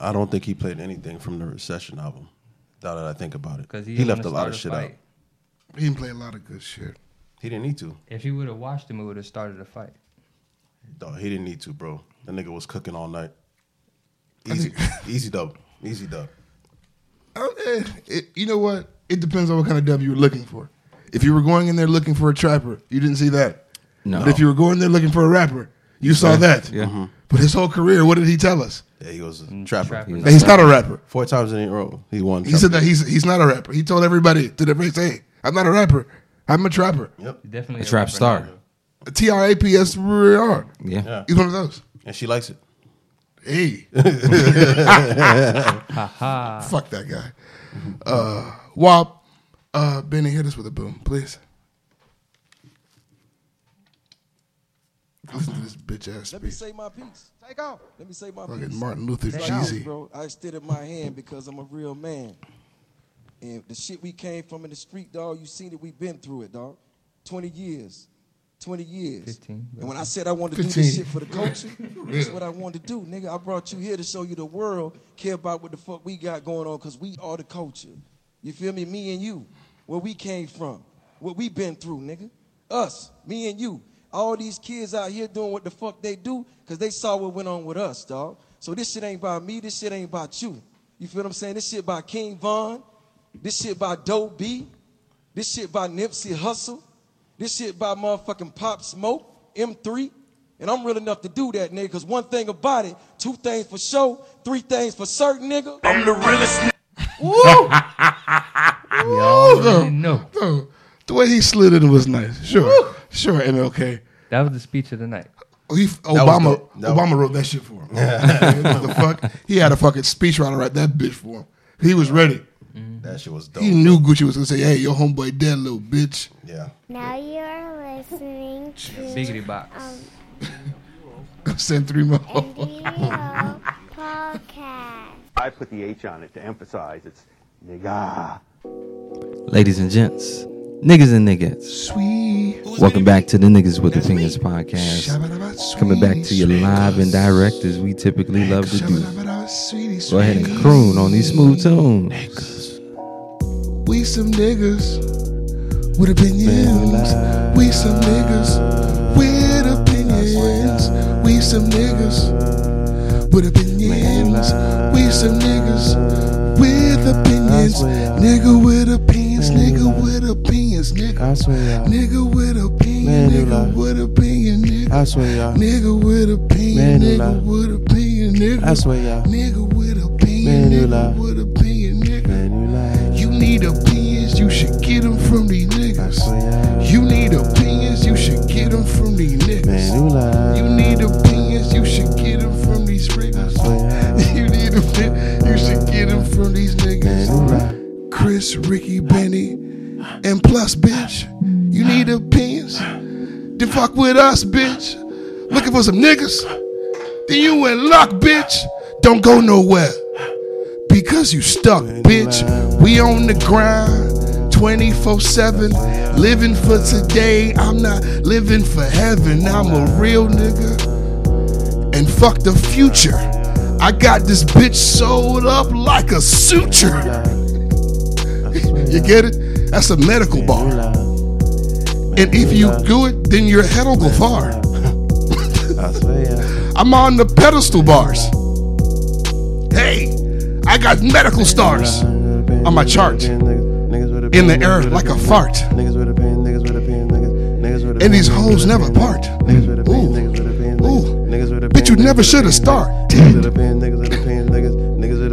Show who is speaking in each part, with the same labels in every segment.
Speaker 1: I don't think he played anything from the Recession album. Now that I think about it,
Speaker 2: because
Speaker 1: he,
Speaker 2: he,
Speaker 1: left a lot of shit out.
Speaker 2: fight.
Speaker 3: He didn't play a lot of good shit.
Speaker 1: He didn't need to.
Speaker 2: If you would have watched him, it would have started a fight.
Speaker 1: Dog, he didn't need to, bro. That nigga was cooking all night. Easy, easy dub, easy dub.
Speaker 3: Uh, eh, it- you know what? It depends on what kind of dub you were looking for. If you were going in there looking for a trapper, you didn't see that.
Speaker 4: No.
Speaker 3: But if you were going there looking for a rapper, you saw that.
Speaker 4: Yeah.
Speaker 3: But his whole career, what did he tell us?
Speaker 1: Yeah, he was a Mm, trapper.
Speaker 2: Trapper.
Speaker 3: That he's not a rapper.
Speaker 1: Four times in a row, he won.
Speaker 3: He said that he's he's not a rapper. He told everybody to their face, "Hey, I'm not a rapper. I'm a trapper.
Speaker 2: He's Definitely
Speaker 4: A trap
Speaker 2: rapper
Speaker 4: star.
Speaker 2: now, though.
Speaker 3: A T R A P S R.
Speaker 4: Yeah.
Speaker 1: Yeah.
Speaker 3: He's one of those.
Speaker 1: and she likes it.
Speaker 3: Hey, fuck that guy. Uh, Wop, uh, Benny, hit us with a boom, please. Listen to this bitch ass
Speaker 5: Let me
Speaker 3: speech.
Speaker 5: say my piece.
Speaker 6: Take off.
Speaker 5: Let me say my
Speaker 3: Fucking
Speaker 5: piece.
Speaker 3: Martin Luther
Speaker 5: Check out,
Speaker 3: Jeezy.
Speaker 5: bro. I extended my hand because I'm a real man. And the shit we came from in the street, dog, you seen it. We've been through it, dog. 20 years. 20 years.
Speaker 2: 15,
Speaker 5: And when I said I wanted to do this
Speaker 3: 15.
Speaker 5: shit for the culture, that's what I wanted to do, nigga. I brought you here to show you the world care about what the fuck we got going on because we are the culture. You feel me? Me and you. Where we came from. What we been through, nigga. Us. Me and you. All these kids out here doing what the fuck they do because they saw what went on with us, dog. So this shit ain't about me. This shit ain't about you. You feel what I'm saying? This shit by King Von. This shit by Doe B. This shit by Nipsey Hussle. This shit by motherfucking Pop Smoke, M3. And I'm real enough to do that, nigga, because one thing about it, two things for sure, three things for certain, nigga. I'm the realest nigga.
Speaker 2: Already know.
Speaker 3: Oh, the way he slid in was nice. Sure, sure, MLK.
Speaker 2: That was the speech of the night.
Speaker 3: Oh, He, Obama,
Speaker 1: the- that
Speaker 3: Obama wrote that shit for him. what the fuck? He had a fucking speechwriter write that bitch for him. He was ready.
Speaker 1: That shit was dope.
Speaker 3: He knew Gucci was gonna say, "Hey, your homeboy dead, little bitch."
Speaker 1: Yeah,
Speaker 7: Now you are listening to
Speaker 2: Biggity box.
Speaker 3: Send three more.
Speaker 7: NBO podcast.
Speaker 8: I put the H on it to emphasize it's nigga.
Speaker 4: Ladies and gents, niggas and niggas.
Speaker 3: Sweet.
Speaker 4: Welcome back to the Niggas with Opinions podcast.
Speaker 3: Shabba-dabba,
Speaker 4: Coming back to you
Speaker 3: sweet.
Speaker 4: live and direct as we typically love to do.
Speaker 3: Shabba-dabba-dabba, sweetie,
Speaker 4: Go ahead and
Speaker 3: sweetie.
Speaker 4: croon on these smooth tunes.
Speaker 3: We some niggas with opinions. We some niggas with opinions. We some niggas with opinions. We some niggas with opinions. Nigga with opinions. Nigga with opinions. Nigga. Nigga with opinion. Nigga with opinion. Nigga.
Speaker 6: swear, y'all.
Speaker 3: Nigga with opinion.
Speaker 6: Man, you
Speaker 3: Nigga
Speaker 6: lie.
Speaker 3: with opinion. Nigga.
Speaker 6: swear, y'all.
Speaker 3: Nigga with opinion.
Speaker 6: Man, you lie.
Speaker 3: Nigga with opinion. Nigga.
Speaker 6: you
Speaker 3: You need opinions, you should get them from these niggas. You need opinions, you should get them from these niggas. You need opinions, you should get them from these niggas. You need opinions, you should get them from these niggas. Chris, Ricky, Benny, and plus, bitch. You need opinions, then fuck with us, bitch. Looking for some niggas, then you in luck, bitch. Don't go nowhere because you stuck, bitch. We on the grind 24 7, living for today. I'm not living for heaven. I'm a real nigga. And fuck the future. I got this bitch sewed up like a suture. you get it? That's a medical bar. And if you do it, then your head will go far. I'm on the pedestal bars. Hey, I got medical stars on my chart in the air like a fart. And these hoes never part. Ooh, ooh. Bitch, you never should have started.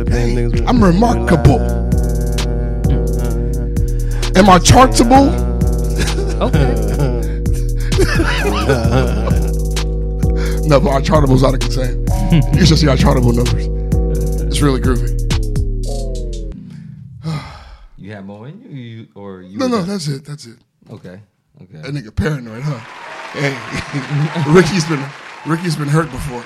Speaker 3: Hey, I'm remarkable. Am I chartable?
Speaker 2: Okay.
Speaker 3: No, but our chartable's out of concern. you should see our chartable numbers. It's really groovy.
Speaker 4: You have more in you, you or you?
Speaker 3: No,
Speaker 4: were
Speaker 3: no,
Speaker 4: done?
Speaker 3: that's it. That's it. That
Speaker 4: okay. Okay.
Speaker 3: nigga paranoid, huh? Hey, Ricky's been Ricky's been hurt before.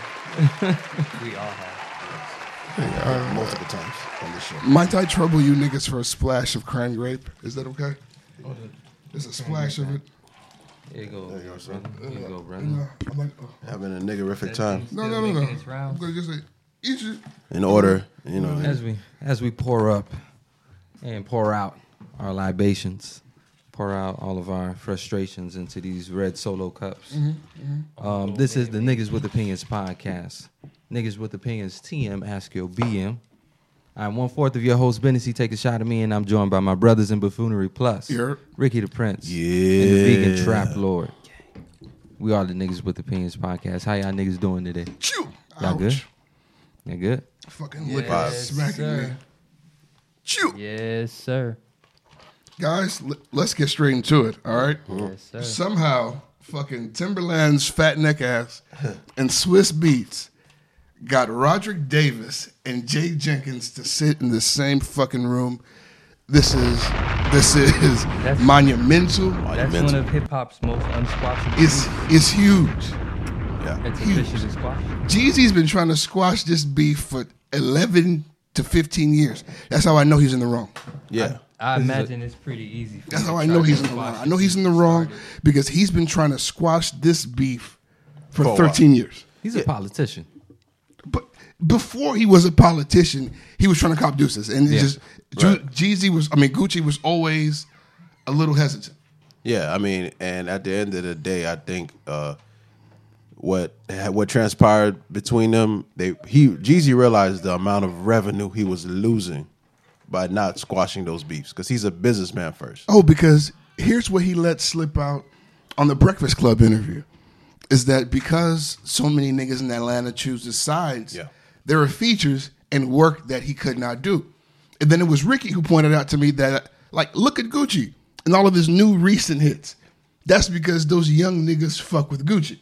Speaker 2: we all have.
Speaker 1: multiple times on this show.
Speaker 3: Might I trouble you niggas for a splash of cran grape? Is that okay? There's a splash of it.
Speaker 4: Here you go. There
Speaker 1: you go, son.
Speaker 4: Here you go, brother.
Speaker 3: No, I'm like, oh.
Speaker 1: Having a niggerific time
Speaker 3: no, no, no, no.
Speaker 2: Making its
Speaker 3: I'm
Speaker 2: rounds.
Speaker 3: gonna just say, eat it.
Speaker 1: in order You know,
Speaker 4: As we as we pour up and pour out our libations, pour out all of our frustrations into these red solo cups. Um, this is the Niggas with Opinions podcast. Niggas with Opinions TM ask your BM. I'm one fourth of your host Bennessy. Take a shot at me, and I'm joined by my brothers in buffoonery plus
Speaker 3: Yerp.
Speaker 4: Ricky the Prince, and the vegan
Speaker 1: Yeah.
Speaker 4: trap lord. We are the Niggas with Opinions podcast. How y'all niggas doing today?
Speaker 3: Chew.
Speaker 4: Y'all
Speaker 3: Ouch.
Speaker 4: good? Y'all good?
Speaker 3: Fucking liquor
Speaker 2: Yes,
Speaker 3: smacking
Speaker 2: sir.
Speaker 3: me. Chew.
Speaker 2: Yes, sir.
Speaker 3: Guys, l- let's get straight into it. All right.
Speaker 2: Yes, sir.
Speaker 3: Somehow, fucking Timberland's fat neck ass and Swiss Beats got Roderick Davis and Jay Jenkins to sit in the same fucking room. This is this is monumental.
Speaker 2: That's
Speaker 1: Mental.
Speaker 2: one of hip hop's most unsquashable.
Speaker 3: It's
Speaker 2: It's,
Speaker 3: it's huge.
Speaker 1: yeah.
Speaker 2: it's officially squashed.
Speaker 3: Jeezy's been trying to squash this beef for eleven to fifteen years. That's how I know he's in the wrong.
Speaker 1: Yeah.
Speaker 2: I imagine it's pretty easy. For
Speaker 3: That's
Speaker 2: you
Speaker 3: how
Speaker 2: to
Speaker 3: I
Speaker 2: try
Speaker 3: know
Speaker 2: to
Speaker 3: he's in the
Speaker 2: squash
Speaker 3: wrong. I
Speaker 2: it
Speaker 3: know he's in the
Speaker 2: since it
Speaker 3: wrong
Speaker 2: started.
Speaker 3: because he's been trying to squash this beef
Speaker 1: For
Speaker 3: for,
Speaker 1: a while.
Speaker 3: 13 years.
Speaker 4: He's a politician.
Speaker 3: But before he was a politician, he was trying to cop deuces, and it
Speaker 4: Yeah.
Speaker 3: just Ju- Jeezy was. I mean, Gucci was always a little hesitant.
Speaker 1: Yeah, I mean, and at the end of the day, I think uh, what what transpired between them, they he Jeezy realized the amount of revenue he was losing by not squashing those beefs because he's a businessman first.
Speaker 3: Oh, because here's what he let slip out on the Breakfast Club interview is that because so many niggas in Atlanta choose the sides,
Speaker 1: Yeah.
Speaker 3: there are features and work that he could not do. And then it was Ricky who pointed out to me that, like, look at Gucci and all of his new recent hits. That's because those young niggas fuck with Gucci.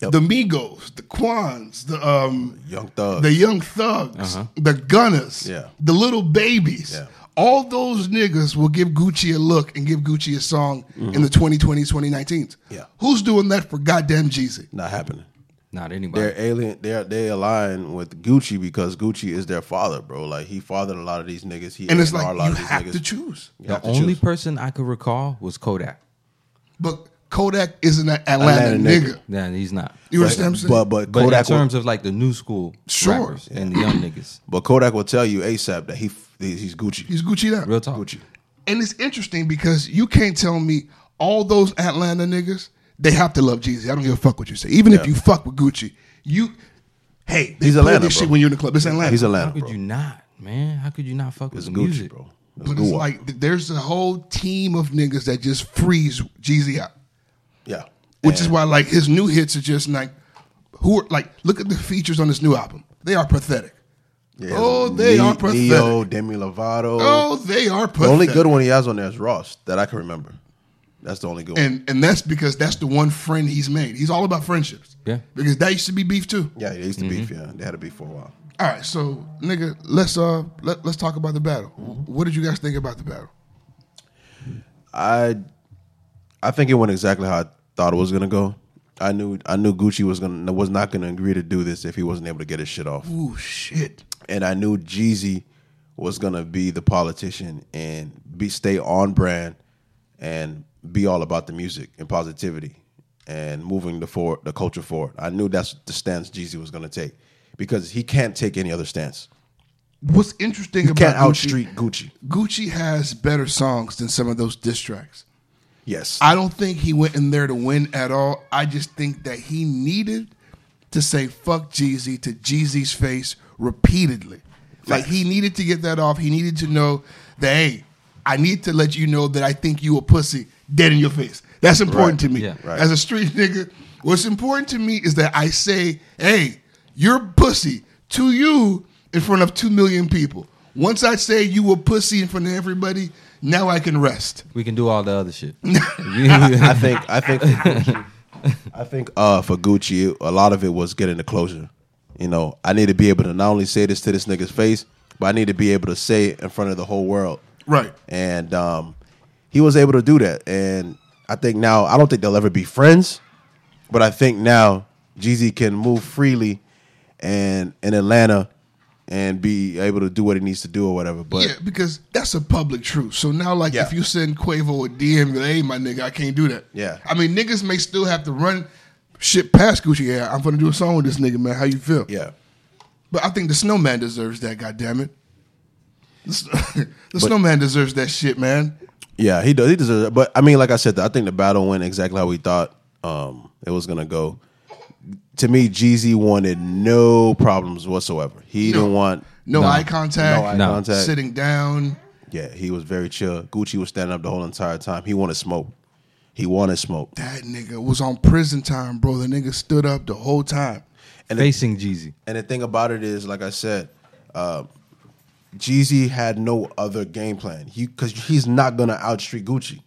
Speaker 3: The Migos, the Quans, the um,
Speaker 1: Young Thug.
Speaker 3: the Young Thugs, the Gunners,
Speaker 1: Uh-huh. Yeah.
Speaker 3: the Little Babies.
Speaker 1: Yeah.
Speaker 3: All those niggas will give Gucci a look and give Gucci a song in the 2020s, 2019s.
Speaker 1: Mm-hmm. Yeah.
Speaker 3: Who's doing that for goddamn Jeezy?
Speaker 1: Not happening.
Speaker 4: Not anybody.
Speaker 1: They're alien. They're they align with Gucci because Gucci is their father, bro. Like he fathered a lot of these niggas. He
Speaker 3: And it's
Speaker 1: A&R
Speaker 3: like,
Speaker 1: a lot
Speaker 3: you
Speaker 1: of these
Speaker 3: have
Speaker 1: niggas.
Speaker 3: to choose.
Speaker 1: You
Speaker 4: The
Speaker 1: have to
Speaker 4: only
Speaker 1: choose.
Speaker 4: person I could recall was Kodak.
Speaker 3: But Kodak isn't an Atlanta,
Speaker 1: Atlanta
Speaker 3: nigga.
Speaker 1: nigga.
Speaker 4: Nah, he's not.
Speaker 3: You understand what I'm
Speaker 1: but
Speaker 3: saying?
Speaker 1: but
Speaker 4: But
Speaker 1: Kodak
Speaker 4: in
Speaker 1: will-
Speaker 4: terms of like the new school
Speaker 3: Sure.
Speaker 4: rappers and the young niggas,
Speaker 1: But Kodak will tell you ASAP that he f- he's Gucci.
Speaker 3: He's Gucci that.
Speaker 4: real talk.
Speaker 1: Gucci.
Speaker 3: And it's interesting because you can't tell me all those Atlanta niggas, they have to love Jeezy. I don't give a fuck what you say. Even if
Speaker 1: Yeah.
Speaker 3: you fuck with Gucci, you, hey, they
Speaker 1: He's
Speaker 3: play
Speaker 1: Atlanta,
Speaker 3: this
Speaker 1: bro.
Speaker 3: shit when you're in the club. It's Atlanta.
Speaker 1: He's
Speaker 4: How
Speaker 1: Atlanta,
Speaker 4: could
Speaker 1: bro.
Speaker 4: you not, man? How could you not fuck
Speaker 1: It's
Speaker 4: with the
Speaker 1: Gucci,
Speaker 4: music,
Speaker 1: bro. It's
Speaker 3: But it's
Speaker 1: Gucci.
Speaker 3: like th- there's a whole team of niggas that just freeze Jeezy out,
Speaker 1: yeah,
Speaker 3: which is why like his new hits are just like who are like look at the features on this new album. They are pathetic.
Speaker 1: Yeah,
Speaker 3: Oh, they
Speaker 1: Ne-
Speaker 3: are pathetic.
Speaker 1: Neo, Demi Lovato.
Speaker 3: Oh, they are pathetic.
Speaker 1: the only good one he has on there is Ross that I can remember. That's the only good one.
Speaker 3: And and that's because that's the one friend he's made. He's all about friendships.
Speaker 4: Yeah.
Speaker 3: Because that used to be beef too.
Speaker 1: Yeah, they used to beef.
Speaker 4: Mm-hmm.
Speaker 1: Yeah, they had a beef for a while.
Speaker 3: All right, so nigga, let's uh let, let's talk about the battle. What did you guys think about the battle?
Speaker 1: I, I think it went exactly how I thought it was gonna go. I knew I knew Gucci was gonna was not gonna agree to do this if he wasn't able to get his shit off.
Speaker 3: Ooh shit.
Speaker 1: and I knew Jeezy was gonna be the politician and be stay on brand and be all about the music and positivity and moving the for the culture forward. I knew that's the stance Jeezy was gonna take because he can't take any other stance.
Speaker 3: What's interesting
Speaker 1: He
Speaker 3: about
Speaker 1: can't
Speaker 3: Gucci,
Speaker 1: outstreet Gucci.
Speaker 3: Gucci has better songs than some of those diss tracks.
Speaker 1: Yes,
Speaker 3: I don't think he went in there to win at all. I just think that he needed to say fuck Jeezy to Jeezy's face repeatedly. Like he needed to get that off. He needed to know that hey, I need to let you know that I think you a pussy dead in your face. That's important to me.
Speaker 4: Yeah.
Speaker 1: Right.
Speaker 3: As a street nigga, what's important to me is that I say, hey, you're a pussy to you in front of two million people. Once I say you a pussy in front of everybody, now I can rest.
Speaker 4: We can do all the other shit.
Speaker 1: I think I think for Gucci- I think uh, for Gucci, it- a lot of it was getting the closure. You know, I need to be able to not only say this to this nigga's face, but I need to be able to say it in front of the whole world.
Speaker 3: Right.
Speaker 1: and um, he was able to do that. And I think now I don't think they'll ever be friends, but I think now Jeezy can move freely and in Atlanta and be able to do what he needs to do or whatever. But
Speaker 3: yeah, because that's a public truth. So now, like,
Speaker 1: Yeah.
Speaker 3: if you send Quavo a DM, that, hey, my nigga, I can't do that.
Speaker 1: Yeah.
Speaker 3: I mean, niggas may still have to run shit past Gucci. Yeah, I'm gonna do a song with this nigga, man. How you feel?
Speaker 1: yeah,
Speaker 3: But I think the snowman deserves that. God damn it. The, s- the snowman deserves that shit, man.
Speaker 1: Yeah, he does. He deserves it. But I mean, like I said, I think the battle went exactly how we thought um, it was gonna go. To me, Jeezy wanted no problems whatsoever. He
Speaker 3: No.
Speaker 1: didn't want
Speaker 3: No,
Speaker 4: No.
Speaker 3: eye contact.
Speaker 1: no eye
Speaker 4: No.
Speaker 1: contact.
Speaker 3: Sitting down.
Speaker 1: Yeah, he was very chill. Gucci was standing up the whole entire time. He wanted smoke. He wanted smoke.
Speaker 3: That nigga was on prison time, bro. The nigga stood up the whole time.
Speaker 4: Facing Jeezy.
Speaker 1: And the thing about it is, like I said, uh, Jeezy had no other game plan. He because he's not gonna outstreet Gucci.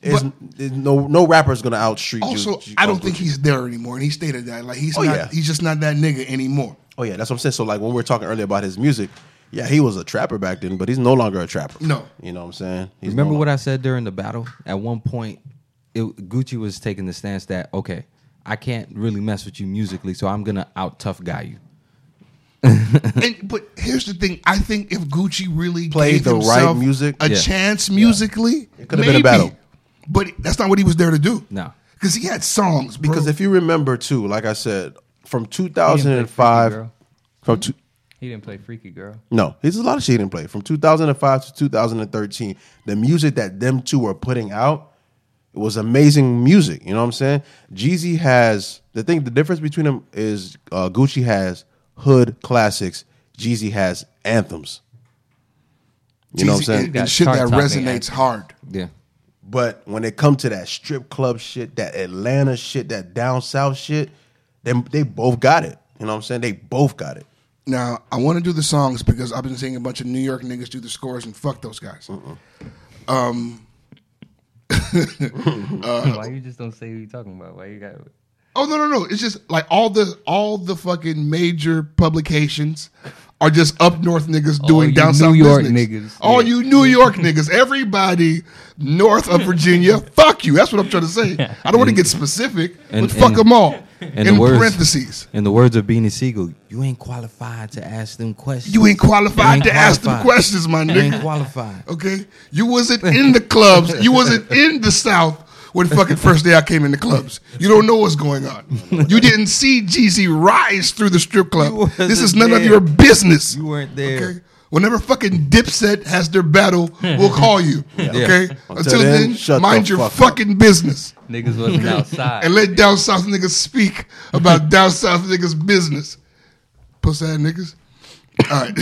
Speaker 1: There's, there's no no rapper's gonna outstreet. Ju-
Speaker 3: Also,
Speaker 1: Ju-
Speaker 3: I don't
Speaker 1: Gucci.
Speaker 3: think he's there anymore, and he stated that. Like he's
Speaker 1: Oh,
Speaker 3: not.
Speaker 1: yeah.
Speaker 3: He's just not that nigga anymore.
Speaker 1: Oh yeah, that's what I'm saying. So like when we were talking earlier about his music, yeah, he was a trapper back then, but he's no longer a trapper.
Speaker 3: No.
Speaker 1: you know what I'm saying. He's
Speaker 4: Remember
Speaker 1: no
Speaker 4: what
Speaker 1: longer-
Speaker 4: I said during the battle? At one point, it, Gucci was taking the stance that okay, I can't really mess with you musically, so I'm gonna out tough guy you.
Speaker 3: And but here's the thing: I think if Gucci really
Speaker 1: Played
Speaker 3: gave
Speaker 1: the right
Speaker 3: himself
Speaker 1: music?
Speaker 3: a
Speaker 4: Yeah.
Speaker 3: chance musically,
Speaker 1: It could've been a battle.
Speaker 3: But that's not what he was there to do.
Speaker 4: No.
Speaker 3: because he had songs. Bro.
Speaker 1: because if you remember too, like I said, from
Speaker 2: Freaky
Speaker 1: 2005
Speaker 2: Girl.
Speaker 1: from two,
Speaker 2: He didn't play Freaky Girl.
Speaker 1: no, there's a lot of shit he didn't play from 2005 to 2013. The music that them two were putting out was amazing music. You know what I'm saying? Jeezy has the thing. The difference between them is uh, Gucci has hood classics. Jeezy has anthems. You know what I'm
Speaker 3: Jeezy-
Speaker 1: saying?
Speaker 3: and-
Speaker 2: Got
Speaker 3: and shit that
Speaker 2: chart-topping
Speaker 3: resonates
Speaker 2: acts.
Speaker 3: hard.
Speaker 4: Yeah.
Speaker 1: But when it comes to that strip club shit, that Atlanta shit, that down south shit, then they both got it. You know what I'm saying? They both got it.
Speaker 3: Now I want to do the songs because I've been seeing a bunch of New York niggas do the scores and fuck those guys. Uh,
Speaker 2: Why you just don't say who you talking about? Why you got?
Speaker 3: Oh no no no! It's just like all the all the fucking major publications are just up north niggas doing
Speaker 2: you
Speaker 3: down
Speaker 2: New
Speaker 3: south
Speaker 2: York
Speaker 3: business.
Speaker 2: niggas.
Speaker 3: All
Speaker 2: Yeah.
Speaker 3: you New York niggas, everybody north of Virginia, fuck you. That's what I'm trying to say. I don't want to get specific,
Speaker 4: And-
Speaker 3: but fuck
Speaker 4: and-
Speaker 3: them all.
Speaker 4: and
Speaker 3: in
Speaker 4: the words-
Speaker 3: parentheses,
Speaker 4: In the words of Beanie Siegel, you ain't qualified to ask them questions.
Speaker 3: you ain't qualified
Speaker 4: ain't
Speaker 3: to ask them
Speaker 4: qualified.
Speaker 3: questions, my
Speaker 4: You ain't
Speaker 3: nigga.
Speaker 4: qualified.
Speaker 3: Okay, you wasn't in the clubs. You wasn't in the South when fucking first day I came in the clubs. You don't know what's going on. You didn't see Jeezy rise through the strip club.
Speaker 4: wasn't
Speaker 3: This is none of
Speaker 4: there.
Speaker 3: your business.
Speaker 4: You weren't there.
Speaker 3: Okay. Whenever fucking Dipset has their battle, we'll call you. Okay. Until
Speaker 1: then,
Speaker 3: then,
Speaker 1: shut
Speaker 3: mind
Speaker 1: the
Speaker 3: your
Speaker 1: fuck up.
Speaker 3: fucking business
Speaker 2: Niggas wasn't outside.
Speaker 3: and let down south niggas speak about down south niggas business. Puss ass niggas. All right.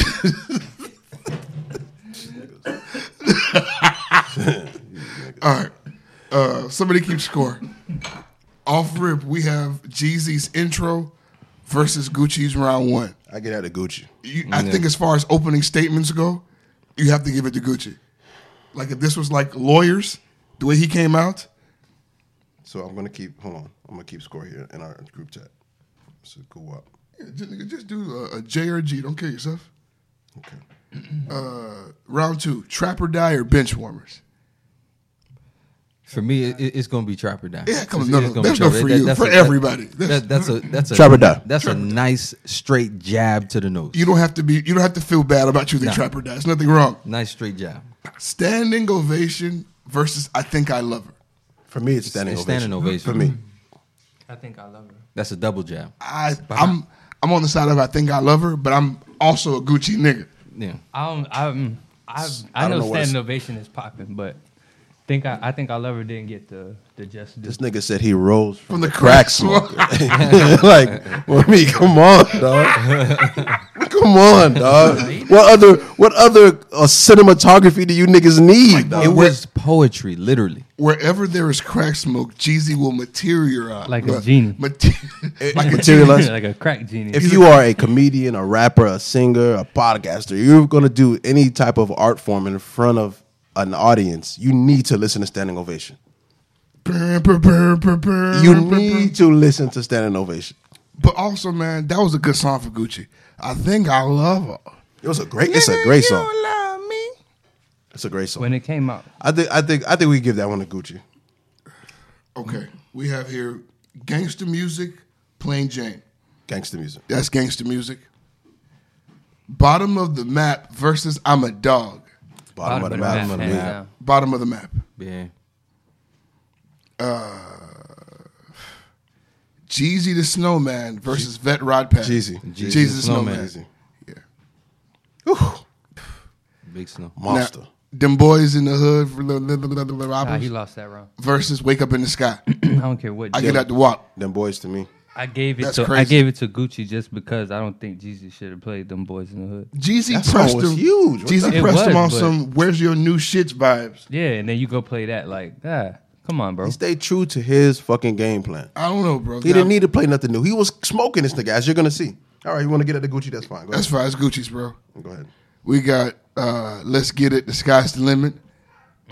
Speaker 3: All right. Uh, somebody keep score. Off rip, we have Jeezy's intro versus Gucci's round one.
Speaker 1: I get out of Gucci.
Speaker 3: You, I think as far as opening statements go, you have to give it to Gucci. Like if this was like lawyers, the way he came out,
Speaker 1: So I'm gonna keep hold on. I'm gonna keep score here in our group chat. So go up.
Speaker 3: yeah, just, nigga, just do a, a J or a G. Don't kill yourself.
Speaker 1: Okay.
Speaker 3: Round two, trap or die or bench warmers.
Speaker 4: For me, it, it- it's gonna be trap or die.
Speaker 3: Yeah, come on,
Speaker 4: It's-
Speaker 3: no,
Speaker 4: it's
Speaker 3: no,
Speaker 4: gonna be
Speaker 3: there's no
Speaker 4: trap.
Speaker 3: for
Speaker 4: That-
Speaker 3: you,
Speaker 4: that's
Speaker 3: for
Speaker 4: a- that-
Speaker 3: everybody. That's-
Speaker 4: That, that's a that's a
Speaker 1: Trap or die.
Speaker 4: That's a nice straight jab to the nose.
Speaker 3: You don't have to be. You don't have to feel bad about choosing
Speaker 4: No.
Speaker 3: trap or die. There's nothing wrong.
Speaker 4: nice straight jab.
Speaker 3: Standing ovation versus I think I love her.
Speaker 1: For me, it's standing
Speaker 4: It's
Speaker 1: ovation. Mm-hmm.
Speaker 4: standing ovation.
Speaker 1: For me,
Speaker 2: I think I love her.
Speaker 4: That's a double jab.
Speaker 3: I, I'm I'm on the side of I think I love her, but I'm also a Gucci nigga.
Speaker 4: Yeah.
Speaker 2: I don't. I'm, I've,
Speaker 1: I
Speaker 2: I,
Speaker 1: don't
Speaker 2: know,
Speaker 1: know what
Speaker 2: standing
Speaker 1: it's-
Speaker 2: ovation is popping, but think I, I think I love her didn't get the the just do.
Speaker 1: this nigga said he rose from,
Speaker 3: From
Speaker 1: the,
Speaker 3: the
Speaker 1: crack
Speaker 3: crack
Speaker 1: smoker. like, well, me, come on, dog. come on, dog. What other what other uh, cinematography do you niggas need?
Speaker 3: Uh,
Speaker 1: dog?
Speaker 4: It was poetry, literally.
Speaker 3: Wherever there is crack smoke, Jeezy will materialize
Speaker 2: Like a genie.
Speaker 3: Mate- like a genie.
Speaker 1: materialized.
Speaker 2: like a crack genie.
Speaker 1: if you are a comedian, a rapper, a singer, a podcaster, you're going to do any type of art form in front of an audience, you need to listen to standing ovation. You need to listen to standing ovation.
Speaker 3: But also, man, that was a good song for Gucci. I think I love her.
Speaker 1: It was a great. It's a great
Speaker 3: You
Speaker 1: song.
Speaker 3: love me.
Speaker 1: It's a great song.
Speaker 2: when it came out,
Speaker 1: I think. I think. I think we give that one to Gucci.
Speaker 3: Okay, we have here gangster music, plain Jane.
Speaker 1: Gangster music.
Speaker 3: That's gangster music. Bottom of the map versus I'm a dog.
Speaker 1: Bottom, of the map.
Speaker 2: bottom of the map.
Speaker 3: Bottom of the map.
Speaker 4: Yeah.
Speaker 3: Jeezy the Snowman versus Vet Rod Pat.
Speaker 1: Jeezy.
Speaker 3: Jeezy,
Speaker 4: Jeezy
Speaker 3: the
Speaker 4: the
Speaker 3: Snowman.
Speaker 1: Snowman.
Speaker 3: Yeah.
Speaker 4: Big Snow.
Speaker 1: Monster.
Speaker 3: Now, them boys in the hood for little, little, little, little
Speaker 2: Nah,
Speaker 3: robbers
Speaker 2: he lost that round.
Speaker 3: versus Wake Up in the Sky.
Speaker 2: I don't care what.
Speaker 3: I
Speaker 2: Jeezy-
Speaker 3: get out the walk.
Speaker 1: Them boys to me.
Speaker 2: I gave it
Speaker 3: That's
Speaker 2: to I
Speaker 3: crazy.
Speaker 2: gave it to Gucci just because I don't think Jeezy should have played them boys in the hood.
Speaker 3: Jeezy
Speaker 1: That song
Speaker 3: pressed
Speaker 1: was
Speaker 3: him.
Speaker 1: huge. What
Speaker 3: Jeezy
Speaker 2: the- It
Speaker 3: pressed him
Speaker 2: was, but-
Speaker 3: on some "Where's your new shits" vibes.
Speaker 2: Yeah, and then you go play that like, ah, come on, bro.
Speaker 1: He stayed true to his fucking game plan.
Speaker 3: I don't know, bro.
Speaker 1: He didn't need to play nothing new. He was smoking this nigga, as you're gonna see. All right, you want to get at the Gucci? That's fine. Go
Speaker 3: That's
Speaker 1: ahead.
Speaker 3: fine. It's Gucci's, bro.
Speaker 1: Go ahead.
Speaker 3: We got uh, "Let's Get It," "The Sky's the Limit"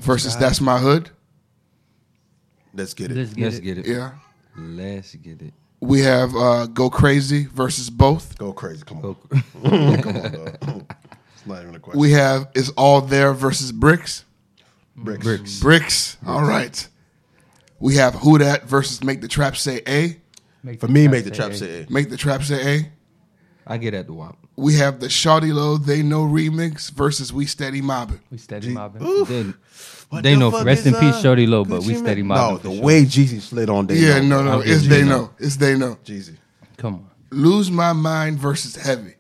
Speaker 3: versus "That's My Hood."
Speaker 1: Let's get it.
Speaker 2: Let's get
Speaker 4: Let's
Speaker 2: it.
Speaker 4: get it.
Speaker 3: Yeah.
Speaker 4: Let's get it.
Speaker 3: We have uh, "Go Crazy" versus both.
Speaker 1: Go crazy. Come on.
Speaker 4: Go-
Speaker 1: Come on, dog. It's not even a question.
Speaker 3: We have "Is All There" versus "Bricks."
Speaker 1: bricks.
Speaker 3: Bricks. All right. We have "Who That" versus "Make the Trap Say A."
Speaker 2: Make
Speaker 1: For me,
Speaker 2: trap
Speaker 1: make the trap say A.
Speaker 3: "Make the Trap Say A."
Speaker 4: I get at the WAP.
Speaker 3: We have the Shawty Low They Know remix versus We Steady Mobbin.
Speaker 2: We steady mobbing.
Speaker 1: Oof.
Speaker 4: Then
Speaker 1: What
Speaker 4: They
Speaker 1: the
Speaker 4: know.
Speaker 1: fuck
Speaker 2: Rest
Speaker 1: is,
Speaker 2: in peace,
Speaker 1: uh,
Speaker 2: Shorty Low, but
Speaker 1: Gucci
Speaker 2: we
Speaker 1: Mane?
Speaker 2: steady mobbing
Speaker 1: No,
Speaker 2: for
Speaker 1: the
Speaker 2: sure.
Speaker 1: way Jeezy slid on Day.
Speaker 3: yeah,
Speaker 1: Know.
Speaker 3: no, no,
Speaker 2: I'll
Speaker 3: it's
Speaker 2: give
Speaker 3: They
Speaker 2: you
Speaker 3: Know. It's They Know.
Speaker 1: Jeezy.
Speaker 2: Come on.
Speaker 3: Lose My Mind versus Heavy.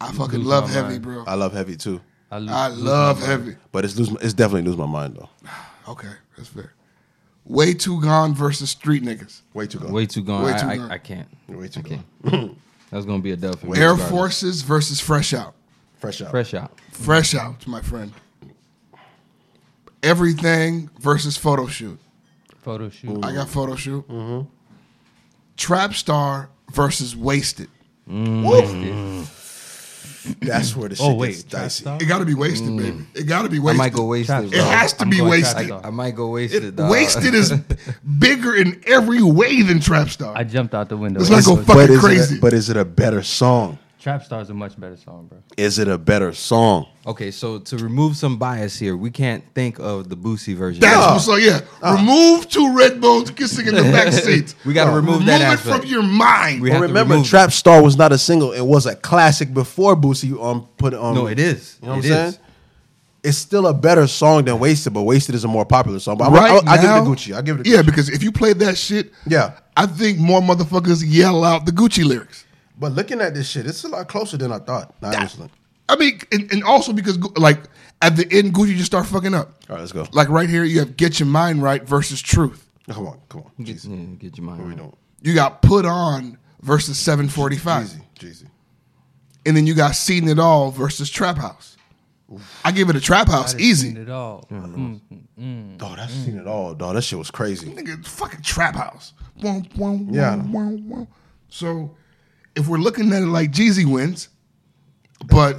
Speaker 3: I fucking
Speaker 2: Lose
Speaker 3: love
Speaker 2: My
Speaker 3: Heavy,
Speaker 2: Mind.
Speaker 3: bro.
Speaker 1: I love heavy too,
Speaker 2: I, lose,
Speaker 3: I love Heavy.
Speaker 1: but it's lose. It's definitely lose my mind though.
Speaker 3: Okay, that's fair. Way Too Gone versus Street Niggas.
Speaker 1: Way too gone.
Speaker 4: way too gone.
Speaker 3: Way
Speaker 4: I,
Speaker 3: too
Speaker 4: I,
Speaker 3: gone.
Speaker 4: I can't.
Speaker 1: Way too
Speaker 4: I
Speaker 1: gone.
Speaker 4: can't. That's gonna be a dub for me.
Speaker 3: Air
Speaker 4: regardless.
Speaker 3: Forces versus Fresh Out.
Speaker 1: Fresh out.
Speaker 4: Fresh out.
Speaker 3: Fresh Out, my friend. Everything versus Photo Shoot.
Speaker 2: photo shoot.
Speaker 3: I got Photo Shoot. Mm-hmm. Trap Star versus Wasted.
Speaker 4: Mm.
Speaker 1: That's where the shit
Speaker 2: Oh wait,
Speaker 1: gets
Speaker 2: trap
Speaker 1: dicey.
Speaker 2: star?
Speaker 3: It gotta be Wasted, baby. It gotta be
Speaker 4: Mm. I
Speaker 3: Wasted.
Speaker 4: might go wasted.
Speaker 2: Trap
Speaker 3: It
Speaker 4: bro.
Speaker 2: star.
Speaker 3: has to
Speaker 2: I'm
Speaker 3: be
Speaker 2: going trap
Speaker 3: wasted.
Speaker 2: star.
Speaker 4: I might go wasted.
Speaker 3: It-
Speaker 4: dog.
Speaker 3: wasted is bigger in every way than Trap Star.
Speaker 2: I jumped out the window.
Speaker 3: Let's not go
Speaker 2: But
Speaker 3: fucking
Speaker 1: is
Speaker 3: crazy.
Speaker 1: It a, but is it a better song?
Speaker 2: Trap Star's a much better song, bro.
Speaker 1: Is it a better song?
Speaker 4: Okay, so to remove some bias here, we can't think of the Boosie version.
Speaker 3: That's what's so yeah. Remove two red bones kissing in the back seat. Uh,
Speaker 4: We gotta remove that
Speaker 3: it
Speaker 4: aspect.
Speaker 3: from your mind.
Speaker 4: We
Speaker 1: But
Speaker 4: have to
Speaker 1: remember,
Speaker 4: remove-
Speaker 1: Trap Star was not a single. It was a classic before Boosie um put it on.
Speaker 4: No, it is.
Speaker 1: You know what I'm
Speaker 4: It
Speaker 1: saying?
Speaker 4: is.
Speaker 1: It's still a better song than Wasted, but Wasted is a more popular song. But I'm-
Speaker 3: right
Speaker 1: I'll, I'll
Speaker 3: now,
Speaker 1: give it to Gucci. I'll give it to
Speaker 3: yeah,
Speaker 1: Gucci.
Speaker 3: because if you play that shit,
Speaker 1: Yeah.
Speaker 3: I think more motherfuckers yell out the Gucci lyrics.
Speaker 1: But looking at this shit, it's a lot closer than I thought. Nah, honestly.
Speaker 3: I mean, and, and also because Gu- like at the end, Gucci just start fucking up.
Speaker 1: All right, let's go.
Speaker 3: Like right here, you have "Get Your Mind Right" versus "Truth."
Speaker 1: Come on, come on.
Speaker 4: Get,
Speaker 1: Jeezy.
Speaker 4: yeah, Mm, get your mind.
Speaker 1: We
Speaker 4: right.
Speaker 1: don't.
Speaker 3: You got "Put On" versus "745,"
Speaker 1: Jeezy, Jeezy.
Speaker 3: and then you got "Seen It All" versus "Trap House." I give it Mm-hmm. a "Trap House"
Speaker 2: Seen
Speaker 3: easy.
Speaker 2: It all. Mm-hmm.
Speaker 1: Dog, that's seen it all, dog. That shit was crazy.
Speaker 3: Nigga, it's fucking trap house. Wah, wah, wah,
Speaker 1: Yeah.
Speaker 3: wah, wah. So if we're looking at it like Jeezy wins, but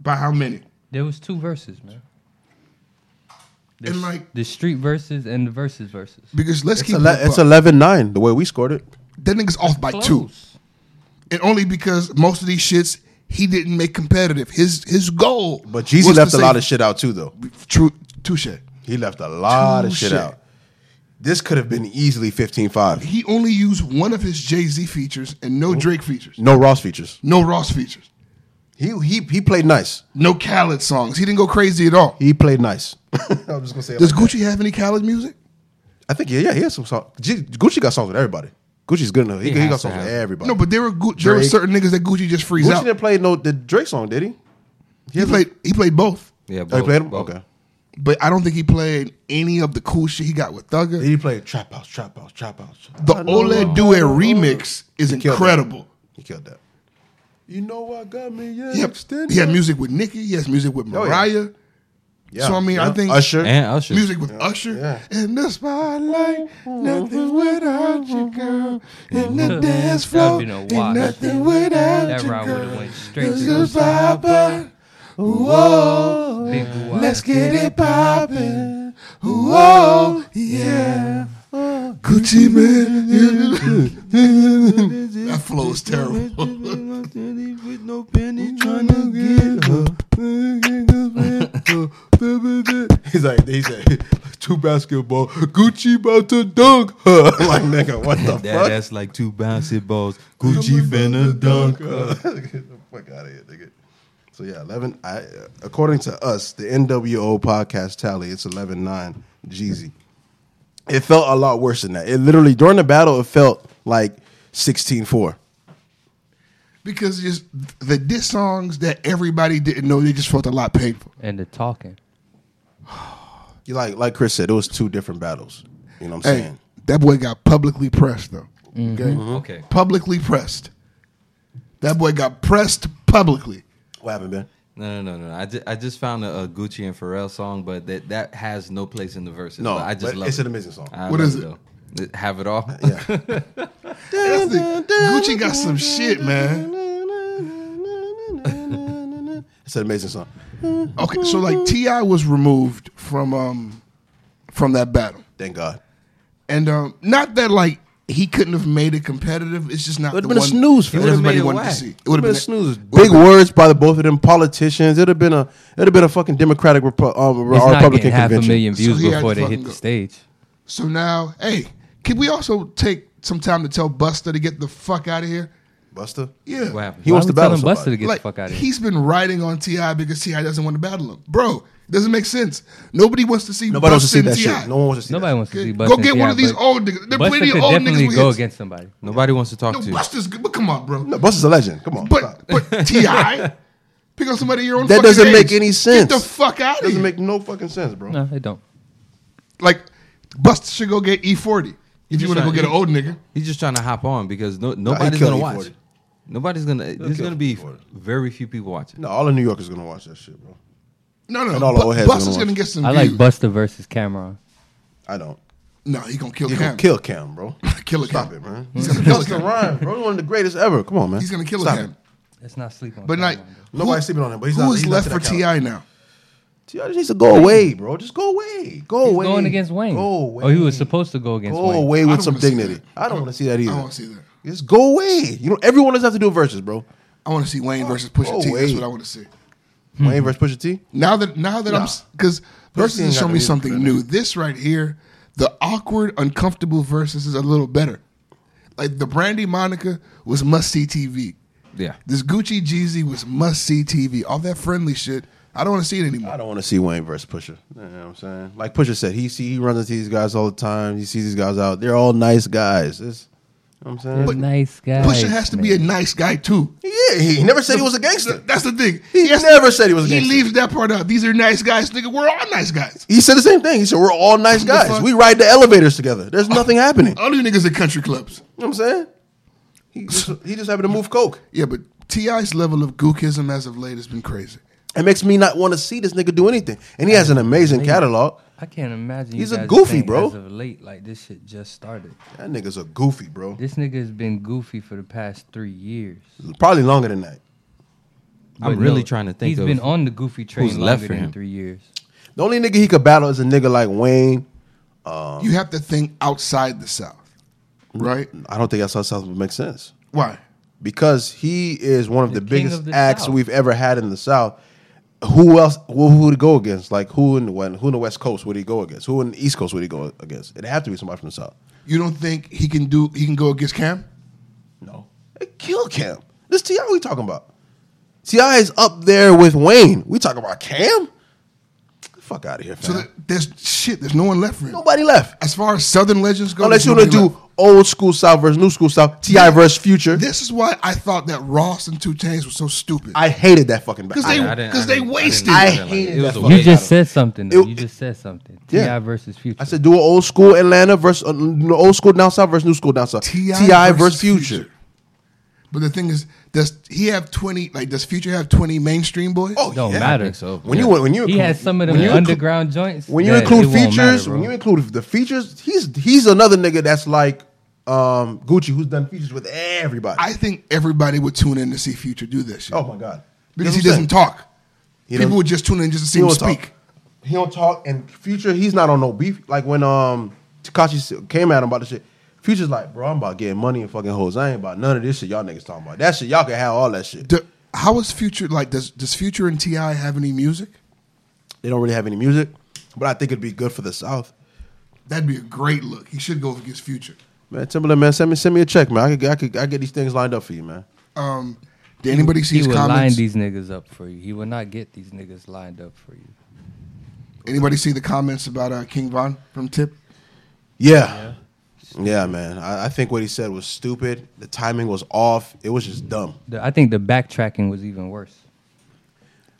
Speaker 3: by how many?
Speaker 2: There was two verses, man. The,
Speaker 3: And
Speaker 2: s-
Speaker 3: like-
Speaker 2: the street verses and the verses verses.
Speaker 3: Because let's
Speaker 1: It's,
Speaker 3: keep
Speaker 1: ele-
Speaker 3: it
Speaker 1: it's
Speaker 3: a,
Speaker 1: 11 9, the way we scored it.
Speaker 3: that nigga's off by two,
Speaker 2: Close.
Speaker 3: and only because most of these shits he didn't make competitive. His his goal,
Speaker 1: But Jeezy left a lot of shit out, too, though.
Speaker 3: shit. True, touche.
Speaker 1: He left a lot of shit
Speaker 3: Touche.
Speaker 1: out. This could have been easily 15 5.
Speaker 3: He only used one of his Jay Z features and no Drake features,
Speaker 1: No Ross features.
Speaker 3: no Ross features,
Speaker 1: He, he, he played nice.
Speaker 3: no Khaled songs. He didn't go crazy at all.
Speaker 1: He played nice. I'm just gonna say. it
Speaker 3: Does
Speaker 1: like
Speaker 3: Gucci have any Khaled music?
Speaker 1: that. I think yeah, yeah, he has some songs. Gucci got songs with everybody. Gucci's good enough. He,
Speaker 4: He
Speaker 1: he
Speaker 4: has
Speaker 1: got
Speaker 4: to
Speaker 1: songs with
Speaker 4: have.
Speaker 1: everybody.
Speaker 3: No, but there were Gu- there were
Speaker 1: Drake.
Speaker 3: certain niggas that Gucci just frees
Speaker 1: Gucci
Speaker 3: out.
Speaker 1: didn't play no the Drake song, did he?
Speaker 3: He played he played both,
Speaker 4: Yeah,
Speaker 1: Oh, he played him.
Speaker 4: both.
Speaker 1: Okay.
Speaker 3: but I don't think he played any of the cool shit he got with Thugger.
Speaker 1: He played trap house, trap house, trap house.
Speaker 3: The
Speaker 1: I know
Speaker 3: Ole
Speaker 1: I-
Speaker 3: Due remix is
Speaker 1: He killed that.
Speaker 3: incredible.
Speaker 1: He killed that. You know what got me? Yeah,
Speaker 3: He had, he had music with Nicki. He has music with
Speaker 1: Oh, yeah.
Speaker 3: Mariah. So I mean, I think
Speaker 1: Usher.
Speaker 4: And Usher.
Speaker 3: music with Usher
Speaker 1: yeah.
Speaker 3: and the spotlight. Nothing without you, girl. And the
Speaker 2: That'd
Speaker 3: dance floor.
Speaker 2: been a
Speaker 3: Ain't
Speaker 2: wash.
Speaker 3: nothing without
Speaker 2: That
Speaker 3: you,
Speaker 2: round would have
Speaker 3: girl.
Speaker 2: went straight to
Speaker 3: Just
Speaker 2: the
Speaker 3: bye bye. Whoa.
Speaker 2: big wide.
Speaker 3: Let's get it poppin'. Whoa, yeah. Gucci man. that flow is terrible.
Speaker 4: With no penny trying to get her.
Speaker 1: He's like, he said, two basketball. Gucci about to dunk her. like, nigga, what the
Speaker 4: That,
Speaker 1: fuck?
Speaker 4: that's like two basketballs. Gucci finna dunk.
Speaker 1: Get the fuck out of here, nigga. So yeah, eleven. I, according to us, the NWO podcast tally, it's eleven nine. Jeezy. It felt a lot worse than that. It literally during the battle, it felt like 16-4.
Speaker 3: Because just the diss songs that everybody didn't know, they just felt a lot painful.
Speaker 2: and the talking.
Speaker 1: You Like like Chris said, it was two different battles. You know what I'm
Speaker 3: Hey,
Speaker 1: saying?
Speaker 3: that boy got publicly pressed though. Okay,
Speaker 1: Uh-huh.
Speaker 4: Okay.
Speaker 3: publicly pressed. That boy got pressed publicly.
Speaker 1: What happened, Ben?
Speaker 4: No, no, no, no. I, ju- I just found a, a Gucci and Pharrell song, but that, that has no place in the verses.
Speaker 1: No,
Speaker 4: but I just
Speaker 1: but
Speaker 4: love
Speaker 1: it's
Speaker 4: it.
Speaker 1: an amazing song.
Speaker 4: I
Speaker 3: What
Speaker 4: love
Speaker 3: is it?
Speaker 4: though. It- Have it all.
Speaker 1: Yeah.
Speaker 3: That's the, Gucci got some shit, man.
Speaker 1: it's an amazing song.
Speaker 3: Okay, so like Ti was removed from um from that battle,
Speaker 1: Thank God.
Speaker 3: and um not that like he couldn't have made it competitive. It's just not
Speaker 1: Would've
Speaker 3: the
Speaker 1: been a
Speaker 3: one
Speaker 1: snooze for
Speaker 3: that
Speaker 1: him.
Speaker 3: everybody
Speaker 4: Would've made it
Speaker 3: wanted to
Speaker 4: whack.
Speaker 3: see. It
Speaker 1: It would
Speaker 3: would
Speaker 1: have been,
Speaker 3: have
Speaker 1: a snooze. Big words by the both of them politicians. It'd have been a it'd have been a fucking Democratic Repu- um,
Speaker 2: It's
Speaker 1: or
Speaker 2: not
Speaker 1: Republican
Speaker 2: getting half
Speaker 1: convention.
Speaker 2: a million
Speaker 3: So
Speaker 2: views
Speaker 3: he had to
Speaker 2: before they
Speaker 3: fucking
Speaker 2: hit
Speaker 3: go.
Speaker 2: the stage.
Speaker 3: So now, hey, can we also take some time to tell Buster to get the fuck out of here?
Speaker 1: Buster.
Speaker 3: Yeah.
Speaker 4: What happened?
Speaker 1: He wants
Speaker 2: Why
Speaker 1: to
Speaker 2: we
Speaker 1: battle
Speaker 2: telling Buster to
Speaker 1: somebody.
Speaker 2: get the fuck out of here?
Speaker 3: He's been riding on Ti because Ti doesn't want to battle him, bro. It doesn't make sense. Nobody wants to see.
Speaker 1: Nobody wants to see
Speaker 3: Busta
Speaker 1: that
Speaker 3: and
Speaker 1: shit.
Speaker 3: T.I.
Speaker 1: No one wants to see
Speaker 2: Nobody
Speaker 1: that.
Speaker 2: wants to see
Speaker 3: Go
Speaker 2: Buster. and
Speaker 3: get one
Speaker 2: T.I.,
Speaker 3: of these
Speaker 2: but
Speaker 3: old niggas. There are
Speaker 2: Buster
Speaker 3: plenty of
Speaker 2: could
Speaker 3: old niggas
Speaker 2: definitely
Speaker 3: with
Speaker 2: go
Speaker 3: hits.
Speaker 2: against somebody.
Speaker 4: Nobody wants to talk
Speaker 3: No,
Speaker 4: to. you.
Speaker 3: Buster's good, but come on, bro.
Speaker 1: No, Buster's a legend. Come on.
Speaker 3: But but Ti, pick up somebody your own.
Speaker 1: That
Speaker 3: fucking
Speaker 1: doesn't
Speaker 3: age.
Speaker 1: make any sense.
Speaker 3: Get the fuck out of here.
Speaker 1: doesn't make no fucking sense, bro.
Speaker 2: No, it don't.
Speaker 3: like Buster should go get E forty if you
Speaker 4: just
Speaker 3: want to go
Speaker 4: trying-
Speaker 3: get an old nigga.
Speaker 4: He's just trying to hop on because no, nobody's
Speaker 1: kill
Speaker 4: gonna
Speaker 1: E40.
Speaker 4: watch. Nobody's gonna. There's
Speaker 1: kill
Speaker 4: gonna be
Speaker 1: E40.
Speaker 4: very few people watching.
Speaker 1: No, all of New York is gonna watch that shit, bro.
Speaker 3: No, no,
Speaker 1: And all
Speaker 3: no.
Speaker 1: the old
Speaker 3: Bu-
Speaker 1: heads are
Speaker 3: Buster's
Speaker 1: gonna
Speaker 3: gonna
Speaker 1: watch.
Speaker 3: get some.
Speaker 2: I like
Speaker 3: views.
Speaker 2: Buster versus Cameron.
Speaker 1: I don't.
Speaker 3: No, he gonna kill
Speaker 1: You
Speaker 3: Cam.
Speaker 1: can kill Cam, bro.
Speaker 3: Kill a
Speaker 1: Stop
Speaker 3: Cam.
Speaker 1: it, man.
Speaker 3: He's gonna kill
Speaker 1: That's the
Speaker 3: him.
Speaker 1: rhyme, bro. One of the greatest ever. Come on, man.
Speaker 3: He's gonna kill
Speaker 1: Stop
Speaker 3: him.
Speaker 1: it.
Speaker 2: Let's not sleep on.
Speaker 3: But like,
Speaker 2: Cameron.
Speaker 1: Nobody's sleeping on him, but he's not-
Speaker 3: who is
Speaker 1: he's not
Speaker 3: left
Speaker 1: to
Speaker 3: for
Speaker 1: that caliber.
Speaker 3: Ti now?
Speaker 1: Ti just needs to go away, bro. Just go away. Go
Speaker 2: He's
Speaker 1: away.
Speaker 2: going against Wayne.
Speaker 1: Go away.
Speaker 2: Oh, he was supposed to go against
Speaker 1: Go
Speaker 2: Wayne.
Speaker 1: away
Speaker 3: I
Speaker 1: with
Speaker 3: don't
Speaker 1: some
Speaker 3: wanna see
Speaker 1: dignity.
Speaker 3: that.
Speaker 1: I don't want to see that either.
Speaker 3: I want to see that.
Speaker 1: Just go away. You know, everyone doesn't have to do verses, bro.
Speaker 3: I want to see Wayne versus Pusha
Speaker 1: Oh,
Speaker 3: T. That's
Speaker 1: wait.
Speaker 3: what I want to see.
Speaker 2: Hmm.
Speaker 1: Wayne versus Pusha T.
Speaker 3: Now that now that I'm because versus
Speaker 1: T
Speaker 3: has
Speaker 1: ain't got no
Speaker 3: shown me
Speaker 1: music
Speaker 3: something
Speaker 1: credit.
Speaker 3: new. This right here, the awkward, uncomfortable versus is a little better. Like the Brandy Monica was must see TV.
Speaker 4: Yeah.
Speaker 3: This Gucci Jeezy was must see TV. All that friendly shit, I don't want to see it anymore.
Speaker 1: I don't want to see Wayne versus Pusha. You know what I'm saying? Like Pusha said, he see he runs into these guys all the time. He sees these guys out. They're all nice guys. It's, you know what I'm saying?
Speaker 2: They're nice guy.
Speaker 3: Pusha has to be a nice guy too.
Speaker 1: yeah, he never said he was a gangster.
Speaker 3: That's the thing.
Speaker 1: He
Speaker 3: has
Speaker 1: never said he was a
Speaker 3: He
Speaker 1: gangster.
Speaker 3: leaves that part out. These are nice guys, nigga. We're all nice guys.
Speaker 1: He said the same thing. He said, We're all nice
Speaker 3: The
Speaker 1: guys.
Speaker 3: fuck?
Speaker 1: We ride the elevators together. There's nothing happening. You
Speaker 3: All you niggas at country clubs.
Speaker 1: know what I'm saying? He just, he just happened to move Coke.
Speaker 3: Yeah, but Ti's level of gookism as of late has been crazy.
Speaker 1: It makes me not want to see this nigga do anything. And he has an amazing catalog.
Speaker 2: I can't imagine.
Speaker 1: He's a
Speaker 2: you guys
Speaker 1: goofy,
Speaker 2: think
Speaker 1: bro.
Speaker 2: As of late, like this shit just started.
Speaker 1: That nigga's a goofy, bro.
Speaker 2: This nigga has been goofy for the past three years.
Speaker 1: Probably longer than that.
Speaker 4: I'm
Speaker 2: But
Speaker 4: really
Speaker 2: no,
Speaker 4: trying to think.
Speaker 2: He's
Speaker 4: of,
Speaker 2: been on the goofy train
Speaker 4: who's
Speaker 2: longer
Speaker 4: left for
Speaker 2: than
Speaker 4: him.
Speaker 2: three years.
Speaker 1: The only nigga he could battle is a nigga like Wayne.
Speaker 3: you have to think outside the South, right?
Speaker 1: I don't think that's how South would make sense.
Speaker 3: Why?
Speaker 1: because he is one of the,
Speaker 2: The king
Speaker 1: biggest
Speaker 2: of the
Speaker 1: acts
Speaker 2: South.
Speaker 1: we've ever had in the South. Who else? Who, who to go against? Like who in the West, who in the West Coast would he go against? Who in the East Coast would he go against? It'd have to be somebody from the South.
Speaker 3: You don't think he can do? He can go against Cam?
Speaker 1: No, it kill Cam. This Ti we talking about? Ti is up there with Wayne. We talking about Cam? Get the fuck out of here,
Speaker 3: So
Speaker 1: fam.
Speaker 3: th- there's shit. There's no one left for him.
Speaker 1: Nobody left
Speaker 3: As far as Southern legends go,
Speaker 1: unless you
Speaker 3: there's
Speaker 1: want to
Speaker 3: nobody
Speaker 1: do
Speaker 3: left.
Speaker 1: old school South versus new school South. Ti versus Future.
Speaker 3: This is why I thought that Ross and Two Chains was so stupid.
Speaker 1: I hated that fucking.
Speaker 3: Because
Speaker 1: battle.
Speaker 3: they
Speaker 4: I didn't- I
Speaker 3: because they
Speaker 4: didn't- I
Speaker 3: wasted.
Speaker 4: didn't-
Speaker 1: I
Speaker 4: didn't like it.
Speaker 1: hated
Speaker 4: It was
Speaker 1: that
Speaker 4: a
Speaker 1: fuck.
Speaker 2: You
Speaker 4: waste.
Speaker 2: just said something. Though.
Speaker 1: It-
Speaker 2: you just said something.
Speaker 1: Yeah.
Speaker 2: Ti versus Future.
Speaker 1: I said do an old school Atlanta versus uh, old school down south versus new school down south. Ti versus Future.
Speaker 3: But the thing is, does he have twenty? Like, does Future have twenty mainstream boys?
Speaker 1: Oh,
Speaker 2: don't
Speaker 1: yeah.
Speaker 2: matter.
Speaker 4: so.
Speaker 1: When you when you
Speaker 2: He
Speaker 1: include,
Speaker 2: has some of them
Speaker 1: when you inclu-
Speaker 2: underground joints.
Speaker 1: when you
Speaker 2: that it
Speaker 1: include
Speaker 2: won't
Speaker 1: features,
Speaker 2: matter, bro.
Speaker 1: when you include the features, he's he's another nigga that's like um, Gucci who's done features with everybody.
Speaker 3: I think everybody would tune in to see Future do that shit.
Speaker 1: oh my god,
Speaker 3: because
Speaker 1: That's
Speaker 3: he
Speaker 1: what I'm
Speaker 3: doesn't talk.
Speaker 1: He
Speaker 3: People
Speaker 1: don't-
Speaker 3: would just tune in just to see
Speaker 1: saying.
Speaker 3: him
Speaker 1: He don't
Speaker 3: speak.
Speaker 1: talk. He don't talk. And Future, he's not on no beef. Like when um Takashi came at him about the shit. Future's like, bro, I'm about getting money and fucking hoes. I ain't about none of this shit y'all niggas talking about. That shit, y'all can have all that shit.
Speaker 3: Do, how is Future like? Does does Future and Ti have any music?
Speaker 1: They don't really have any music, but I think it'd be good for the South.
Speaker 3: That'd be a great look. He should go against Future.
Speaker 1: Man, Timberland, man, send me send me a check, man. I could I could I get these things lined up for you, man.
Speaker 3: Um, did anybody see
Speaker 2: he
Speaker 3: his
Speaker 2: will line
Speaker 3: comments?
Speaker 2: these niggas up for you. He will not get these niggas lined up for you.
Speaker 3: Anybody see the comments about uh, King Von from Tip?
Speaker 1: Yeah. Yeah, man. I, I think what he said was stupid. The timing was off. It was just dumb.
Speaker 2: The, I think the backtracking was even worse.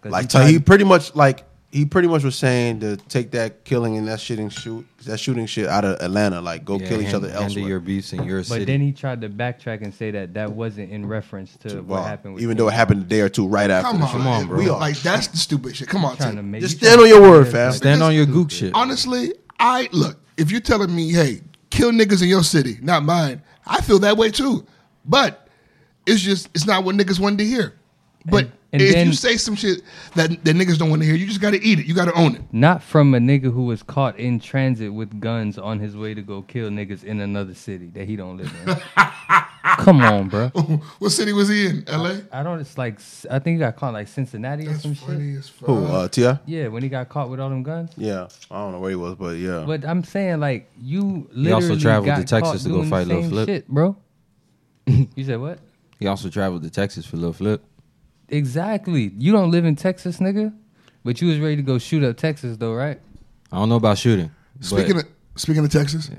Speaker 2: 'Cause
Speaker 1: Like
Speaker 2: tried-
Speaker 1: so he pretty much like he pretty much was saying to take that killing and that shooting shoot that shooting shit out of Atlanta. Like go
Speaker 4: Yeah,
Speaker 1: kill each
Speaker 4: hand-
Speaker 1: other
Speaker 4: handle
Speaker 1: elsewhere.
Speaker 4: your beefs in your
Speaker 2: but
Speaker 4: city.
Speaker 2: then he tried to backtrack and say that that wasn't in reference to
Speaker 1: Well,
Speaker 2: what happened. With
Speaker 1: even though it
Speaker 2: King.
Speaker 1: happened a day or two right after.
Speaker 3: Come
Speaker 1: the
Speaker 3: on,
Speaker 1: shooting.
Speaker 4: on, bro.
Speaker 1: We are.
Speaker 3: Like that's the stupid shit. Come on,
Speaker 2: trying
Speaker 3: T.
Speaker 2: to make
Speaker 1: Just
Speaker 2: he tried
Speaker 1: stand on
Speaker 2: to-
Speaker 1: your word,
Speaker 2: Yeah,
Speaker 1: fam.
Speaker 2: like-
Speaker 4: Stand on your
Speaker 3: Because-
Speaker 4: gook shit.
Speaker 3: Honestly, I look, if you're telling me, hey, kill niggas in your city, not mine, I feel that way too. But it's just it's not what niggas wanted to hear. But
Speaker 2: And- and
Speaker 3: if
Speaker 2: then-
Speaker 3: you say some shit that, that niggas don't want to hear, you just gotta eat it. You gotta own it.
Speaker 2: Not from a nigga who was caught in transit with guns on his way to go kill niggas in another city that he don't live in. Come on, bro.
Speaker 3: what city was he in? LA?
Speaker 2: I don't. It's like s- I think he got caught like Cincinnati or
Speaker 3: That's
Speaker 2: some shit.
Speaker 3: funny as fuck.
Speaker 1: Who? Uh, Ti?
Speaker 2: Yeah, when he got caught with all them guns.
Speaker 1: Yeah. I don't know where he was, but yeah.
Speaker 2: But I'm saying like you literally
Speaker 4: also traveled
Speaker 2: got
Speaker 4: to Texas
Speaker 2: caught
Speaker 4: to go
Speaker 2: doing the
Speaker 4: fight Lil
Speaker 2: same
Speaker 4: Flip.
Speaker 2: shit, bro. you said what?
Speaker 4: He also traveled to Texas for Lil Flip.
Speaker 2: Exactly. You don't live in Texas, nigga, but you was ready to go shoot up Texas though, right?
Speaker 4: I don't know about shooting.
Speaker 3: Speaking
Speaker 4: but
Speaker 3: of speaking of Texas,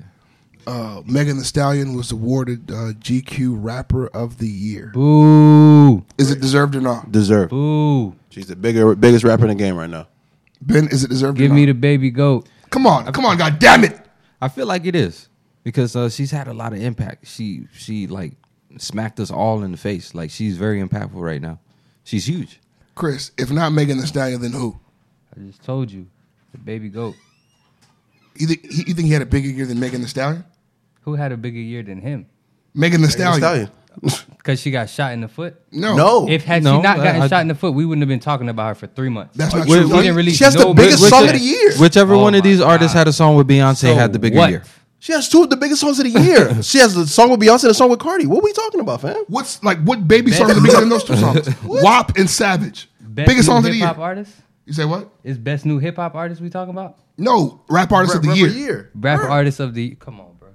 Speaker 3: uh, Megan the Stallion was awarded uh, GQ rapper of the year.
Speaker 2: Boo,
Speaker 3: Is it deserved or not?
Speaker 1: Deserved.
Speaker 2: boo.
Speaker 1: She's the bigger biggest rapper in the game right now.
Speaker 3: Ben, is it deserved
Speaker 2: Give
Speaker 3: or
Speaker 2: me the
Speaker 3: not?
Speaker 2: baby goat.
Speaker 3: come on, come on, god damn it.
Speaker 4: I feel like it is because uh, she's had a lot of impact. She she like smacked us all in the face. Like she's very impactful right now. She's huge.
Speaker 3: Chris, if not Megan the Stallion, then who?
Speaker 2: I just told you, the baby goat.
Speaker 3: You think, you think he had a bigger year than Megan the Stallion?
Speaker 2: Who had a bigger year than him?
Speaker 3: Megan the Stallion.
Speaker 1: Stallion.
Speaker 2: Because she got shot in the foot.
Speaker 3: No.
Speaker 1: No.
Speaker 2: If had
Speaker 4: No,
Speaker 2: she not gotten
Speaker 4: I-
Speaker 2: shot in the foot, we wouldn't have been talking about her for three months.
Speaker 3: That's not
Speaker 2: we,
Speaker 3: true.
Speaker 2: we didn't release
Speaker 1: She has the
Speaker 2: no
Speaker 1: biggest
Speaker 2: big-
Speaker 1: song of
Speaker 2: whichever-
Speaker 1: the year.
Speaker 4: Whichever
Speaker 2: Oh
Speaker 4: one of
Speaker 2: my
Speaker 4: these artists
Speaker 2: God.
Speaker 4: had a song with Beyonce
Speaker 2: So
Speaker 4: had the bigger
Speaker 2: what?
Speaker 4: year.
Speaker 1: She has two of the biggest songs of the year. she has the song with Beyonce and the song with Cardi. What are we talking about, fam?
Speaker 3: What's like what baby songs are bigger than those two songs? WAP and Savage.
Speaker 2: Best
Speaker 3: biggest
Speaker 2: new
Speaker 3: songs of the year.
Speaker 2: hip-hop Artist
Speaker 3: You say what?
Speaker 2: is best new hip hop artist we talking about?
Speaker 3: No, rap artist of the
Speaker 1: Rapper
Speaker 3: year.
Speaker 2: Rap artist of the come on, bro.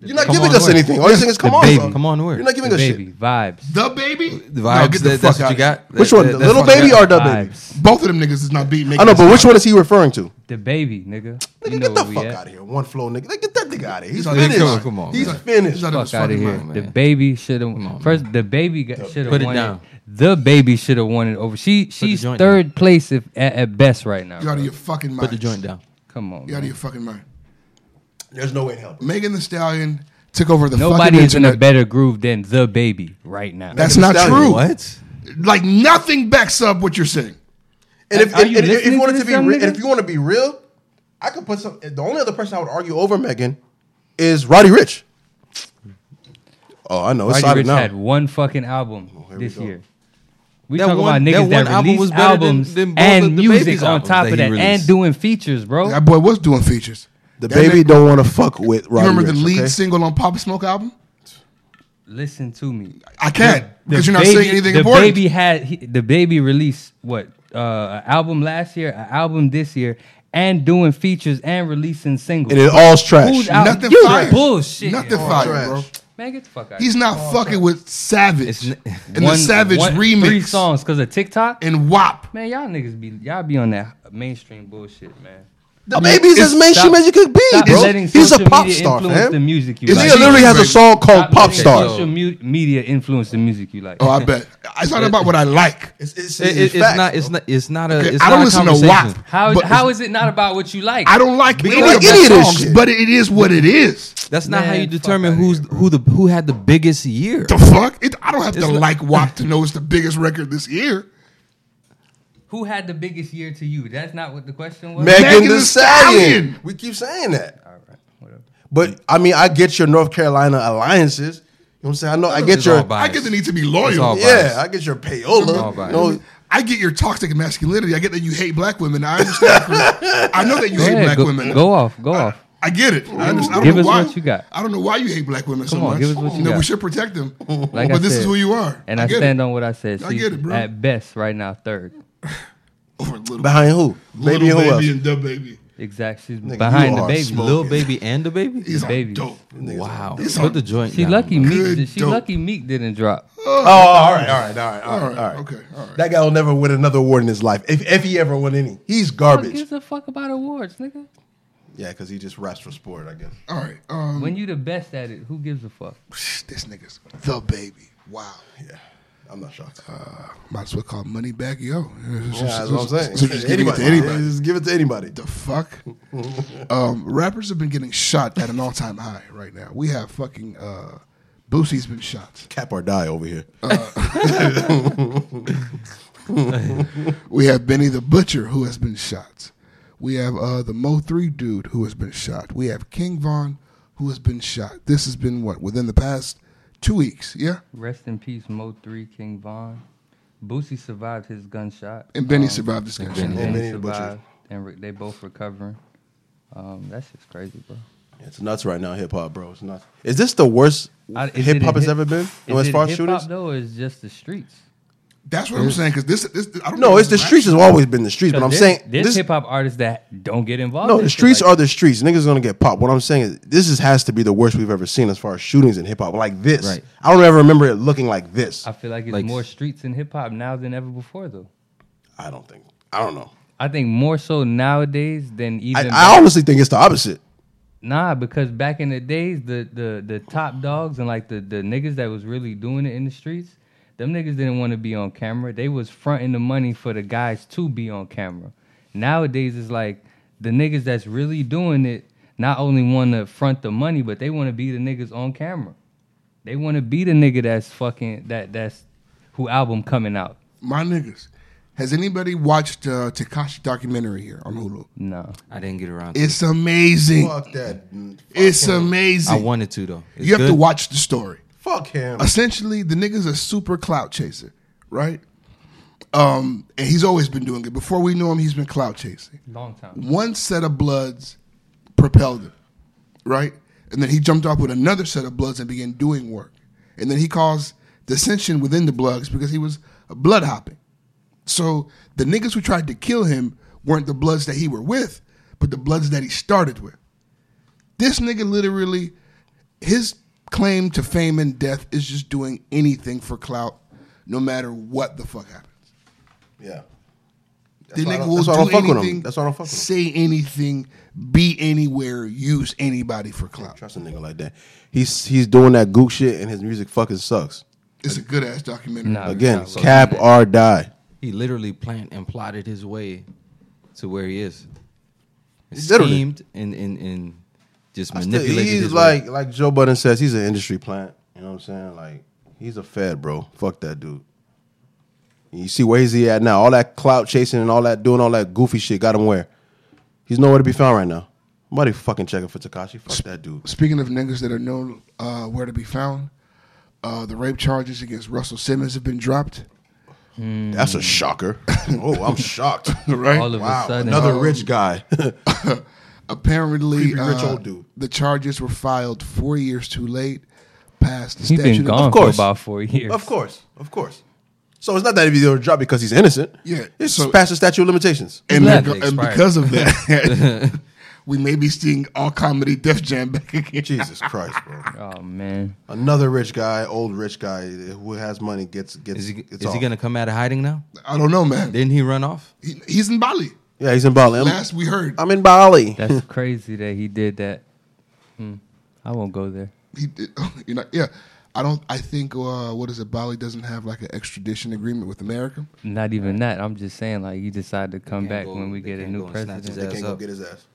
Speaker 1: You're not
Speaker 4: Come
Speaker 1: giving
Speaker 4: on,
Speaker 1: us
Speaker 4: word.
Speaker 1: anything. All you're saying is come
Speaker 4: The
Speaker 1: on,
Speaker 4: baby.
Speaker 1: son.
Speaker 4: Come on, word.
Speaker 1: You're not giving
Speaker 2: The
Speaker 1: us
Speaker 2: baby
Speaker 1: shit.
Speaker 2: vibes.
Speaker 3: The baby?
Speaker 4: The vibes.
Speaker 3: No, get the
Speaker 4: that,
Speaker 3: fuck
Speaker 4: that's what
Speaker 3: out
Speaker 4: you got. That-
Speaker 1: Which one,
Speaker 4: that-
Speaker 1: the
Speaker 4: that's
Speaker 1: little
Speaker 4: what you
Speaker 1: baby
Speaker 4: got.
Speaker 1: or the baby?
Speaker 2: Vibes.
Speaker 3: Both of them niggas is not beating Megan.
Speaker 1: I know,
Speaker 3: Thee
Speaker 1: but which one is he referring to?
Speaker 2: The baby, nigga.
Speaker 1: Nigga,
Speaker 2: you know
Speaker 1: get the
Speaker 2: where we
Speaker 1: fuck
Speaker 2: at.
Speaker 1: out of here. One flow, nigga. Like, Get that nigga out of here. He's
Speaker 3: He's out of his
Speaker 1: finished.
Speaker 3: mind.
Speaker 4: Come on,
Speaker 1: He's
Speaker 4: man.
Speaker 3: Stallion. He's
Speaker 1: finished.
Speaker 3: out of his
Speaker 2: Fuck out of
Speaker 3: fucking
Speaker 2: here.
Speaker 3: mind.
Speaker 2: the
Speaker 4: man.
Speaker 2: baby should have first. The baby should
Speaker 4: Put
Speaker 2: have
Speaker 4: it
Speaker 2: won.
Speaker 4: down.
Speaker 2: The baby should have won it over. She
Speaker 4: the
Speaker 2: she's
Speaker 4: joint
Speaker 2: third place if at, at best right now.
Speaker 3: You out of
Speaker 2: bro.
Speaker 3: your fucking mind.
Speaker 4: Put the joint down.
Speaker 2: Come on,
Speaker 3: You out of
Speaker 2: man.
Speaker 3: your fucking mind.
Speaker 1: There's no way in hell.
Speaker 3: Megan the Stallion took over the fucking
Speaker 2: nobody is in
Speaker 3: internet.
Speaker 2: a better groove than the baby right now.
Speaker 3: That's
Speaker 1: Megan
Speaker 3: not
Speaker 1: Thee Stallion.
Speaker 3: true.
Speaker 4: What?
Speaker 3: Like nothing backs up what you're saying.
Speaker 1: And if,
Speaker 2: Are
Speaker 1: and,
Speaker 2: you
Speaker 1: and if
Speaker 2: listening
Speaker 1: you
Speaker 2: to
Speaker 1: wanted to
Speaker 2: this
Speaker 1: be
Speaker 2: young
Speaker 1: re-
Speaker 2: nigga?
Speaker 1: and if you want to be real, I could put some. The only other person I would argue over Megan is Roddy Rich. Oh, I know. It's
Speaker 2: Roddy
Speaker 1: solid
Speaker 2: Rich
Speaker 1: now.
Speaker 2: had one fucking album
Speaker 4: Oh,
Speaker 1: here we
Speaker 2: this
Speaker 1: go.
Speaker 2: year. We
Speaker 4: That
Speaker 2: talking
Speaker 4: one-
Speaker 2: about
Speaker 4: that
Speaker 2: niggas
Speaker 4: one
Speaker 2: that,
Speaker 4: album
Speaker 2: release
Speaker 4: was better than-
Speaker 2: albums
Speaker 4: than both of
Speaker 2: and
Speaker 4: the
Speaker 2: music
Speaker 4: Baby's
Speaker 2: on
Speaker 4: albums
Speaker 2: top
Speaker 4: that
Speaker 2: of
Speaker 4: he
Speaker 2: that and
Speaker 4: released.
Speaker 2: doing features, bro.
Speaker 3: That boy was doing features.
Speaker 1: The
Speaker 3: That
Speaker 1: baby
Speaker 3: nigga-
Speaker 1: don't want to fuck with Roddy
Speaker 3: You remember the
Speaker 1: Ricch,
Speaker 3: lead
Speaker 1: okay?
Speaker 3: single on Pop Smoke album?
Speaker 2: Listen to me.
Speaker 3: I can't
Speaker 2: The
Speaker 3: because you're not saying anything
Speaker 2: the
Speaker 3: important.
Speaker 2: baby had he, the baby released what uh, an album last year, an album this year, and doing features and releasing singles.
Speaker 1: And it all's trash.
Speaker 2: Who's out?
Speaker 3: Nothing
Speaker 2: you
Speaker 3: fire.
Speaker 2: bullshit.
Speaker 3: Nothing
Speaker 2: man.
Speaker 3: fire,
Speaker 1: trash.
Speaker 3: bro.
Speaker 2: Man, get the fuck out.
Speaker 3: He's not fucking with Savage
Speaker 4: It's n-
Speaker 3: and the Savage remix
Speaker 2: Three songs because of TikTok.
Speaker 3: and WAP.
Speaker 2: Man, y'all niggas be y'all be on that mainstream bullshit, man.
Speaker 1: The baby's
Speaker 3: it's-
Speaker 1: as mainstream
Speaker 2: stop-
Speaker 1: as you could be,
Speaker 2: Stop
Speaker 1: bro.
Speaker 2: letting
Speaker 1: He's a
Speaker 2: social
Speaker 1: pop
Speaker 2: media
Speaker 1: star,
Speaker 2: influence
Speaker 1: man.
Speaker 2: the music you
Speaker 1: This
Speaker 2: like.
Speaker 1: nigga literally has a
Speaker 3: Baby.
Speaker 1: song called
Speaker 2: Stop
Speaker 1: Pop
Speaker 2: letting
Speaker 1: Star.
Speaker 2: Social mu- media influence the music you like.
Speaker 3: Oh, I bet. It's not about what I like.
Speaker 1: It's, it's,
Speaker 4: It- it- it's not. It's not. It's not a.
Speaker 3: Okay,
Speaker 4: It's
Speaker 3: I
Speaker 4: not
Speaker 3: don't
Speaker 4: a
Speaker 3: listen to
Speaker 4: conversation.
Speaker 3: WAP.
Speaker 2: How
Speaker 3: but
Speaker 2: how is it not about what you like?
Speaker 3: I don't like any
Speaker 1: like
Speaker 3: of their
Speaker 1: any of this
Speaker 3: songs,
Speaker 1: shit.
Speaker 3: but it is what it is.
Speaker 4: That's not how
Speaker 2: Man,
Speaker 4: you
Speaker 2: fuck
Speaker 4: determine
Speaker 2: outta
Speaker 4: who's
Speaker 2: here,
Speaker 4: who the who had the biggest year.
Speaker 3: The fuck? It, I don't have
Speaker 4: It's
Speaker 3: to
Speaker 4: like-
Speaker 3: like WAP to know it's the biggest record this year.
Speaker 2: Who had the biggest year to you? That's not what the question was.
Speaker 1: Megan,
Speaker 3: Megan
Speaker 1: Thee
Speaker 3: Thee
Speaker 1: Stallion.
Speaker 3: Stallion.
Speaker 1: We keep saying that.
Speaker 2: All right, whatever.
Speaker 1: But, I mean, I get your North Carolina alliances. You know what I'm saying? I know. I get
Speaker 4: It's
Speaker 1: your.
Speaker 4: all bias.
Speaker 3: I get the need to be
Speaker 4: It's all
Speaker 3: loyal.
Speaker 4: about-
Speaker 1: Yeah, I get your payola.
Speaker 4: All bias.
Speaker 1: You know,
Speaker 3: I get your toxic masculinity. I get that you hate black women. I understand. I know that you
Speaker 2: Go
Speaker 3: hate
Speaker 2: ahead,
Speaker 3: black
Speaker 2: go,
Speaker 3: women.
Speaker 2: go off, go off.
Speaker 3: I get it. I, understand. I don't
Speaker 2: Give
Speaker 3: know
Speaker 2: us
Speaker 3: why.
Speaker 2: what you got.
Speaker 3: I don't know why you hate black women so
Speaker 2: Come on,
Speaker 3: much.
Speaker 2: give us what you
Speaker 3: know,
Speaker 2: got.
Speaker 3: We should protect them.
Speaker 2: Like
Speaker 3: but
Speaker 2: I
Speaker 3: this is
Speaker 2: said,
Speaker 3: who you are.
Speaker 2: And I,
Speaker 3: get
Speaker 2: stand
Speaker 3: it.
Speaker 2: on what I said.
Speaker 3: I
Speaker 2: She's
Speaker 3: get it, bro.
Speaker 2: At best, right now, third.
Speaker 3: Over little,
Speaker 1: behind who? Baby, who
Speaker 3: little
Speaker 1: else?
Speaker 3: and the baby.
Speaker 2: Exactly. She's
Speaker 1: Nigga, you
Speaker 2: behind the
Speaker 1: are
Speaker 2: baby.
Speaker 1: smoking.
Speaker 4: Little baby and the baby.
Speaker 3: He's on
Speaker 2: babies.
Speaker 3: dope.
Speaker 4: Wow.
Speaker 3: It's
Speaker 4: Put
Speaker 3: on-
Speaker 4: the joint.
Speaker 2: She
Speaker 4: down,
Speaker 2: lucky
Speaker 4: man.
Speaker 2: Meek.
Speaker 3: Good
Speaker 2: She
Speaker 3: dope.
Speaker 2: lucky Meek didn't drop.
Speaker 1: Oh, all right, all right, all right, all
Speaker 3: All
Speaker 1: right,
Speaker 3: right,
Speaker 1: all right.
Speaker 3: okay, all right.
Speaker 1: That guy will never
Speaker 3: Oh,
Speaker 1: win another award in his life, if, if he ever won any. He's
Speaker 2: Who
Speaker 1: garbage.
Speaker 2: gives a fuck about awards, nigga?
Speaker 1: Yeah, because he just raps for sport, I guess.
Speaker 3: All right. Um,
Speaker 2: When you the best at it, who gives a fuck?
Speaker 3: this nigga's the baby. Wow.
Speaker 1: Yeah. I'm not shocked.
Speaker 3: Uh, Might as well call money back, yo.
Speaker 1: yeah, that's what I'm saying.
Speaker 3: So just giving it
Speaker 1: anybody,
Speaker 3: to anybody.
Speaker 1: Just give it to anybody.
Speaker 3: The fuck? um, rappers have been getting shot at an all time high right now. We have fucking uh, Boosie's been shot.
Speaker 1: Cap or die over here.
Speaker 3: We have Benny the Butcher who has been shot. We have uh, the Mo Three dude who has been shot. We have King Von who has been shot. This has been what within the past two weeks, yeah.
Speaker 2: Rest in peace, Mo Three King Von. Boosie survived his gunshot.
Speaker 3: And Benny
Speaker 2: Um,
Speaker 3: survived this gunshot.
Speaker 2: And
Speaker 1: Uh, And
Speaker 2: Benny
Speaker 1: Benny the Butcher.
Speaker 2: survived, and re- they both recovering. Um, that's just crazy, bro.
Speaker 1: It's nuts right now, hip hop, bro. It's nuts. Is this the worst
Speaker 2: I- is it
Speaker 1: hip hop
Speaker 2: a
Speaker 1: has
Speaker 2: hip-
Speaker 1: ever been?
Speaker 2: Is
Speaker 1: as
Speaker 2: it
Speaker 1: far as
Speaker 2: hip
Speaker 1: shooters?
Speaker 2: hop though, or is just the streets?
Speaker 3: That's what I'm saying because this, this I don't
Speaker 1: No,
Speaker 3: know
Speaker 1: it's the
Speaker 3: if
Speaker 1: streets. Has always been the streets, but I'm
Speaker 2: there's,
Speaker 1: saying
Speaker 2: there's
Speaker 1: this.
Speaker 2: hip hop artists that don't get involved.
Speaker 1: No,
Speaker 2: in
Speaker 1: the
Speaker 2: shit
Speaker 1: streets
Speaker 2: like
Speaker 1: are the streets. Niggas gonna get popped. What I'm saying is this is, has to be the worst we've ever seen as far as shootings in hip hop. Like this,
Speaker 4: Right.
Speaker 1: I don't ever remember it looking like this.
Speaker 2: I feel like it's
Speaker 4: Like-
Speaker 2: more streets in hip hop now than ever before, though.
Speaker 1: I don't think. I don't know.
Speaker 2: I think more so nowadays than
Speaker 1: I,
Speaker 2: even
Speaker 1: I honestly think it's the opposite.
Speaker 2: nah, because back in the days, the the the top dogs and like the the niggas that was really doing it in the streets, them niggas didn't want to be on camera. They was fronting the money for the guys to be on camera. Nowadays, it's like the niggas that's really doing it not only want to front the money, but they want to be the niggas on camera. They want to be the nigga that's fucking that that's who album coming out.
Speaker 3: my niggas. Has anybody watched uh, Takashi documentary here on Hulu?
Speaker 2: Nah.
Speaker 4: I didn't get around. to it.
Speaker 3: It's amazing.
Speaker 1: Fuck that. Mm, fuck
Speaker 3: It's
Speaker 1: him.
Speaker 3: amazing.
Speaker 4: I wanted to though. It's
Speaker 3: you have to
Speaker 4: good.
Speaker 3: watch the story.
Speaker 1: Fuck him.
Speaker 3: essentially the nigga's a super clout chaser, right? Um, and he's always been doing it. Before we knew him, he's been clout chasing.
Speaker 2: Long time.
Speaker 3: One set of bloods propelled him, right? And then he jumped off with another set of bloods and began doing work. And then he caused dissension within the bloods because he was blood hopping. So the niggas who tried to kill him weren't the bloods that he were with, but the bloods that he started with. This nigga literally, his claim to fame and death is just doing anything for clout, no matter what the fuck happens.
Speaker 1: Yeah.
Speaker 3: The
Speaker 1: why I
Speaker 3: nigga
Speaker 1: don't-
Speaker 3: will
Speaker 1: that's why I don't
Speaker 3: do
Speaker 1: fuck with him.
Speaker 3: anything,
Speaker 1: That's why I don't fuck with him.
Speaker 3: say anything, be anywhere, use anybody for clout.
Speaker 1: Trust a nigga like that. He's he's doing that gook shit, and his music fucking sucks.
Speaker 3: It's a good ass documentary.
Speaker 2: Nah.
Speaker 1: Again,
Speaker 2: so-
Speaker 1: cap or die.
Speaker 4: He literally planned and plotted his way to where he is.
Speaker 1: Literally.
Speaker 4: Schemed and and and just
Speaker 1: I still-
Speaker 4: manipulated.
Speaker 1: he's
Speaker 4: his way.
Speaker 1: like like Joe Budden says, he's an industry plant. You know what I'm saying? Like he's a fed, bro. Fuck that dude. You see where he's at now? All that clout chasing and all that doing all that goofy shit got him where? He's nowhere to be found right now. Nobody fucking checking for Takashi. Fuck that dude.
Speaker 3: Speaking of niggas that are known uh, where to be found, uh, the rape charges against Russell Simmons have been dropped.
Speaker 1: That's a shocker. oh, I'm shocked.
Speaker 3: Right?
Speaker 2: All of
Speaker 1: Wow,
Speaker 2: a sudden,
Speaker 1: another rich guy.
Speaker 3: Apparently,
Speaker 1: Creepy rich
Speaker 3: uh,
Speaker 1: old dude.
Speaker 3: the charges were filed four years too late, past the
Speaker 2: he's
Speaker 3: statute
Speaker 2: been gone
Speaker 3: of
Speaker 2: for
Speaker 1: course.
Speaker 2: about four years.
Speaker 1: of course, of course. So it's not that he's going to drop because he's innocent.
Speaker 3: Yeah,
Speaker 1: it's
Speaker 3: so-
Speaker 1: past the statute of limitations.
Speaker 3: and,
Speaker 2: Glad
Speaker 3: reg-
Speaker 2: they
Speaker 3: and
Speaker 2: expired.
Speaker 3: because of that, we may be seeing all comedy Def Jam back again.
Speaker 1: Jesus Christ, bro.
Speaker 2: Oh man.
Speaker 1: Another rich guy, old rich guy who has money gets gets.
Speaker 4: Is he
Speaker 1: gets
Speaker 4: is he
Speaker 1: off.
Speaker 4: gonna come out of hiding now?
Speaker 3: I don't know, man.
Speaker 4: Didn't he run off?
Speaker 3: He, he's in Bali.
Speaker 1: Yeah, he's in Bali. I'm,
Speaker 3: Last we heard,
Speaker 1: I'm in Bali.
Speaker 2: That's crazy that he did that. Hmm. I won't go there.
Speaker 3: he did, you know, yeah. I don't. I think uh, what is it? Bali doesn't have like an extradition agreement with America.
Speaker 2: Not even that. I'm just saying, like, you decide to come
Speaker 4: can't
Speaker 2: back
Speaker 4: go-
Speaker 2: when we
Speaker 4: they
Speaker 2: get a
Speaker 4: can't
Speaker 2: new
Speaker 4: go and snatch
Speaker 2: president.
Speaker 4: his
Speaker 1: They can't
Speaker 4: That's
Speaker 1: go
Speaker 4: up.
Speaker 1: get his ass.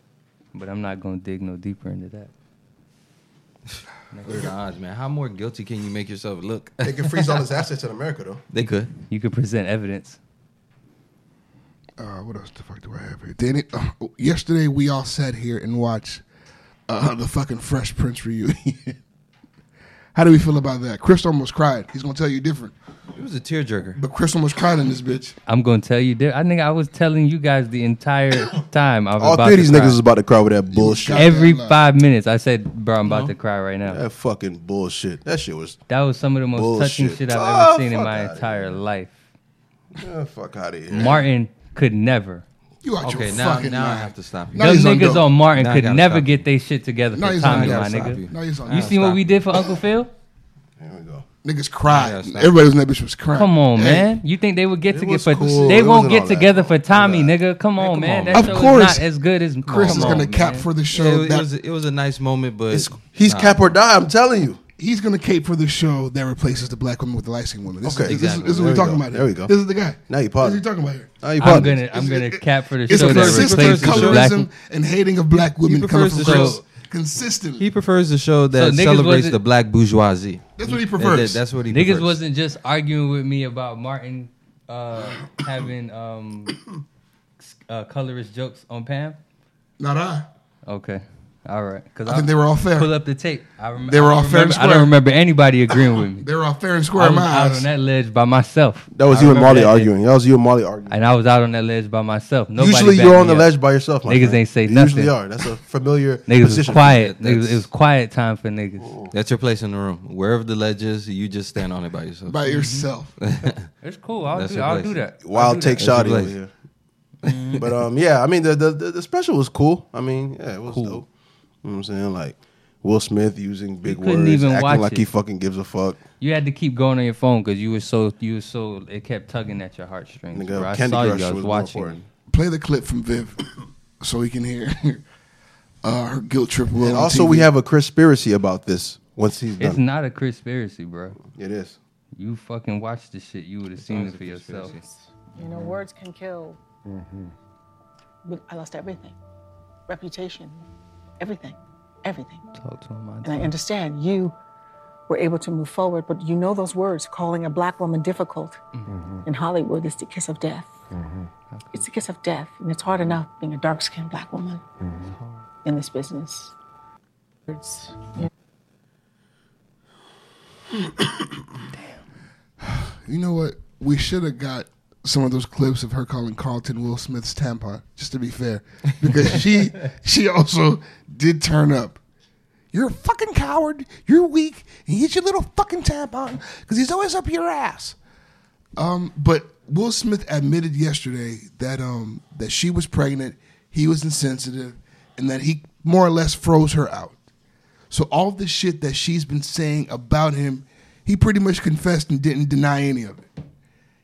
Speaker 2: But I'm not gonna dig no deeper into that.
Speaker 4: What are the odds, man? How more guilty can you make yourself look?
Speaker 1: They can freeze all his assets in America though.
Speaker 4: they could.
Speaker 2: You could present evidence.
Speaker 3: Uh, what else the fuck do I have here? Danny, uh, yesterday we all sat here and watched uh, the fucking Fresh Prince reunion. How do we feel about that? Chris almost cried. He's gonna tell you different,
Speaker 4: It was a tearjerker.
Speaker 3: but Chris almost cried in this bitch.
Speaker 2: I'm gonna tell you. There, I think I was telling you guys the entire time. I was
Speaker 1: All
Speaker 2: about
Speaker 1: three of
Speaker 2: to
Speaker 1: these
Speaker 2: cry.
Speaker 1: niggas is about to cry with that bullshit.
Speaker 3: got-
Speaker 2: Every
Speaker 3: Yeah, nah.
Speaker 2: five minutes, I said, "Bro, I'm about to cry right now."
Speaker 1: That fucking bullshit. That shit was.
Speaker 2: That was some of the most touching
Speaker 1: Bullshit.
Speaker 2: shit I've
Speaker 1: Oh,
Speaker 2: ever seen in
Speaker 1: fuck
Speaker 2: my
Speaker 1: outta
Speaker 2: entire life.
Speaker 1: Yeah, fuck out of here.
Speaker 2: Martin could never.
Speaker 3: You out
Speaker 4: Okay,
Speaker 3: your
Speaker 4: now
Speaker 3: fucking
Speaker 4: now I
Speaker 3: mind.
Speaker 4: have to stop you.
Speaker 3: Now
Speaker 2: Those
Speaker 3: he's on
Speaker 2: niggas
Speaker 3: dope.
Speaker 2: on Martin
Speaker 4: Now I
Speaker 2: could
Speaker 4: gotta
Speaker 2: never
Speaker 4: stop
Speaker 2: get they shit together
Speaker 3: Now
Speaker 2: for
Speaker 3: he's on
Speaker 2: Tommy,
Speaker 3: dope.
Speaker 2: my
Speaker 4: Stop
Speaker 2: nigga.
Speaker 4: you.
Speaker 3: No, he's on.
Speaker 2: You
Speaker 4: Now
Speaker 2: seen what
Speaker 4: stop
Speaker 2: we
Speaker 4: you.
Speaker 2: did for Uncle Phil?
Speaker 1: Here we go.
Speaker 3: Niggas cried.
Speaker 4: Yeah, stop.
Speaker 3: Everybody was in that bitch was crying.
Speaker 2: Come on,
Speaker 3: Hey,
Speaker 2: man. You think they would get
Speaker 1: It
Speaker 2: together
Speaker 1: was
Speaker 2: for
Speaker 1: cool.
Speaker 2: they
Speaker 1: It
Speaker 2: won't
Speaker 1: wasn't
Speaker 2: get
Speaker 1: all that.
Speaker 2: together for Tommy, nigga. Come on,
Speaker 4: come
Speaker 2: man.
Speaker 4: on,
Speaker 2: That
Speaker 4: man.
Speaker 2: show
Speaker 3: Of
Speaker 2: is
Speaker 3: course,
Speaker 2: not as good as
Speaker 3: Chris
Speaker 2: come
Speaker 3: is
Speaker 2: on,
Speaker 3: gonna cap
Speaker 2: man.
Speaker 3: for the show.
Speaker 4: It,
Speaker 3: that,
Speaker 4: was, it was a nice moment, but
Speaker 1: It's, he's
Speaker 4: nah.
Speaker 1: cap or die. I'm telling you.
Speaker 3: he's gonna cape for the show that replaces the black woman with the light skinned woman. This
Speaker 1: Okay.
Speaker 3: is, this, is-
Speaker 4: Exactly.
Speaker 3: this is what
Speaker 1: There
Speaker 3: we're
Speaker 1: we
Speaker 3: talking
Speaker 1: go.
Speaker 3: about. Here.
Speaker 1: There we go.
Speaker 3: This is the guy.
Speaker 1: Now you
Speaker 3: This is
Speaker 1: paused.
Speaker 3: what you're talking about here.
Speaker 1: Now you
Speaker 2: I'm
Speaker 1: partners.
Speaker 2: gonna I'm gonna cap for the
Speaker 3: It's
Speaker 2: show that
Speaker 3: consistent
Speaker 2: replaces the
Speaker 3: colorism
Speaker 2: black.
Speaker 3: and hating of black women coming
Speaker 4: prefers
Speaker 3: from
Speaker 4: the show-
Speaker 3: shows. Consistent.
Speaker 4: he prefers the show that
Speaker 2: niggas
Speaker 4: celebrates
Speaker 2: wasn't-
Speaker 4: the black bourgeoisie.
Speaker 3: That's what he
Speaker 4: That-
Speaker 3: prefers.
Speaker 4: that- that's what he
Speaker 2: Niggas
Speaker 4: prefers.
Speaker 2: wasn't just arguing with me about Martin uh, having um, uh, colorist jokes on Pam.
Speaker 3: Not I.
Speaker 2: Okay, all right. Because
Speaker 3: I think they were all fair.
Speaker 2: Pull up the tape. I rem-
Speaker 3: They were
Speaker 2: I
Speaker 3: all
Speaker 2: remember,
Speaker 3: fair and
Speaker 2: I
Speaker 3: square.
Speaker 2: don't remember anybody agreeing with me.
Speaker 3: They were all fair and square
Speaker 2: I
Speaker 3: in
Speaker 2: was
Speaker 3: my
Speaker 2: out on
Speaker 3: eyes.
Speaker 2: that ledge by myself,
Speaker 1: That was
Speaker 2: I
Speaker 1: you and
Speaker 2: remember
Speaker 1: Molly
Speaker 2: that day.
Speaker 1: arguing. That was you and Molly arguing.
Speaker 2: and I was out on that ledge by myself. Nobody
Speaker 1: Usually
Speaker 2: backed
Speaker 1: you're
Speaker 2: me
Speaker 1: on the
Speaker 2: up.
Speaker 1: ledge by yourself. my
Speaker 2: Niggas
Speaker 1: friend.
Speaker 2: ain't say
Speaker 1: You
Speaker 2: nothing.
Speaker 1: Usually are. That's a familiar
Speaker 2: Niggas was
Speaker 1: position.
Speaker 2: quiet.
Speaker 4: That's-
Speaker 2: Niggas, it was quiet time for niggas.
Speaker 4: That's your place in the room. Wherever the ledge is, you just stand on it by yourself.
Speaker 3: By
Speaker 2: Mm-hmm.
Speaker 3: yourself.
Speaker 2: It's cool. I'll
Speaker 4: That's
Speaker 2: do.
Speaker 4: your
Speaker 2: I'll
Speaker 4: place.
Speaker 2: do that.
Speaker 1: Wild take
Speaker 4: your
Speaker 1: shot over
Speaker 4: place.
Speaker 1: here. but um, yeah, I mean the, the the the special was cool. I mean, yeah, it was
Speaker 2: Cool.
Speaker 1: dope. You know what I'm saying? Like Will Smith using big
Speaker 2: couldn't
Speaker 1: words,
Speaker 2: even
Speaker 1: acting
Speaker 2: watch
Speaker 1: like
Speaker 2: it.
Speaker 1: he fucking gives a fuck.
Speaker 2: You had to keep going on your phone because you were so you were so it kept tugging at your heartstrings.
Speaker 1: Nigga,
Speaker 2: bro. I
Speaker 1: Candy
Speaker 2: saw
Speaker 1: Crush
Speaker 2: you. I
Speaker 1: was,
Speaker 2: was
Speaker 1: more
Speaker 2: watching.
Speaker 1: important.
Speaker 3: Play the clip from Viv so we can hear uh, her guilt trip. Will
Speaker 1: And
Speaker 3: on
Speaker 1: also,
Speaker 3: TV.
Speaker 1: we have a conspiracy about this. Once he's
Speaker 2: It's
Speaker 1: done,
Speaker 2: not a conspiracy, bro.
Speaker 1: it is.
Speaker 2: You fucking watched the shit. You would have seen it for yourself.
Speaker 6: You know, words can kill. But I lost everything reputation, everything, everything.
Speaker 2: Talk to him.
Speaker 6: And I understand you were able to move forward, but you know those words calling a black woman difficult in Hollywood is the kiss of death. It's the kiss of death, and it's hard enough being a dark skinned black woman in this business. Words.
Speaker 3: You know what? We should have got some of those clips of her calling Carlton Will Smith's tampon, just to be fair, because she she also did turn up. You're a fucking coward. You're weak. And he's your little fucking tampon because he's always up your ass. Um, but Will Smith admitted yesterday that um that she was pregnant, he was insensitive, and that he more or less froze her out. So all the shit that she's been saying about him, he pretty much confessed and didn't deny any of it.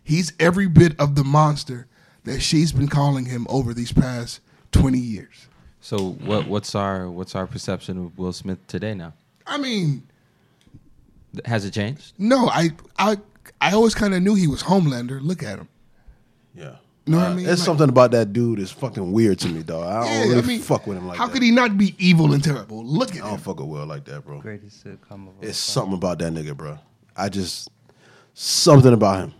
Speaker 3: He's every bit of the monster that she's been calling him over these past 20 years.
Speaker 4: So what? What's our what's our perception of Will Smith today? Now
Speaker 3: I mean,
Speaker 4: Th- has it changed?
Speaker 3: no, I I I always kind of knew he was Homelander. Look at him.
Speaker 1: Yeah.
Speaker 3: Know what I
Speaker 1: Uh,
Speaker 3: mean?
Speaker 1: There's
Speaker 3: Like-
Speaker 1: something about that dude is fucking weird to me, dog. I don't really fuck with him like
Speaker 3: how
Speaker 1: that. Oh,
Speaker 3: could he not be evil and terrible? Look at
Speaker 1: I
Speaker 3: him.
Speaker 1: don't fuck with Will like that, bro.
Speaker 2: Greatest sitcom of all.
Speaker 1: It's something about that nigga, bro. I just something about him.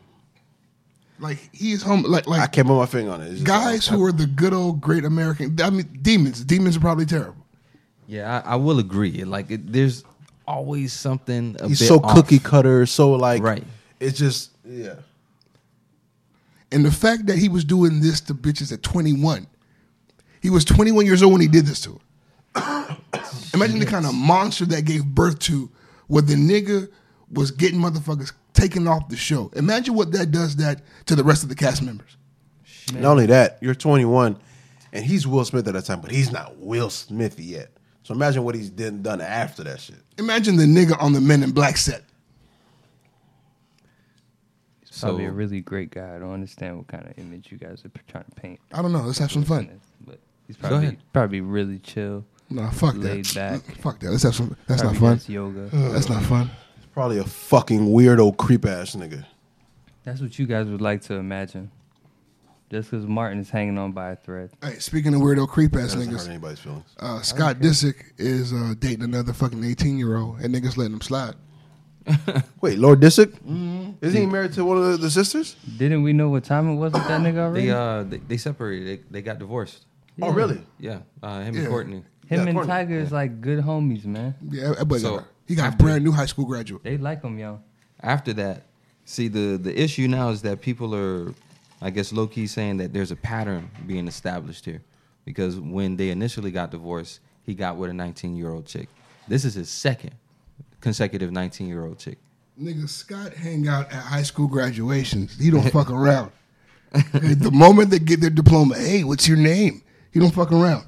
Speaker 3: Like he is home. Like
Speaker 1: I
Speaker 3: like
Speaker 1: can't put my finger on it. It's just-
Speaker 3: guys
Speaker 1: I-
Speaker 3: who are the good old great American. I mean, demons. Demons are probably terrible.
Speaker 4: Yeah, I, I will agree. Like it, there's always something. A
Speaker 1: he's
Speaker 4: bit
Speaker 1: so
Speaker 4: off.
Speaker 1: cookie cutter, so like
Speaker 4: Right.
Speaker 1: It's just yeah.
Speaker 3: And the fact that he was doing this to bitches at 21, he was 21 years old when he did this to her. Imagine the kind of monster that gave birth to where the nigga was getting motherfuckers taken off the show. Imagine what that does that to the rest of the cast members.
Speaker 1: Not only that, you're 21, and he's Will Smith at that time, but he's not Will Smith yet. So imagine what he's done done after that shit.
Speaker 3: Imagine the nigga on the Men in Black set.
Speaker 2: He's probably a
Speaker 4: So-
Speaker 2: really great guy. I don't understand what kind of image you guys are p- trying to paint.
Speaker 3: I don't know. Let's have some fun.
Speaker 2: But he's
Speaker 4: Go
Speaker 2: probably
Speaker 4: ahead.
Speaker 2: probably really chill.
Speaker 3: No, fuck
Speaker 2: Laid
Speaker 3: that.
Speaker 2: back.
Speaker 3: Fuck that. Let's have some. That's
Speaker 2: probably
Speaker 3: not fun.
Speaker 2: does yoga.
Speaker 3: That's not fun.
Speaker 1: He's probably a fucking weirdo, creep ass nigga.
Speaker 2: That's what you guys would like to imagine. Just because Martin is hanging on by a thread.
Speaker 3: Hey, speaking of weirdo creep ass
Speaker 1: That doesn't hurt
Speaker 3: niggas,
Speaker 1: anybody's feelings.
Speaker 3: uh, Scott Disick is uh, dating another fucking 18 year old, and niggas letting him slide.
Speaker 1: Wait, Lord Disick? Isn't he married to one of the, the sisters?
Speaker 2: Didn't we know what time it was with that nigga already?
Speaker 4: They uh they, they separated. They, they got divorced.
Speaker 1: Oh, really?
Speaker 4: Yeah, uh, him
Speaker 3: Yeah.
Speaker 4: and Courtney.
Speaker 1: yeah,
Speaker 2: Him and
Speaker 1: Courtney,
Speaker 2: Tiger is like good homies, man.
Speaker 3: Yeah, that boy
Speaker 4: So-
Speaker 3: got, he got a brand new high school graduate.
Speaker 2: They like him, yo.
Speaker 4: After that, see the the issue now is that people are, I guess, low key saying that there's a pattern being established here, because when they initially got divorced, he got with a 19 year old chick. This is his second consecutive 19 year old chick.
Speaker 3: Nigga, Scott hang out at high school graduations. He don't fuck around. the moment they get their diploma, hey, what's your name? He don't fuck around.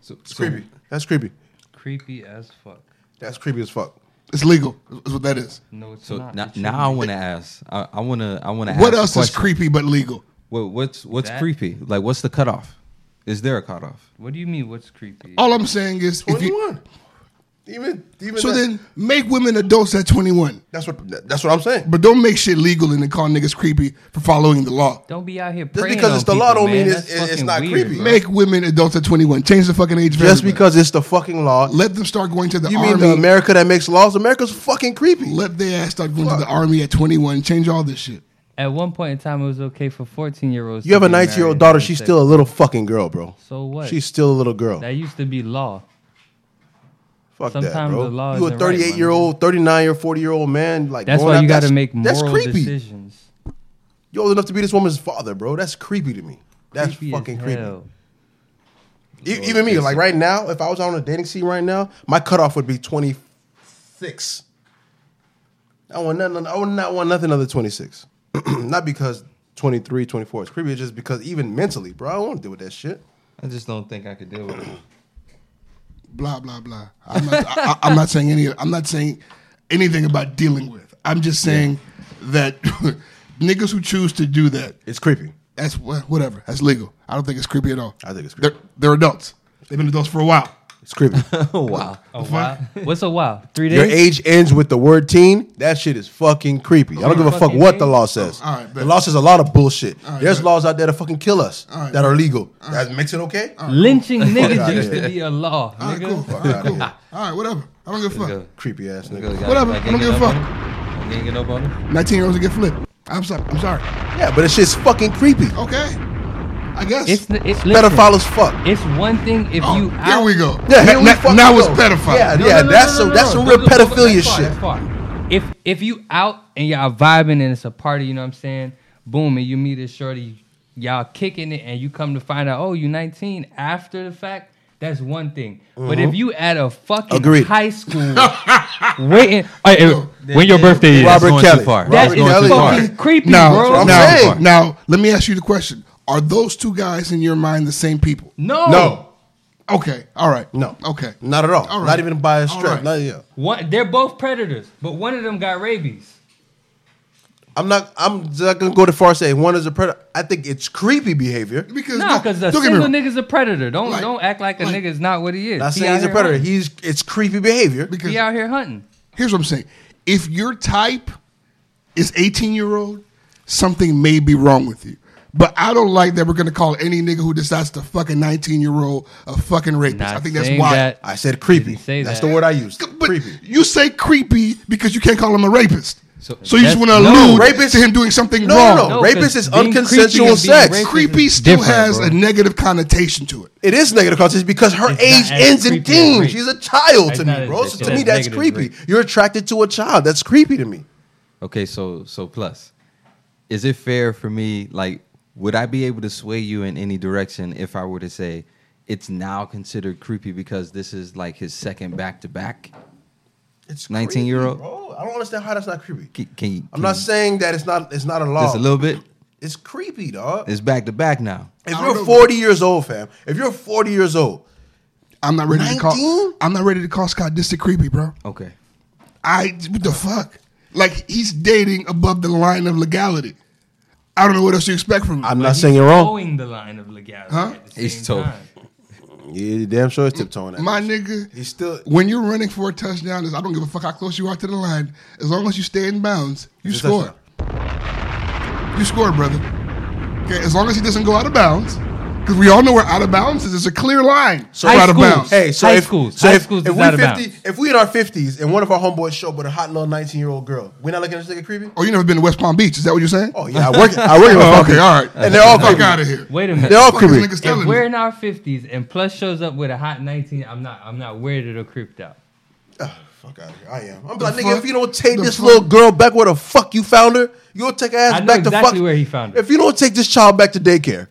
Speaker 4: So,
Speaker 1: It's creepy. That's creepy.
Speaker 2: Creepy as fuck.
Speaker 1: That's creepy as fuck.
Speaker 3: It's legal. Is what that is.
Speaker 2: No, it's
Speaker 4: So
Speaker 2: not.
Speaker 4: now,
Speaker 2: It
Speaker 4: now I
Speaker 2: shouldn't
Speaker 4: want to ask. I, I want to. I want to.
Speaker 3: What else is
Speaker 4: creepy?
Speaker 3: creepy but legal?
Speaker 4: What, what's what's
Speaker 2: That-
Speaker 4: creepy? Like, what's the cutoff? Is there a cutoff?
Speaker 2: be. What do you mean? What's creepy?
Speaker 1: Oh.
Speaker 3: All I'm saying is, if
Speaker 1: Twenty
Speaker 3: you,
Speaker 1: one. Even even
Speaker 3: so
Speaker 1: that-
Speaker 3: then make women adults at 21,
Speaker 1: that's what that's what I'm saying.
Speaker 3: but don't make shit legal and then call niggas creepy for following the law.
Speaker 2: Don't be out here.
Speaker 1: Just
Speaker 2: preying
Speaker 1: because
Speaker 2: on
Speaker 1: it's the law
Speaker 2: people,
Speaker 1: don't mean
Speaker 2: man.
Speaker 1: it's-
Speaker 2: That's
Speaker 1: it's
Speaker 2: fucking
Speaker 1: not
Speaker 2: weird,
Speaker 1: creepy.
Speaker 2: bro.
Speaker 3: Make women adults at 21. Change the fucking age. for
Speaker 1: Just
Speaker 3: everybody.
Speaker 1: because it's the fucking law.
Speaker 3: let them start going to the
Speaker 1: You
Speaker 3: army.
Speaker 1: mean the America that makes laws? America's fucking creepy.
Speaker 3: let their ass start going to the army at 21. Change all this shit.
Speaker 2: At one point in time, it was okay for fourteen year olds.
Speaker 1: You have a 19 year old daughter. She's still a little fucking girl, bro.
Speaker 2: So what?
Speaker 1: She's still a little girl.
Speaker 2: That used to be law.
Speaker 1: Fuck that,
Speaker 2: sometimes
Speaker 1: bro.
Speaker 2: the law
Speaker 1: you
Speaker 2: isn't
Speaker 1: a
Speaker 2: right,
Speaker 1: 38 year
Speaker 2: my
Speaker 1: old, 39 year, 40 year old man. Like
Speaker 2: That's
Speaker 1: going
Speaker 2: why
Speaker 1: out-
Speaker 2: you got to
Speaker 1: that's-
Speaker 2: make
Speaker 1: That's
Speaker 2: moral
Speaker 1: creepy.
Speaker 2: decisions.
Speaker 1: You're old enough to be this woman's father, bro. That's creepy to me. That's
Speaker 2: Creepy as
Speaker 1: fucking creepy.
Speaker 2: hell.
Speaker 1: E- even me, like right now, if I was on a dating scene right now, my cutoff would be 26. I want nothing. I would not want nothing other 26. not because 23, 24 is creepy. It's just because even mentally, bro, I don't want to deal with that shit.
Speaker 4: I just don't think I could deal with it.
Speaker 3: Blah blah blah. I'm not, I, I'm not saying any. I'm not saying anything about dealing with. I'm just saying that niggas who choose to do that,
Speaker 1: It's creepy.
Speaker 3: that's wha- whatever. That's legal. I don't think it's creepy at all.
Speaker 1: I think it's
Speaker 3: They're,
Speaker 1: creepy.
Speaker 3: they're adults. They've been adults for a while.
Speaker 1: It's creepy.
Speaker 4: oh wow!
Speaker 2: A while. What's a while? Three days.
Speaker 1: Your age ends with the word teen. That shit is fucking creepy. I don't give a fuck
Speaker 2: Fucking
Speaker 1: what the
Speaker 2: teen.
Speaker 1: law says.
Speaker 3: Oh, All right, bet.
Speaker 1: the law says a lot of bullshit.
Speaker 3: right,
Speaker 1: There's
Speaker 3: bet.
Speaker 1: laws out there that fucking kill us
Speaker 3: All right,
Speaker 1: that
Speaker 3: bet.
Speaker 1: are legal. That makes it okay.
Speaker 2: Lynching
Speaker 1: outta
Speaker 2: niggas used
Speaker 1: here. Ah,
Speaker 2: to be a law.
Speaker 3: All right,
Speaker 2: nigga.
Speaker 3: cool. All right, cool. All right, whatever. I don't give a fuck.
Speaker 1: Creepy ass
Speaker 4: Go,
Speaker 1: nigga.
Speaker 4: guys.
Speaker 3: Whatever. I don't
Speaker 4: ain't
Speaker 3: give a
Speaker 4: no
Speaker 3: fuck.
Speaker 4: bonus? Like, ain't get no bonus?
Speaker 3: 19 year olds will get flipped. I'm sorry. I'm sorry.
Speaker 1: Yeah, but that shit's fucking creepy.
Speaker 3: Okay. I guess.
Speaker 2: It's the- it, listen,
Speaker 1: Pedophile as fuck.
Speaker 2: It's one thing if
Speaker 3: oh,
Speaker 2: you.
Speaker 3: here
Speaker 2: out-
Speaker 3: we go.
Speaker 1: Yeah, here
Speaker 3: Na-
Speaker 1: we
Speaker 3: na-
Speaker 1: fucking
Speaker 3: now it's
Speaker 1: go.
Speaker 3: pedophile.
Speaker 1: Yeah,
Speaker 2: No,
Speaker 1: yeah,
Speaker 2: no, no,
Speaker 1: that's
Speaker 2: no,
Speaker 1: some
Speaker 2: no,
Speaker 1: that's
Speaker 2: no.
Speaker 1: some real
Speaker 2: Look, look, look,
Speaker 1: pedophilia
Speaker 2: that's far,
Speaker 1: shit.
Speaker 2: that's far. If if you out and y'all vibing and it's a party, you know what I'm saying? Boom, and you meet a shorty, y'all kicking it, and you come to find out, oh, you 19 after the fact. That's one thing. But if you at a fucking
Speaker 1: Mm-hmm. Agreed.
Speaker 2: high school waiting, Hey, hey, when your birthday is,
Speaker 4: That's
Speaker 1: Robert
Speaker 4: Oh, going
Speaker 1: Kelly.
Speaker 4: too far.
Speaker 1: That's
Speaker 2: that
Speaker 4: That's
Speaker 2: is
Speaker 1: Robert
Speaker 4: going
Speaker 1: Kelly.
Speaker 4: too far.
Speaker 2: fucking creepy,
Speaker 3: Now,
Speaker 2: bro.
Speaker 1: what I'm
Speaker 3: now,
Speaker 1: saying.
Speaker 3: now, let me ask you the question: Are those two guys in your mind the same people?
Speaker 2: No.
Speaker 1: No,
Speaker 3: Okay. All right.
Speaker 1: no,
Speaker 3: Okay.
Speaker 1: not at all.
Speaker 3: All right.
Speaker 1: Not even by a
Speaker 3: All
Speaker 1: stretch.
Speaker 3: right.
Speaker 1: Not yeah.
Speaker 2: One, they're both predators, but one of them got rabies.
Speaker 1: I'm not. I'm not gonna go too far. to Say one is a predator. I think it's creepy behavior.
Speaker 3: Because
Speaker 2: No, because a
Speaker 3: don't get
Speaker 2: single
Speaker 3: me wrong.
Speaker 2: nigga's a predator. Don't
Speaker 3: Like-
Speaker 2: don't act like a
Speaker 3: like-
Speaker 2: nigga's not what he is.
Speaker 1: Not
Speaker 2: He
Speaker 1: saying
Speaker 2: out
Speaker 1: he's a
Speaker 2: here
Speaker 1: predator.
Speaker 2: hunting.
Speaker 1: He's it's creepy behavior.
Speaker 3: Because
Speaker 2: He out here hunting.
Speaker 3: here's what I'm saying: If your type is 18 year old, something may be wrong with you. But I don't like that we're going to call any nigga who decides to fuck a 19 year old a fucking rapist.
Speaker 2: Not
Speaker 3: I think that's
Speaker 2: saying
Speaker 3: why.
Speaker 2: that.
Speaker 1: I said creepy.
Speaker 2: Didn't say
Speaker 1: That's
Speaker 2: that.
Speaker 1: the word I used.
Speaker 3: But
Speaker 1: creepy.
Speaker 3: you say creepy because you can't call him a rapist. So,
Speaker 4: So-
Speaker 3: you just
Speaker 2: That's-
Speaker 3: want to
Speaker 2: no.
Speaker 3: allude
Speaker 1: Rapist-
Speaker 3: to him doing something
Speaker 1: No,
Speaker 3: wrong.
Speaker 1: no, no. Rapist
Speaker 2: 'cause
Speaker 1: is
Speaker 2: being creepy
Speaker 1: unconsensual
Speaker 2: and being
Speaker 1: sex.
Speaker 2: racist
Speaker 3: Creepy
Speaker 2: is
Speaker 3: still
Speaker 2: different,
Speaker 3: has
Speaker 2: bro.
Speaker 3: a negative connotation to it.
Speaker 1: It is negative connotation because her
Speaker 2: It's
Speaker 1: age
Speaker 2: not as
Speaker 1: ends in
Speaker 2: creepy
Speaker 1: teens.
Speaker 2: as rape.
Speaker 1: She's a child
Speaker 2: It's
Speaker 1: to me,
Speaker 2: not
Speaker 1: bro.
Speaker 2: as-
Speaker 1: So to
Speaker 2: it's
Speaker 1: me, that's
Speaker 2: negative
Speaker 1: creepy.
Speaker 2: rape.
Speaker 1: You're attracted to a child. That's creepy to me.
Speaker 4: Okay, so so plus, is it fair for me? Like, would I be able to sway you in any direction if I were to say it's now considered creepy because this is like his second back to back?
Speaker 1: It's
Speaker 4: 19-year-old?
Speaker 1: creepy, bro. I don't understand how that's not creepy.
Speaker 4: Can can you?
Speaker 1: I'm not
Speaker 4: can
Speaker 1: saying that it's not. It's not a law.
Speaker 4: you- just a little bit.
Speaker 1: It's creepy, dog.
Speaker 4: It's back to back now.
Speaker 1: If
Speaker 3: I
Speaker 1: you're
Speaker 3: don't know.
Speaker 1: 40 years old, fam, if you're 40 years old,
Speaker 3: I'm not ready to call.
Speaker 1: 19?
Speaker 3: I'm not ready to call Scott Disick creepy, bro.
Speaker 4: Okay.
Speaker 3: I what the fuck? Like he's dating above the line of legality. I don't know what else you expect from him.
Speaker 1: I'm
Speaker 2: But
Speaker 1: not
Speaker 2: he's
Speaker 1: saying you're wrong.
Speaker 2: Towing the line of legality.
Speaker 3: Huh?
Speaker 2: At the
Speaker 4: He's
Speaker 2: same
Speaker 4: towing.
Speaker 2: time.
Speaker 1: Yeah, you damn sure it's tiptoeing. That
Speaker 3: My
Speaker 1: bitch.
Speaker 3: nigga,
Speaker 1: He's still.
Speaker 3: when you're running for a touchdown, is I don't give a fuck how close you are to the line. As long as you stay in bounds, you
Speaker 1: It's a
Speaker 3: score. You score, brother. Okay, as long as he doesn't go out of bounds, because we all know where out of bounds is. It's a clear line. So
Speaker 2: High
Speaker 3: out of
Speaker 2: schools.
Speaker 3: bounds.
Speaker 1: Hey, so
Speaker 2: High
Speaker 1: if,
Speaker 2: schools.
Speaker 1: so
Speaker 2: High
Speaker 1: if,
Speaker 2: schools
Speaker 1: if
Speaker 2: is
Speaker 1: we
Speaker 2: out of
Speaker 1: 50,
Speaker 2: bounds.
Speaker 1: if we in our 50s and one of our homeboys show but a hot little 19 year old girl, we're not looking at this nigga creepy.
Speaker 3: Oh, you never been to West Palm Beach? Is that what you're saying?
Speaker 1: Oh yeah, I work. I work. in
Speaker 3: Oh,
Speaker 1: West Palm
Speaker 3: okay,
Speaker 1: Beach.
Speaker 3: all right.
Speaker 1: And they're all
Speaker 3: fuck
Speaker 1: creepy.
Speaker 3: out of here.
Speaker 2: Wait a minute.
Speaker 1: They're all
Speaker 3: Fuck is
Speaker 1: creepy.
Speaker 3: niggas
Speaker 2: if
Speaker 3: telling
Speaker 2: we're
Speaker 3: me?
Speaker 2: in our fifties and plus shows up with a hot nineteen, I'm not. I'm not weirded or creeped out.
Speaker 1: Ah, Fuck out of here. I am. I'm like,
Speaker 3: The
Speaker 1: nigga,
Speaker 3: fuck?
Speaker 1: if you don't take
Speaker 3: The
Speaker 1: this
Speaker 3: fuck?
Speaker 1: little girl back where the fuck you found her, you'll take her ass
Speaker 2: I know
Speaker 1: back to
Speaker 2: exactly
Speaker 1: fuck.
Speaker 2: where he found her.
Speaker 1: If you don't take this child back to daycare,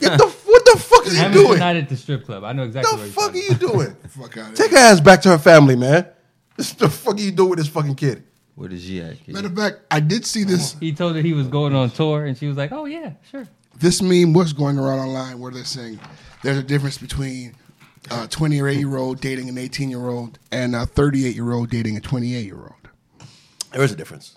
Speaker 1: get the what the fuck is
Speaker 2: I
Speaker 1: he
Speaker 2: haven't
Speaker 1: doing?
Speaker 2: been out at the strip club. I know exactly.
Speaker 1: the
Speaker 2: where he
Speaker 1: fuck
Speaker 2: found
Speaker 1: are
Speaker 2: her.
Speaker 1: you doing?
Speaker 3: Fuck out of
Speaker 1: Take
Speaker 3: here.
Speaker 1: her ass back to her family, man. What the fuck are you doing with this fucking kid?
Speaker 4: Where is she at?
Speaker 3: Matter of fact, I did see this.
Speaker 2: He told her he was going on tour, and she was like, "Oh yeah, sure."
Speaker 3: this meme was going around online where they're saying there's a difference between a 28 year old dating an 18 year old and a 38 year old dating a 28 year old.
Speaker 1: There is a difference.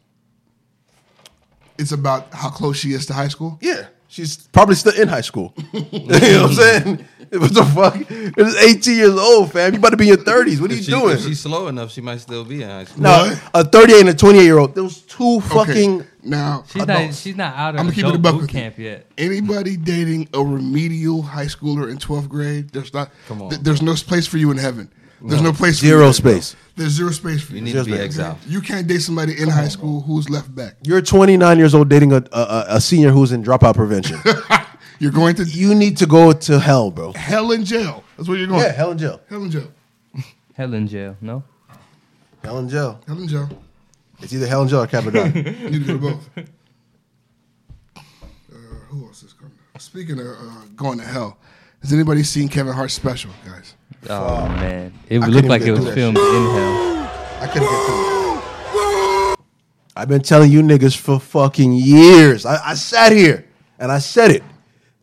Speaker 3: It's about how close she is to high school.
Speaker 1: Yeah, she's probably still in high school. you know what I'm saying? What the fuck? It's 18 years old, fam. You about to be in your 30s. What are you
Speaker 4: If she-
Speaker 1: doing?
Speaker 4: If she's slow enough, she might still be in high school.
Speaker 1: no, a 38 and a 28 year old. Those two fucking.
Speaker 3: Okay, now,
Speaker 2: She's not.
Speaker 1: Adults.
Speaker 2: She's not out of
Speaker 3: I'ma keep it
Speaker 2: adult
Speaker 3: a buck
Speaker 2: boot
Speaker 3: with you.
Speaker 2: camp yet.
Speaker 3: anybody dating a remedial high schooler in 12th grade, there's not.
Speaker 4: Come on.
Speaker 3: th- there's no space for you in heaven. There's no, place.
Speaker 1: Zero
Speaker 3: for you.
Speaker 1: space.
Speaker 3: There's zero space for
Speaker 4: You
Speaker 3: you.
Speaker 4: need to be
Speaker 1: Judgment.
Speaker 4: exiled.
Speaker 3: You can't date somebody in high school who's left back.
Speaker 1: You're 29 years old dating a, a- a, a senior who's in dropout prevention.
Speaker 3: You're going to
Speaker 1: you need to go to hell, bro.
Speaker 3: hell in jail. That's where you're going.
Speaker 1: Yeah, hell and jail.
Speaker 3: Hell in jail.
Speaker 2: Hell in jail. No.
Speaker 1: Hell and jail.
Speaker 3: Hell in jail.
Speaker 1: It's either hell and jail or Capadonna.
Speaker 3: You need to go to both. Uh, who else is coming? Speaking of uh, going to hell, has anybody seen Kevin Hart's special, guys?
Speaker 2: Oh man, it
Speaker 3: I
Speaker 2: looked
Speaker 3: couldn't
Speaker 2: like
Speaker 3: even
Speaker 2: it
Speaker 3: do
Speaker 2: was
Speaker 3: that
Speaker 2: filmed in hell.
Speaker 3: I couldn't get through. it.
Speaker 1: I've been telling you niggas for fucking years. I, I sat here and I said it.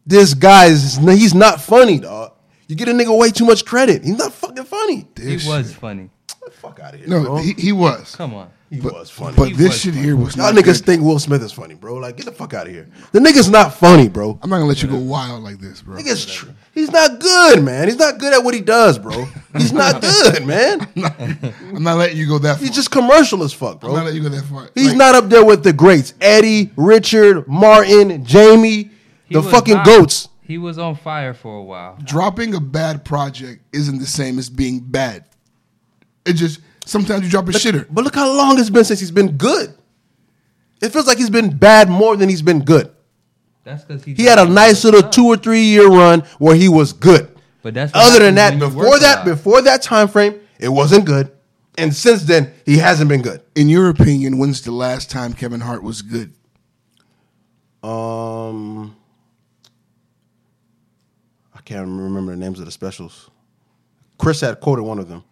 Speaker 1: This guy is he's not funny, dog. You get a nigga way too much credit. He's not fucking funny.
Speaker 2: He was funny.
Speaker 1: Get the fuck out of here.
Speaker 3: No,
Speaker 1: bro.
Speaker 3: he, he was.
Speaker 2: Come on.
Speaker 1: He
Speaker 3: but,
Speaker 1: was funny.
Speaker 3: But
Speaker 1: He
Speaker 3: this
Speaker 2: was
Speaker 3: shit here was
Speaker 1: Y'all
Speaker 3: not
Speaker 1: niggas
Speaker 3: good.
Speaker 1: think Will Smith is funny, bro. Like, get the fuck out of here. The nigga's not funny, bro.
Speaker 3: I'm not gonna let you go wild like this, bro.
Speaker 1: Nigga's tr- he's not good, man. He's not good at what he does, bro. He's not good, man.
Speaker 3: I'm not letting you go that far.
Speaker 1: He's just commercial as fuck,
Speaker 3: I'm
Speaker 1: bro.
Speaker 3: not letting you go that far.
Speaker 1: He's
Speaker 3: Like,
Speaker 1: not up there with the greats. Eddie, Richard, Martin, Jamie,
Speaker 2: He
Speaker 1: the
Speaker 2: was
Speaker 1: fucking
Speaker 2: hot.
Speaker 1: goats.
Speaker 2: He was on fire for a while.
Speaker 3: dropping a bad project isn't the same as being bad. It just sometimes you drop a shitter.
Speaker 1: But look how long it's been since he's been good. It feels like he's been bad more than he's been good.
Speaker 2: That's because he.
Speaker 1: He had a nice little two or three year run where he was good.
Speaker 2: But that's what
Speaker 1: Other than that,
Speaker 2: happens when you
Speaker 1: before
Speaker 2: work a
Speaker 1: that,
Speaker 2: lot.
Speaker 1: before that time frame, it wasn't good. And since then, he hasn't been good.
Speaker 3: In your opinion, when's the last time Kevin Hart was good?
Speaker 1: Um, I can't remember the names of the specials. Chris had quoted one of them.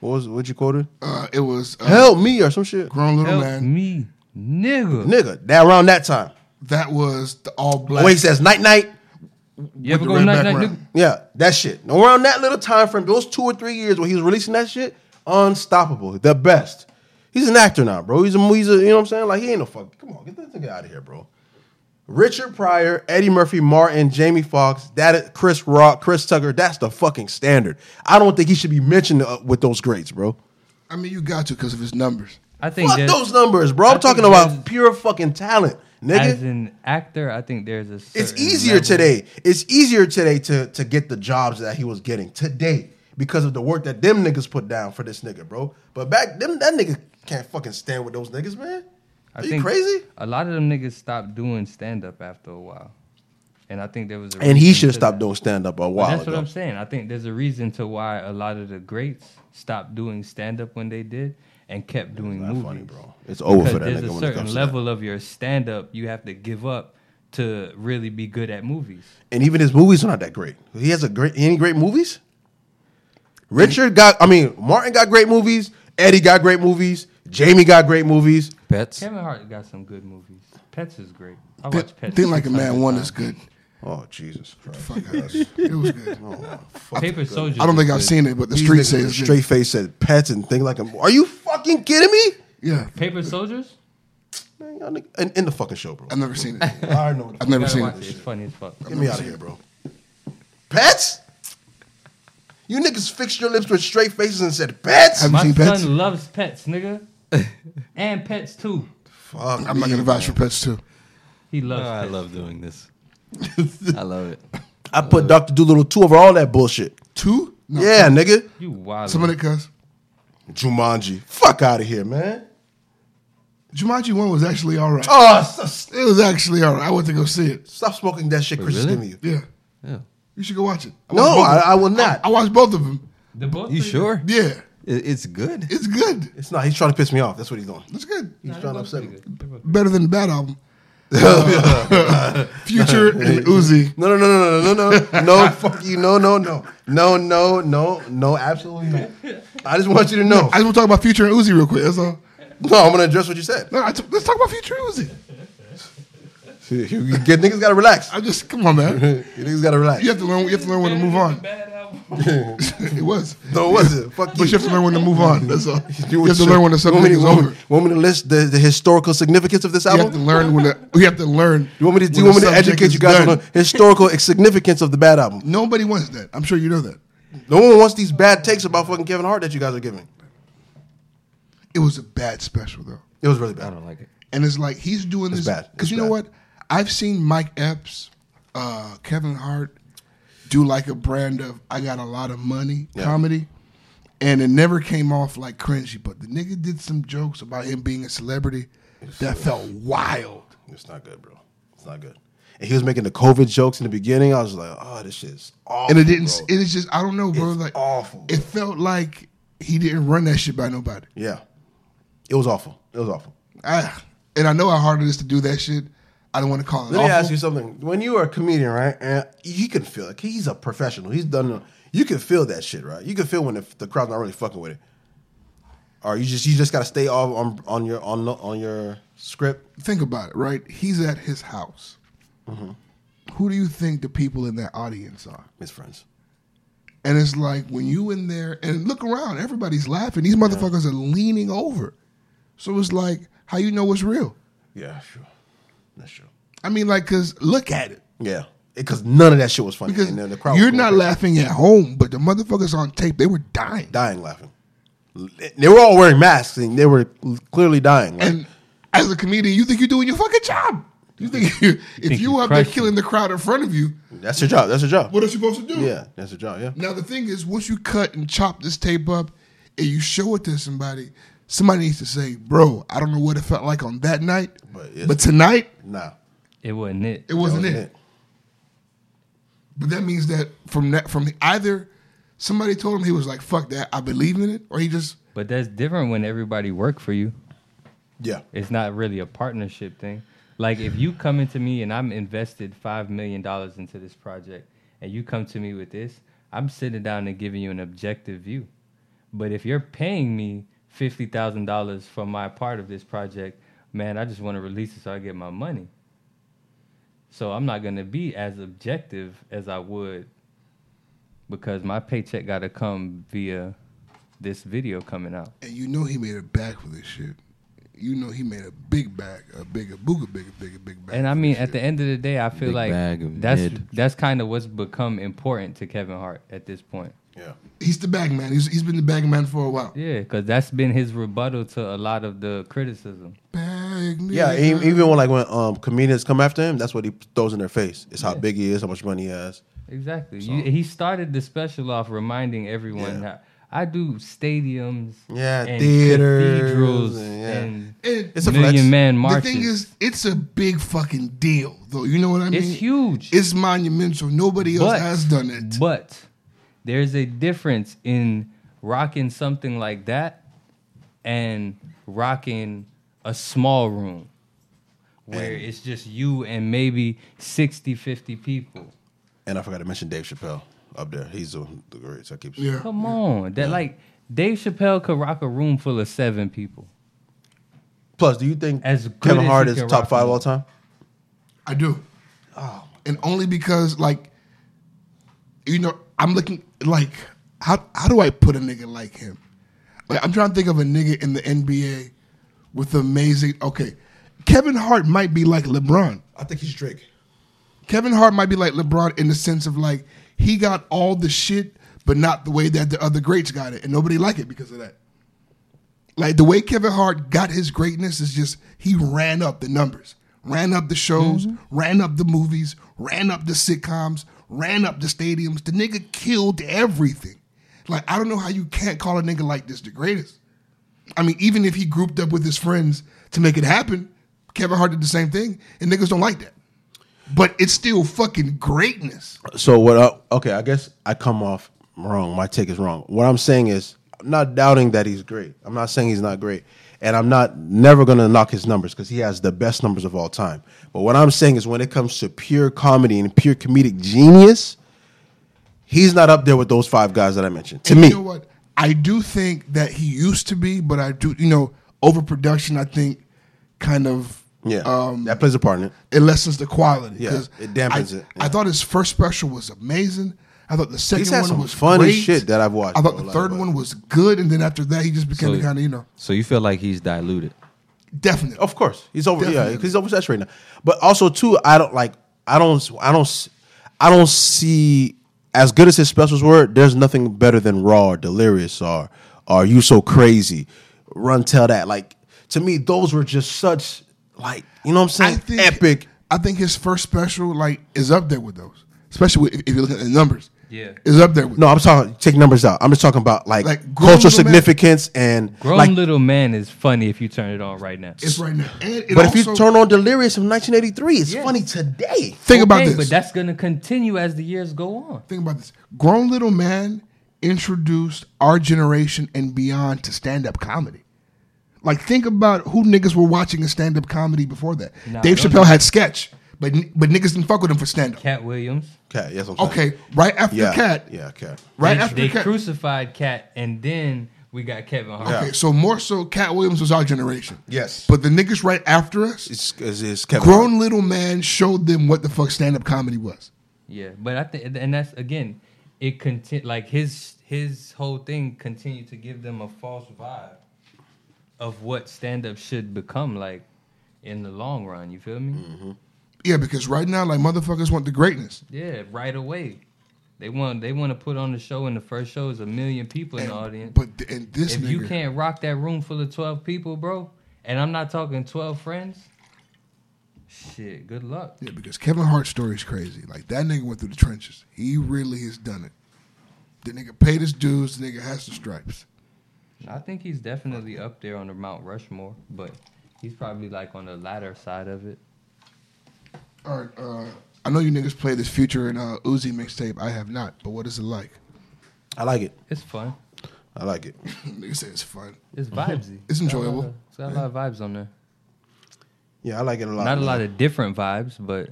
Speaker 1: What was what you quoted?
Speaker 3: Uh, it was uh,
Speaker 1: Help me or some shit,
Speaker 3: grown little
Speaker 2: Help
Speaker 3: man.
Speaker 2: me, nigga.
Speaker 1: nigga. That around that time.
Speaker 3: That was the all black.
Speaker 1: Oh, he says night night.
Speaker 2: you ever
Speaker 3: the
Speaker 2: go
Speaker 3: red
Speaker 2: night night,
Speaker 3: background.
Speaker 2: nigga?
Speaker 1: Yeah, that shit. Around that little time frame, those two or three years where he was releasing that shit, unstoppable, the best. He's an actor now, bro. He's a he's a, you know what I'm saying? Like he ain't no fuck. Come on, get that nigga out of here, bro. Richard Pryor, Eddie Murphy, Martin, Jamie Foxx, that is- Chris Rock, Chris Tucker. That's the fucking standard. I don't think he should be mentioned uh, with those greats, bro.
Speaker 3: I mean, you got to because of his numbers.
Speaker 2: I think
Speaker 1: Fuck
Speaker 2: there's-
Speaker 1: those numbers, bro.
Speaker 2: I
Speaker 1: I'm
Speaker 2: think
Speaker 1: talking
Speaker 2: there's-
Speaker 1: about pure fucking talent,
Speaker 2: As
Speaker 1: nigga.
Speaker 2: an actor, I think there's a.
Speaker 1: It's
Speaker 2: certain
Speaker 1: easier
Speaker 2: level.
Speaker 1: today. It's easier today to to get the jobs that he was getting today because of the work that them niggas put down for this nigga, bro. But back them that nigga can't fucking stand with those niggas, man. Are
Speaker 2: I
Speaker 1: you
Speaker 2: think
Speaker 1: crazy?
Speaker 2: A lot of them niggas stopped doing stand up after a while, and I think there was. A
Speaker 1: And he
Speaker 2: reason
Speaker 1: should have
Speaker 2: to
Speaker 1: stopped
Speaker 2: that.
Speaker 1: doing stand up a
Speaker 2: But
Speaker 1: while
Speaker 2: That's
Speaker 1: ago.
Speaker 2: what I'm saying. I think there's a reason to why a lot of the greats stopped doing stand up when they did and kept doing
Speaker 1: not
Speaker 2: movies.
Speaker 1: funny, bro. It's over
Speaker 2: Because
Speaker 1: for that nigga
Speaker 2: there's
Speaker 1: when
Speaker 2: a
Speaker 1: it
Speaker 2: certain
Speaker 1: comes to that.
Speaker 2: level of your stand up you have to give up to really be good at movies.
Speaker 1: and even his movies are not that great. He has a great any great movies. Richard got, I mean, Martin got great movies. Eddie got great movies. Jamie got great movies.
Speaker 4: Pets.
Speaker 2: Kevin Hart got some good movies. Pets is great. I
Speaker 3: Th-
Speaker 2: watch Pets.
Speaker 3: Think like a man.
Speaker 2: 600
Speaker 3: One
Speaker 1: uh,
Speaker 2: times.
Speaker 3: is good.
Speaker 1: Oh Jesus Christ! Oh,
Speaker 3: Fuck us. It was good.
Speaker 2: Paper Soldier.
Speaker 3: I don't
Speaker 2: is
Speaker 3: think I've
Speaker 2: good.
Speaker 3: seen it, but the
Speaker 1: These
Speaker 3: street
Speaker 1: niggas
Speaker 3: says
Speaker 1: with
Speaker 3: it's
Speaker 1: a
Speaker 3: good.
Speaker 1: straight face said pets and things like him. Are you fucking kidding me?
Speaker 3: Yeah,
Speaker 2: Paper Soldiers.
Speaker 1: Man, y'all nigga, in, in the fucking show, bro.
Speaker 3: I've never seen it.
Speaker 1: I know.
Speaker 3: I've never
Speaker 2: Gotta
Speaker 3: seen
Speaker 2: watch it.
Speaker 3: it.
Speaker 2: It's funny as fuck.
Speaker 1: Get me out of here, bro. Pets? You niggas fixed your lips with straight faces and said pets?
Speaker 3: Have-
Speaker 2: My
Speaker 3: seen
Speaker 2: son
Speaker 3: Pets?
Speaker 2: loves pets, nigga, and pets too.
Speaker 1: Fuck
Speaker 3: I'm not
Speaker 1: me.
Speaker 3: gonna vouch for Pets too.
Speaker 2: He
Speaker 4: Oh,
Speaker 2: loves.
Speaker 4: I
Speaker 2: pets.
Speaker 4: love doing this. I love it.
Speaker 1: I put Doctor Doolittle two over all that bullshit.
Speaker 3: Two? No.
Speaker 1: Yeah, nigga.
Speaker 2: You wild.
Speaker 3: Somebody cuss.
Speaker 1: Jumanji. Fuck out of here, man.
Speaker 3: Jumanji one was actually all right.
Speaker 1: Oh, stop,
Speaker 3: It was actually all right. I went to go see it.
Speaker 1: stop smoking that shit, Chris
Speaker 4: really?
Speaker 1: Stimmy.
Speaker 3: Yeah,
Speaker 4: Yeah.
Speaker 3: you should go watch it. I
Speaker 1: No,
Speaker 3: watched both of
Speaker 1: I-
Speaker 3: them.
Speaker 1: I will not.
Speaker 3: I, watched both of them.
Speaker 2: The both
Speaker 4: You
Speaker 2: of them?
Speaker 4: sure?
Speaker 3: Yeah,
Speaker 4: It- It's good.
Speaker 3: it's good.
Speaker 1: It's not. He's trying to piss me off. That's what he's doing.
Speaker 3: It's good.
Speaker 1: He's trying to upset me.
Speaker 3: Better than the Bad album. Future and Uzi.
Speaker 1: No, no, no, no, no, no, no, no. Fuck you. No, no, no, no, no, no, no. Absolutely not. I just want you to know.
Speaker 3: I just want to talk about Future and Uzi real quick. That's all.
Speaker 1: No, I'm gonna address what you said.
Speaker 3: No, I t- let's talk about Future and Uzi.
Speaker 1: You get niggas gotta relax.
Speaker 3: I just come on, man.
Speaker 1: You niggas gotta relax.
Speaker 3: You have to learn. You have to learn when to move on. it was.
Speaker 1: No, it wasn't. Fuck
Speaker 3: But you have to learn when to move on. That's all. You have to
Speaker 1: should-
Speaker 3: learn when the
Speaker 1: want me
Speaker 3: subject
Speaker 1: to-
Speaker 3: is
Speaker 1: want me-
Speaker 3: over.
Speaker 1: Want me to list the, the historical significance of this
Speaker 3: You have to
Speaker 1: album?
Speaker 3: learn when the. We have to learn.
Speaker 1: You want me to, do
Speaker 3: when
Speaker 1: you want me
Speaker 3: the
Speaker 1: to
Speaker 3: subject
Speaker 1: educate
Speaker 3: is
Speaker 1: you guys on
Speaker 3: done.
Speaker 1: the historical significance of the bad album?
Speaker 3: Nobody wants that. I'm sure you know that.
Speaker 1: No one wants these bad takes about fucking Kevin Hart that you guys are giving.
Speaker 3: It was a bad special though.
Speaker 1: It was really
Speaker 4: I
Speaker 1: bad.
Speaker 4: don't like it.
Speaker 3: And it's like he's doing
Speaker 1: It's
Speaker 3: this
Speaker 1: bad. It's
Speaker 3: because you know
Speaker 1: bad.
Speaker 3: what? I've seen Mike Epps, uh, Kevin Hart do like a brand of I got a lot of money
Speaker 1: Yeah.
Speaker 3: comedy, and it never came off like cringy. But the nigga did some jokes about him being a celebrity that felt wild.
Speaker 1: It's not good, bro. It's not good. And he was making the COVID jokes in the beginning. I was like, oh, this shit is awful.
Speaker 3: And it didn't.
Speaker 1: bro.
Speaker 3: It is just I don't know, bro.
Speaker 1: It's
Speaker 3: like
Speaker 1: awful,
Speaker 3: It felt like he didn't run that shit by nobody.
Speaker 1: yeah. It was awful. It was awful.
Speaker 3: Ah, and I know how hard it is to do that shit. I don't want to call it
Speaker 1: Let
Speaker 3: awful.
Speaker 1: me ask you something. When you are a comedian, right, and you can feel it. He's a professional. He's done. You can feel that shit, right? You can feel when the, the crowd's not really fucking with it. Or you just you just gotta stay off on on your on the- on your script.
Speaker 3: think about it, right? He's at his house.
Speaker 1: Mm-hmm.
Speaker 3: Who do you think the people in that audience are?
Speaker 1: His friends.
Speaker 3: And it's like when you in there and look around, everybody's laughing. These motherfuckers are leaning over. So it's like, how you know what's real?
Speaker 1: Yeah, sure. That's true.
Speaker 3: I mean, like, cause look at it.
Speaker 1: Yeah, because none of that shit was funny.
Speaker 3: Because
Speaker 1: and then the crowd was
Speaker 3: you're
Speaker 1: going
Speaker 3: not
Speaker 1: crazy.
Speaker 3: laughing at home, but the motherfuckers on tape, they were dying.
Speaker 1: dying laughing. They were all wearing masks and they were clearly dying. Like,
Speaker 3: And as a comedian, you think you're doing your fucking job. You think you, if
Speaker 2: think
Speaker 3: you,
Speaker 2: you
Speaker 3: up there
Speaker 2: crushed it.
Speaker 3: killing the crowd in front of you,
Speaker 1: that's your job. That's your job.
Speaker 3: what are you supposed to do?
Speaker 1: yeah, that's your job. Yeah.
Speaker 3: Now the thing is, once you cut and chop this tape up, and you show it to somebody, somebody needs to say, "Bro, I don't know what it felt like on that night,
Speaker 1: But
Speaker 3: but,
Speaker 1: it's-
Speaker 3: tonight
Speaker 1: Nah.
Speaker 2: It wasn't it.
Speaker 3: it wasn't
Speaker 1: That
Speaker 3: it.
Speaker 1: was it.
Speaker 3: But that means that from that from either somebody told him he was like, "Fuck that, I believe in it," or he just
Speaker 2: But that's different when everybody work for you.
Speaker 1: Yeah.
Speaker 2: It's not really a partnership thing. Like if you come into me and I'm invested five million dollars into this project, and you come to me with this, I'm sitting down and giving you an objective view. But if you're paying me fifty thousand dollars for my part of this project, man, I just want to release it so I get my money. So I'm not gonna be as objective as I would because my paycheck got to come via this video coming out.
Speaker 3: and you know he made a bag for this shit. You know he made a big bag, a bigger, booga, bigger, bigger, big bag.
Speaker 2: And I mean, at the end of the day, I feel
Speaker 4: Big
Speaker 2: like
Speaker 4: bag of
Speaker 2: that's
Speaker 4: head.
Speaker 2: that's kind of what's become important to Kevin Hart at this point.
Speaker 1: Yeah.
Speaker 3: he's the bag man. He's, he's been the bag man for a while.
Speaker 2: Yeah, because that's been his rebuttal to a lot of the criticism.
Speaker 3: Bag me.
Speaker 1: Yeah. e- Even when like when um comedians come after him, that's what he throws in their face. It's how big he is, how much money he has.
Speaker 2: Exactly. You, he started the special off reminding everyone
Speaker 1: Yeah.
Speaker 2: that I do stadiums,
Speaker 1: Yeah,
Speaker 2: and
Speaker 1: theaters
Speaker 2: cathedrals,
Speaker 1: and- yeah.
Speaker 2: and
Speaker 3: And-
Speaker 1: It's a
Speaker 2: million
Speaker 1: flex.
Speaker 2: man
Speaker 3: The
Speaker 2: marches.
Speaker 3: thing is, it's a big fucking deal, though. You know what I mean?
Speaker 2: It's huge.
Speaker 3: It's monumental. Nobody else
Speaker 2: But-
Speaker 3: has done it.
Speaker 2: But there's a difference in rocking something like that and rocking a small room where
Speaker 1: And-
Speaker 2: it's just you and maybe 60, 50 people.
Speaker 1: And I forgot to mention Dave Chappelle up there. He's the the greatest. I keep
Speaker 3: yeah.
Speaker 2: Come on. That like Dave Chappelle could rock a room full of seven people.
Speaker 1: Plus, do you think
Speaker 2: As good
Speaker 1: Kevin
Speaker 2: as
Speaker 1: Hart
Speaker 2: he
Speaker 1: is
Speaker 2: can
Speaker 1: top
Speaker 2: rock
Speaker 1: five
Speaker 2: me.
Speaker 1: all time?
Speaker 3: I do.
Speaker 1: Oh,
Speaker 3: and only because, like, you know, I'm looking like how how do I put a nigga like him? Like, I'm trying to think of a nigga in the NBA with amazing. Okay, Kevin Hart might be like LeBron.
Speaker 1: I think he's Drake.
Speaker 3: Kevin Hart might be like LeBron in the sense of like he got all the shit, but not the way that the other greats got it, and nobody like it because of that. Like the way Kevin Hart got his greatness is just he ran up the numbers, ran up the shows, ran up the movies, ran up the sitcoms, ran up the stadiums. The nigga killed everything. Like I don't know how you can't call a nigga like this the greatest. I mean, even if he grouped up with his friends to make it happen, Kevin Hart did the same thing, and niggas don't like that. But it's still fucking greatness.
Speaker 1: So what? I, okay, I guess I come off wrong. My take is wrong. What I'm saying is, I'm not doubting that he's great. I'm not saying he's not great, and I'm not never gonna knock his numbers because he has the best numbers of all time. But what I'm saying is, when it comes to pure comedy and pure comedic genius, he's not up there with those five guys that I mentioned. To
Speaker 3: And
Speaker 1: me,
Speaker 3: you know what? I do think that he used to be, but I do, you know, overproduction. I think kind of
Speaker 1: yeah,
Speaker 3: um,
Speaker 1: that plays a part in it.
Speaker 3: it lessens the quality.
Speaker 1: Yeah,
Speaker 3: 'Cause
Speaker 1: it dampens
Speaker 3: I-
Speaker 1: it,
Speaker 3: I
Speaker 1: yeah.
Speaker 3: thought his first special was amazing. I thought the second
Speaker 1: He's had
Speaker 3: one
Speaker 1: some
Speaker 3: was
Speaker 1: fun
Speaker 3: great.
Speaker 1: as shit that I've watched.
Speaker 3: I thought
Speaker 1: bro,
Speaker 3: the
Speaker 1: like,
Speaker 3: third
Speaker 1: but-
Speaker 3: one was good, and then after that, he just became the kind of you know
Speaker 4: So you feel like he's diluted.
Speaker 3: definite.
Speaker 1: Of course, he's over. Yeah,
Speaker 3: Definitely.
Speaker 1: because he's oversaturated now. But also too, I don't like. I don't. I don't. s- I don't see as good as his specials were. There's nothing better than Raw, or Delirious, or or You So Crazy, Run Tell That. Like to me, those were just such like you know what I'm saying. Epic.
Speaker 3: I think his first special like is up there with those, especially with- if, if you look at the numbers.
Speaker 2: Yeah.
Speaker 3: is up there. With
Speaker 1: No, I'm talking. Take numbers out. I'm just talking about like,
Speaker 3: Like, grown
Speaker 1: cultural
Speaker 3: little man.
Speaker 1: significance and
Speaker 2: Grown
Speaker 1: like.
Speaker 2: Little Man is funny if you turn it on right now.
Speaker 3: it's right now. And it
Speaker 1: But if you
Speaker 3: also-
Speaker 1: turn on Delirious from 1983, it's funny today.
Speaker 3: think about
Speaker 2: Okay,
Speaker 3: this,
Speaker 2: But that's going to continue as the years go on.
Speaker 3: think about this. Grown little man introduced our generation and beyond to stand up comedy. Like think about who niggas were watching in stand up comedy before that.
Speaker 2: Nah,
Speaker 3: Dave
Speaker 2: those
Speaker 3: Chappelle had sketch, but n- but niggas didn't fuck with him for stand up.
Speaker 2: Cat Williams.
Speaker 1: Okay, yes, I'm saying.
Speaker 3: Okay, right after
Speaker 1: Yeah.
Speaker 3: Cat,
Speaker 1: Yeah. Okay.
Speaker 3: right
Speaker 2: they,
Speaker 3: after
Speaker 2: they
Speaker 3: Cat.
Speaker 2: crucified Cat, and then we got Kevin Hart.
Speaker 3: Okay, so more so, Cat Williams was our generation.
Speaker 1: Yes.
Speaker 3: but the niggas right after us,
Speaker 1: It's, it's, it's Kevin Hart.
Speaker 3: grown little man showed them what the fuck stand up comedy was.
Speaker 2: Yeah, but I think, and that's again, it content like his his whole thing continued to give them a false vibe of what stand up should become like in the long run. You feel me?
Speaker 3: Yeah, because right now, like motherfuckers want the greatness.
Speaker 2: Yeah, right away. They want they want to put on the show, and the first show is a million people in
Speaker 3: And,
Speaker 2: the audience.
Speaker 3: but th- and this
Speaker 2: if
Speaker 3: nigga,
Speaker 2: you can't rock that room full of twelve people, bro, and I'm not talking twelve friends, shit, good luck.
Speaker 3: Yeah, because Kevin Hart's story is crazy. Like that nigga went through the trenches. He really has done it. The nigga paid his dues. The nigga has the stripes.
Speaker 2: I think he's definitely up there on the Mount Rushmore, but he's probably like on the latter side of it.
Speaker 3: All right, uh, I know you niggas play this Future and uh, Uzi mixtape. I have not, but what is it like?
Speaker 1: I like it.
Speaker 2: It's fun.
Speaker 1: I like it.
Speaker 3: nigga say it's fun.
Speaker 2: It's vibesy.
Speaker 3: It's
Speaker 2: Got a lot
Speaker 3: enjoyable.
Speaker 2: of- It's got a lot of vibes on there.
Speaker 1: Yeah, I like it a lot.
Speaker 2: Not a lot of different vibes, but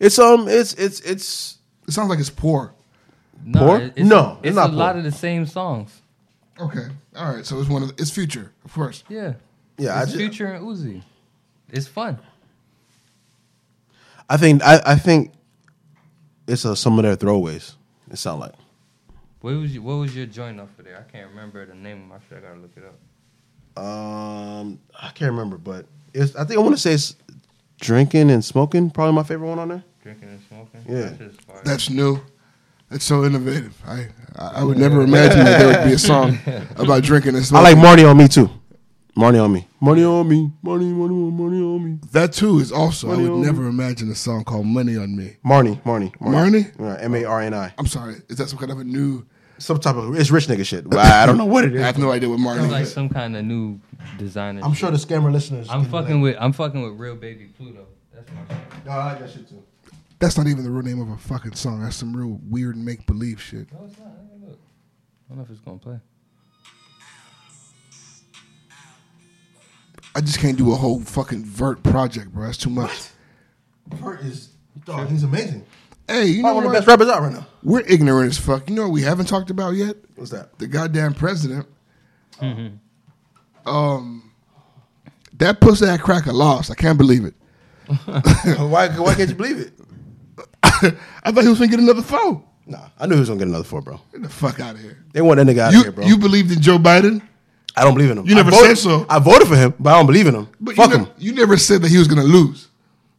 Speaker 1: It's um, it's it's it's
Speaker 3: It sounds like it's poor.
Speaker 2: no,
Speaker 1: Poor?
Speaker 2: It's,
Speaker 1: No, it's
Speaker 2: it's
Speaker 1: not
Speaker 2: a lot
Speaker 1: poor.
Speaker 2: of the same songs.
Speaker 3: Okay, all right. So it's one of it's Future, of course.
Speaker 2: Yeah,
Speaker 1: yeah. I
Speaker 2: it's
Speaker 1: ju-
Speaker 2: Future and Uzi. It's fun.
Speaker 1: I think I, I think it's uh some of their throwaways. It sound like
Speaker 2: What was your, what was your joint off of there? I can't remember the name of my shit. I gotta look it up.
Speaker 1: um, I can't remember, but it's I think I want to say it's drinking and smoking. Probably my favorite one on there.
Speaker 2: Drinking and smoking.
Speaker 1: Yeah.
Speaker 2: That shit's fire.
Speaker 3: That's new. That's so innovative. I I I would never imagine that there would be a song about drinking and
Speaker 1: I
Speaker 3: smoking.
Speaker 1: like Marnie on me too. Marnie on me. Marnie on me. Marnie, Marnie, Marnie, Marnie on me.
Speaker 3: that too. Is also
Speaker 1: Money
Speaker 3: I would
Speaker 1: on
Speaker 3: never imagine a song called "Money on Me."
Speaker 1: Marnie, Marnie,
Speaker 3: Marnie?
Speaker 1: Yeah, M A R N I.
Speaker 3: I'm sorry. Is that some kind of a new?
Speaker 1: Some type of it's rich nigga shit. I, I don't know what it
Speaker 3: I
Speaker 1: is.
Speaker 3: have no idea what Martin
Speaker 2: Sounds like
Speaker 3: is.
Speaker 2: some kind of new designer.
Speaker 1: I'm sure the
Speaker 2: shit.
Speaker 1: scammer listeners.
Speaker 2: I'm
Speaker 1: can relate.
Speaker 2: fucking with I'm fucking with real baby Pluto. That's my shit.
Speaker 1: No, I like that shit too.
Speaker 3: That's not even the real name of a fucking song. That's some real weird make believe shit.
Speaker 2: No, it's not. I gotta look. I don't know if it's gonna play.
Speaker 3: I just can't do a whole fucking vert project, bro. That's too much.
Speaker 1: Kurt is dog, he's amazing.
Speaker 3: Hey, you know
Speaker 1: Probably one of the
Speaker 3: what?
Speaker 1: best rappers out right now.
Speaker 3: We're ignorant as fuck. You know what we haven't talked about yet?
Speaker 1: What's that?
Speaker 3: The goddamn president.
Speaker 2: Mm-hmm.
Speaker 3: Um, that pussy that cracker lost. I can't believe it.
Speaker 1: why why can't you believe it?
Speaker 3: I thought he was gonna get another foe.
Speaker 1: Nah, I knew he was gonna get another four, bro.
Speaker 3: Get the fuck out of here.
Speaker 1: They want that nigga out
Speaker 3: you
Speaker 1: of here, bro.
Speaker 3: you believed in Joe Biden,
Speaker 1: I don't believe in him.
Speaker 3: you
Speaker 1: I
Speaker 3: never
Speaker 1: voted-
Speaker 3: said so.
Speaker 1: I voted for him, but I don't believe in him.
Speaker 3: but
Speaker 1: Fuck
Speaker 3: you,
Speaker 1: him.
Speaker 3: ne- you never said that he was gonna lose.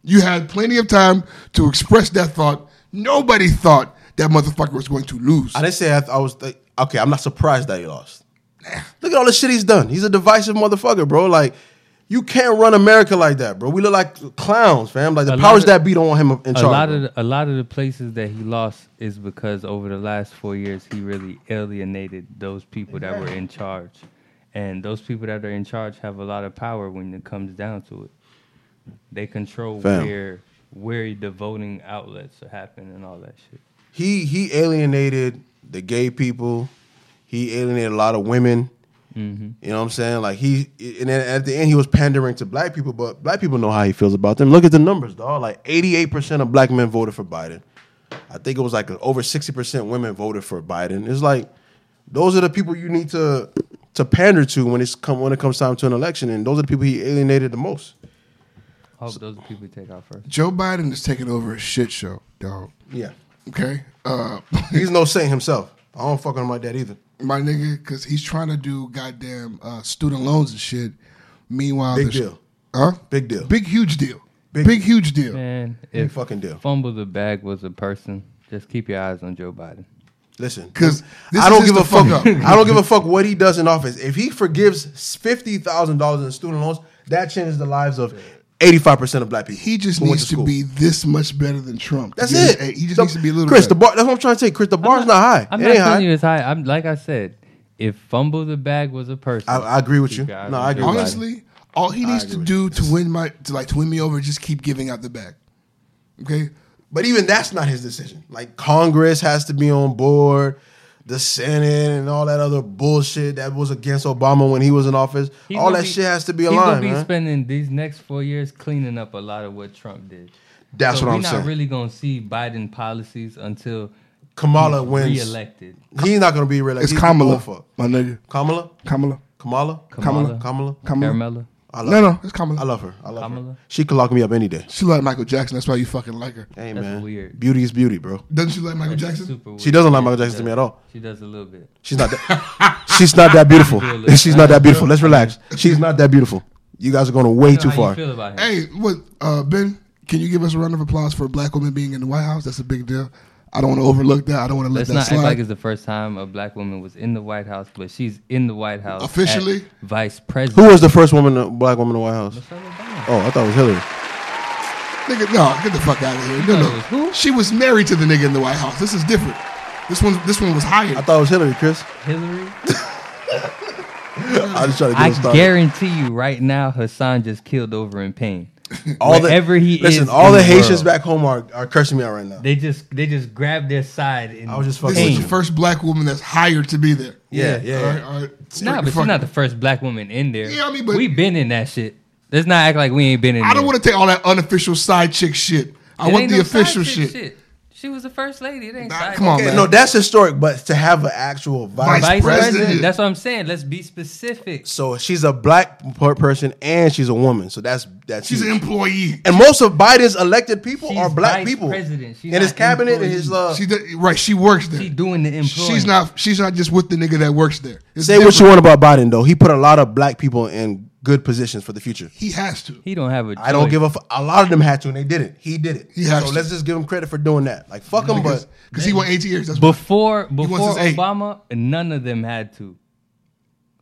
Speaker 3: You had plenty of time to express that thought. Nobody thought that motherfucker was going to lose.
Speaker 1: I didn't say I, th- I was. Th- okay, I'm not surprised that he lost. Look at all the shit he's done. He's a divisive motherfucker, bro. Like, you can't run America like that, bro. We look like clowns, fam. Like the
Speaker 2: A lot
Speaker 1: powers
Speaker 2: of-
Speaker 1: that be don't want him in charge.
Speaker 2: a lot
Speaker 1: bro.
Speaker 2: of the, a lot of the places that he lost is because over the last four years he really alienated those people that were in charge, and those people that are in charge have a lot of power when it comes down to it. They control
Speaker 1: Fam.
Speaker 2: where where the voting outlets are happening and all that shit.
Speaker 1: he he alienated the gay people. He alienated a lot of women. You know what I'm saying? Like he, and then at the end, he was pandering to black people, but black people know how he feels about them. Look at the numbers, dog. Like 88% of black men voted for Biden. I think it was like over 60% women voted for Biden. It's like those are the people you need to to pander to when it's come when it comes time to an election, and those are the people he alienated the most.
Speaker 2: Hope those people take out first.
Speaker 3: Joe Biden is taking over a shit show, dog.
Speaker 1: Yeah,
Speaker 3: Okay, uh,
Speaker 1: He's no saint himself. I don't fuck with him like that either.
Speaker 3: my nigga, because he's trying to do goddamn uh, student loans and shit. Meanwhile,
Speaker 1: Big
Speaker 3: the sh-
Speaker 1: deal.
Speaker 3: huh?
Speaker 1: Big deal.
Speaker 3: Big huge deal.
Speaker 1: Big-
Speaker 3: Big, huge deal.
Speaker 2: Man,
Speaker 1: Big
Speaker 2: if
Speaker 1: fucking deal.
Speaker 2: fumble the bag was a person, just keep your eyes on Joe Biden.
Speaker 1: Listen,
Speaker 3: 'Cause this
Speaker 1: I don't
Speaker 3: is
Speaker 1: give a
Speaker 3: just
Speaker 1: fuck.
Speaker 3: the fuck up.
Speaker 1: I don't give a fuck what he does in office. If he forgives fifty thousand dollars in student loans, that changes the lives of eighty-five percent of black people.
Speaker 3: He just
Speaker 1: who went
Speaker 3: needs to
Speaker 1: school.
Speaker 3: be this much better than Trump.
Speaker 1: That's
Speaker 3: Yeah,
Speaker 1: it.
Speaker 3: He just
Speaker 1: The-
Speaker 3: needs to be a little.
Speaker 1: Chris,
Speaker 3: better.
Speaker 1: the bar. That's what I'm trying to say. Chris, the bar's not, high.
Speaker 2: I'm
Speaker 1: it
Speaker 2: not
Speaker 1: ain't
Speaker 2: telling
Speaker 1: high.
Speaker 2: you it's high. I'm like I said, if fumble the bag was a person,
Speaker 1: I, I agree with
Speaker 2: keep
Speaker 1: you.
Speaker 2: your eyes
Speaker 1: No,
Speaker 2: on
Speaker 1: I
Speaker 2: Joe
Speaker 1: agree.
Speaker 2: Biden.
Speaker 1: Honestly,
Speaker 3: Honestly, all he needs
Speaker 1: agree
Speaker 3: to
Speaker 1: with
Speaker 3: do to win my to like to win me over is just keep giving out the back. Okay,
Speaker 1: but even that's not his decision. Like Congress has to be on board. The Senate and all that other bullshit that was against Obama when he was in office.
Speaker 2: He
Speaker 1: all
Speaker 2: gonna
Speaker 1: that
Speaker 2: be-
Speaker 1: shit has to be
Speaker 2: He's gonna
Speaker 1: aligned,
Speaker 2: be
Speaker 1: man.
Speaker 2: spending these next four years cleaning up a lot of what Trump did.
Speaker 1: That's
Speaker 2: so
Speaker 1: what
Speaker 2: we're
Speaker 1: I'm
Speaker 2: not
Speaker 1: saying.
Speaker 2: really gonna see Biden policies until
Speaker 1: Kamala wins.
Speaker 2: reelected.
Speaker 1: He's not going to be reelected.
Speaker 3: it's
Speaker 1: He's
Speaker 3: Kamala,
Speaker 1: old fuck.
Speaker 3: my nigga,
Speaker 1: Kamala?
Speaker 3: Kamala,
Speaker 1: Kamala?
Speaker 2: Kamala.
Speaker 1: Kamala?
Speaker 3: Kamala.
Speaker 2: Carmella.
Speaker 1: I love
Speaker 3: No,
Speaker 1: her.
Speaker 3: no, it's Kamala.
Speaker 1: I love her. I love her.
Speaker 2: Kamala?
Speaker 1: She could lock me up any day.
Speaker 3: she like Michael Jackson. That's why you fucking like her.
Speaker 1: Hey,
Speaker 2: That's
Speaker 1: man.
Speaker 2: weird.
Speaker 1: Beauty is beauty, bro.
Speaker 3: Doesn't she like Michael
Speaker 2: That's
Speaker 3: Jackson?
Speaker 2: super
Speaker 1: She
Speaker 2: weird.
Speaker 1: doesn't like Michael
Speaker 2: She
Speaker 1: Jackson to me
Speaker 2: does.
Speaker 1: at all.
Speaker 2: She does a little bit.
Speaker 1: She's not that She's not that beautiful. She's not that beautiful. Let's relax. She's not that beautiful. You guys are going way too
Speaker 2: How you
Speaker 1: far.
Speaker 2: feel about him?
Speaker 3: Hey, what uh, Ben? Can you give us a round of applause for a black woman being in the White House? That's a big deal. I don't want to overlook that. I don't want to let
Speaker 2: Let's
Speaker 3: that
Speaker 2: not
Speaker 3: slide.
Speaker 2: act like it's the first time a black woman was in the White House, but she's in the White House
Speaker 3: Officially?
Speaker 2: as vice
Speaker 1: Who
Speaker 2: president.
Speaker 1: was the first woman, uh, black woman in the White House? Oh, I thought it was Hillary.
Speaker 3: Nigga, no, get the fuck out of here. No,
Speaker 2: thought it was
Speaker 3: no.
Speaker 2: who?
Speaker 3: She was married to the nigga in the White House. This is different. This one, this one was hired.
Speaker 1: I thought it was Hillary, Chris.
Speaker 2: Hillary.
Speaker 1: I just trying to get
Speaker 2: I
Speaker 1: us started.
Speaker 2: guarantee you, right now, Hassan just killed over in pain.
Speaker 1: all the
Speaker 2: wherever he
Speaker 1: listen,
Speaker 2: is
Speaker 1: all
Speaker 2: in
Speaker 1: the,
Speaker 2: the
Speaker 1: Haitians
Speaker 2: world.
Speaker 1: back home are, are cursing me out right now.
Speaker 2: They just they just grabbed their side. And
Speaker 1: I was just fucking
Speaker 3: this
Speaker 1: with
Speaker 3: is
Speaker 1: you.
Speaker 3: the first black woman that's hired to be there.
Speaker 1: Yeah, yeah,
Speaker 3: All right,
Speaker 1: yeah.
Speaker 3: all right.
Speaker 2: Nah, but she's not the first black woman in there.
Speaker 3: Yeah, I mean, but-
Speaker 2: we been in that shit. Let's not act like we ain't been in.
Speaker 3: I don't
Speaker 2: there.
Speaker 3: want to take all that unofficial side chick shit. I
Speaker 2: It
Speaker 3: want
Speaker 2: ain't
Speaker 3: the
Speaker 2: no side
Speaker 3: official
Speaker 2: chick
Speaker 3: shit.
Speaker 2: She was the first lady. It ain't
Speaker 3: Nah,
Speaker 2: side
Speaker 3: come on,
Speaker 2: chick.
Speaker 1: Yeah,
Speaker 3: man.
Speaker 1: no, that's historic, but to have an actual vice,
Speaker 3: Vice
Speaker 2: Vice president.
Speaker 3: president.
Speaker 2: That's what I'm saying. Let's be specific.
Speaker 1: So she's a black per- person and she's a woman. So that's that's
Speaker 3: She's an
Speaker 1: huge.
Speaker 3: employee.
Speaker 1: and most of Biden's elected people
Speaker 2: She's
Speaker 1: are black
Speaker 2: vice
Speaker 1: people.
Speaker 2: president. She's
Speaker 1: in his
Speaker 2: not
Speaker 1: cabinet and his uh,
Speaker 3: She does, right. She works there.
Speaker 2: She doing the employment.
Speaker 3: she's not. She's not just with the nigga that works there. It's
Speaker 1: say what you
Speaker 3: different.
Speaker 1: want about Biden though. He put a lot of black people in good positions for the future.
Speaker 3: He has to.
Speaker 2: He don't have a. Choice.
Speaker 1: I don't give a fuck. A lot of them had to and they did it. He did it.
Speaker 3: He has
Speaker 1: so
Speaker 3: to.
Speaker 1: let's just give him credit for doing that. Like fuck him,
Speaker 3: Because
Speaker 1: but
Speaker 3: because he won eight years. That's what.
Speaker 2: Before before
Speaker 3: wants his eight.
Speaker 2: Obama, none of them had to.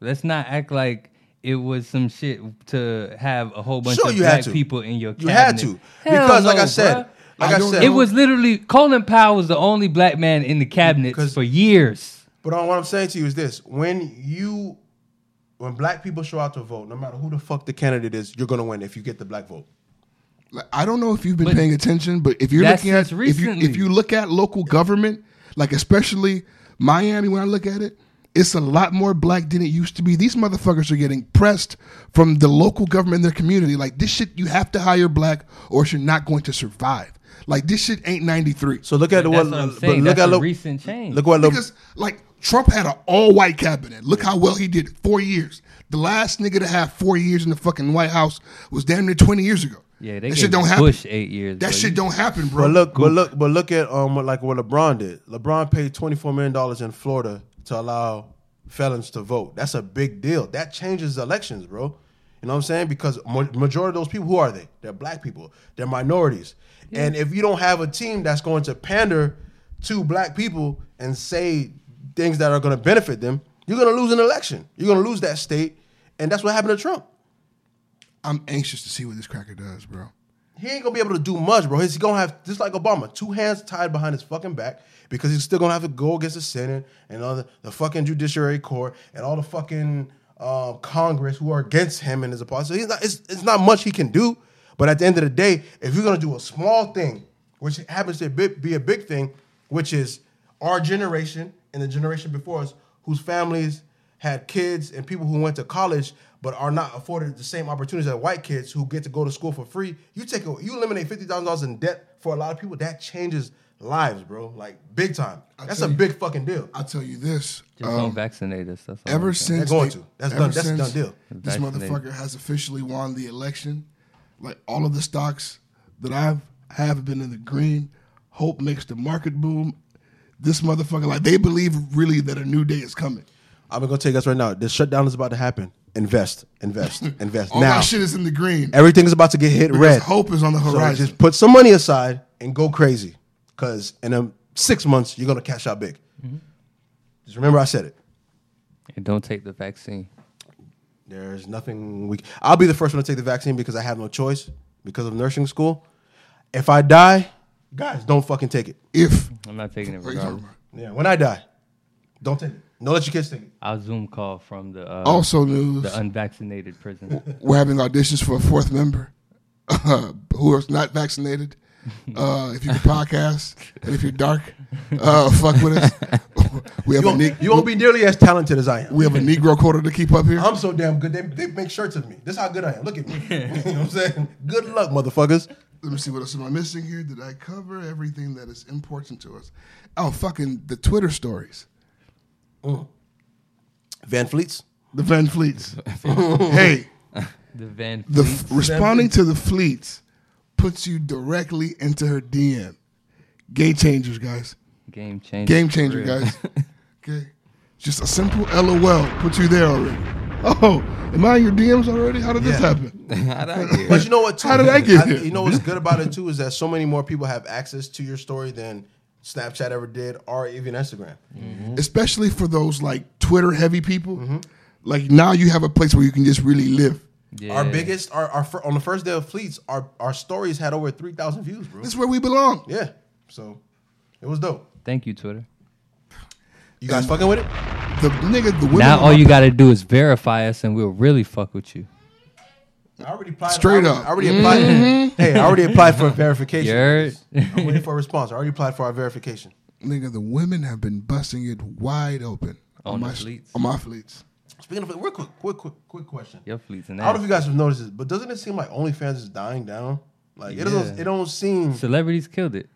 Speaker 2: Let's not act like it was some shit to have a whole bunch
Speaker 1: Sure
Speaker 2: of
Speaker 1: you had
Speaker 2: black
Speaker 1: to.
Speaker 2: people in your
Speaker 1: you
Speaker 2: cabinet.
Speaker 1: had to
Speaker 2: Hell
Speaker 1: because like
Speaker 2: no,
Speaker 1: I said,
Speaker 2: bruh.
Speaker 1: like
Speaker 3: I
Speaker 1: I,
Speaker 3: don't
Speaker 1: said,
Speaker 2: it was literally Colin Powell was the only black man in the cabinet
Speaker 1: Because-
Speaker 2: for years.
Speaker 1: But all, what I'm saying to you is this: when you, when black people show out to vote, no matter who the fuck the candidate is, you're gonna win if you get the black vote.
Speaker 3: Like, I don't know if you've been
Speaker 2: But
Speaker 3: paying attention, but if you're
Speaker 2: that's
Speaker 3: looking at
Speaker 2: since
Speaker 3: if you if
Speaker 2: recently.
Speaker 3: you look at local government, like especially Miami, when I look at it, it's a lot more black than it used to be. These motherfuckers are getting pressed from the local government in their community. Like this shit, you have to hire black, or else you're not going to survive. Like this shit ain't '93.
Speaker 1: So look at the
Speaker 2: That's
Speaker 1: what,
Speaker 2: what I'm
Speaker 1: but
Speaker 2: saying.
Speaker 1: look
Speaker 2: That's
Speaker 1: at
Speaker 2: a
Speaker 1: look,
Speaker 2: recent change.
Speaker 1: Look what
Speaker 3: Because like Trump had an all white cabinet. Look how well he did. Four years. The last nigga to have four years in the fucking White House was damn near twenty years ago.
Speaker 2: Yeah, they
Speaker 3: that
Speaker 2: gave
Speaker 3: shit don't happen.
Speaker 2: Bush eight years. bro.
Speaker 3: that shit don't happen, bro.
Speaker 1: but look, but look, but look at um what, like what LeBron did. LeBron paid 24 million dollars in Florida to allow felons to vote. That's a big deal. That changes elections, bro. You know what I'm saying? Because ma- majority of those people, who are they? They're black people. They're minorities. And if you don't have a team that's going to pander to black people and say things that are going to benefit them, you're going to lose an election. You're going to lose that state, and that's what happened to Trump.
Speaker 3: I'm anxious to see what this cracker does, bro.
Speaker 1: He ain't gonna be able to do much, bro. He's gonna have just like Obama, two hands tied behind his fucking back because he's still gonna have to go against the Senate and all the, the fucking Judiciary Court and all the fucking uh, Congress who are against him and his opponents. So he's not. It's, it's not much he can do. But at the end of the day, if you're gonna do a small thing, which happens to bi- be a big thing, which is our generation and the generation before us, whose families had kids and people who went to college but are not afforded the same opportunities that white kids who get to go to school for free. You take a, you eliminate fifty thousand dollars in debt for a lot of people. That changes lives, bro. Like big time. That's a
Speaker 3: tell you-
Speaker 1: big fucking deal.
Speaker 3: I'll tell you this. uh,
Speaker 1: Oh.
Speaker 2: Just don't vaccinate us. That's all
Speaker 3: Ever
Speaker 2: I'm saying.
Speaker 1: They're
Speaker 3: since
Speaker 1: going
Speaker 3: they-
Speaker 1: to. That's
Speaker 3: ever
Speaker 1: done. That's a done
Speaker 3: since
Speaker 1: deal.
Speaker 3: This
Speaker 2: Vaccinated.
Speaker 3: motherfucker has officially won the election. Like all of the stocks that I've have been in the green. Hope licks the market boom. This motherfucker, like they believe really that a new day is coming.
Speaker 1: I'm gonna tell you guys right now. This shutdown is about to happen. Invest, invest, invest
Speaker 3: All
Speaker 1: now.
Speaker 3: my shit is in the green.
Speaker 1: Everything is about to get hit
Speaker 3: Because
Speaker 1: red.
Speaker 3: hope is on the
Speaker 1: So
Speaker 3: horizon.
Speaker 1: just put some money aside and go crazy, because in um, six months you're gonna cash out big.
Speaker 3: Mm-hmm.
Speaker 1: Just remember, I said it.
Speaker 2: And don't take the vaccine.
Speaker 1: There's nothing we. I'll be the first one to take the vaccine because I have no choice because of nursing school. If I die, guys, don't fucking take it.
Speaker 3: if
Speaker 2: I'm not taking it
Speaker 3: what are you talking
Speaker 2: regardless.
Speaker 3: about?
Speaker 1: Yeah, when I die, don't take it. Don't let your kids take it.
Speaker 2: I'll Zoom call from the uh,
Speaker 1: Oh.
Speaker 3: Also news.
Speaker 2: the unvaccinated prison.
Speaker 3: we're having auditions for a fourth member who is not vaccinated. Uh, if you can podcast and if you're dark, uh, fuck with us. we have
Speaker 1: You
Speaker 3: a
Speaker 1: won't,
Speaker 3: ne-
Speaker 1: you won't be nearly as talented as I am.
Speaker 3: we have a Negro quota to keep up here.
Speaker 1: I'm so damn good. They, they make shirts of me. This is how good I am. Look at me. you know what I'm saying? Good luck, motherfuckers.
Speaker 3: Let me see what else am I missing here. Did I cover everything that is important to us? Oh, fucking the Twitter stories,
Speaker 1: Mm. Van Fleets.
Speaker 3: the Van Fleets. hey,
Speaker 2: the Van
Speaker 3: the
Speaker 2: Fleet.
Speaker 3: f- responding to the Fleets puts you directly into her DM. Game changers, guys.
Speaker 2: game changer.
Speaker 3: Game
Speaker 2: for
Speaker 3: changer,
Speaker 2: real.
Speaker 3: guys. okay. Just a simple LOL put you there already. Oh, am I in your DMs already? How did this
Speaker 1: Yeah.
Speaker 3: happen?
Speaker 4: How'd I get
Speaker 1: But you know what? Too,
Speaker 3: How did I get here?
Speaker 1: You know what's good about it too is that so many more people have access to your story than Snapchat ever did, or even Instagram.
Speaker 2: Mm-hmm.
Speaker 3: Especially for those like Twitter heavy people. Like now you have a place where you can just really live.
Speaker 2: Yeah.
Speaker 1: Our biggest, our, our fir- on the first day of Fleets, our our stories had over three thousand views, bro.
Speaker 3: This is where we belong.
Speaker 1: Yeah, so it was dope.
Speaker 2: Thank you, Twitter.
Speaker 1: You guys fucking with it?
Speaker 3: The nigga, the women.
Speaker 2: Now
Speaker 3: on
Speaker 2: all
Speaker 3: my-
Speaker 2: you gotta do is verify us, and we'll really fuck with you.
Speaker 1: I already applied.
Speaker 3: Straight
Speaker 1: I already,
Speaker 3: up.
Speaker 1: I already applied. Hey, I already applied for verification.
Speaker 2: You're
Speaker 1: I'm waiting for a response. I already applied for our verification.
Speaker 3: nigga, the women have been busting it wide open
Speaker 2: On the
Speaker 3: my s-
Speaker 2: fleets.
Speaker 3: On my fleets.
Speaker 1: Speaking of, real quick, quick, quick, quick question.
Speaker 2: your fleet's an
Speaker 1: I don't know if
Speaker 2: ass.
Speaker 1: you guys have noticed this, but doesn't it seem like OnlyFans is dying down? Like it doesn't.
Speaker 2: Yeah.
Speaker 1: It don't seem.
Speaker 2: Celebrities killed it.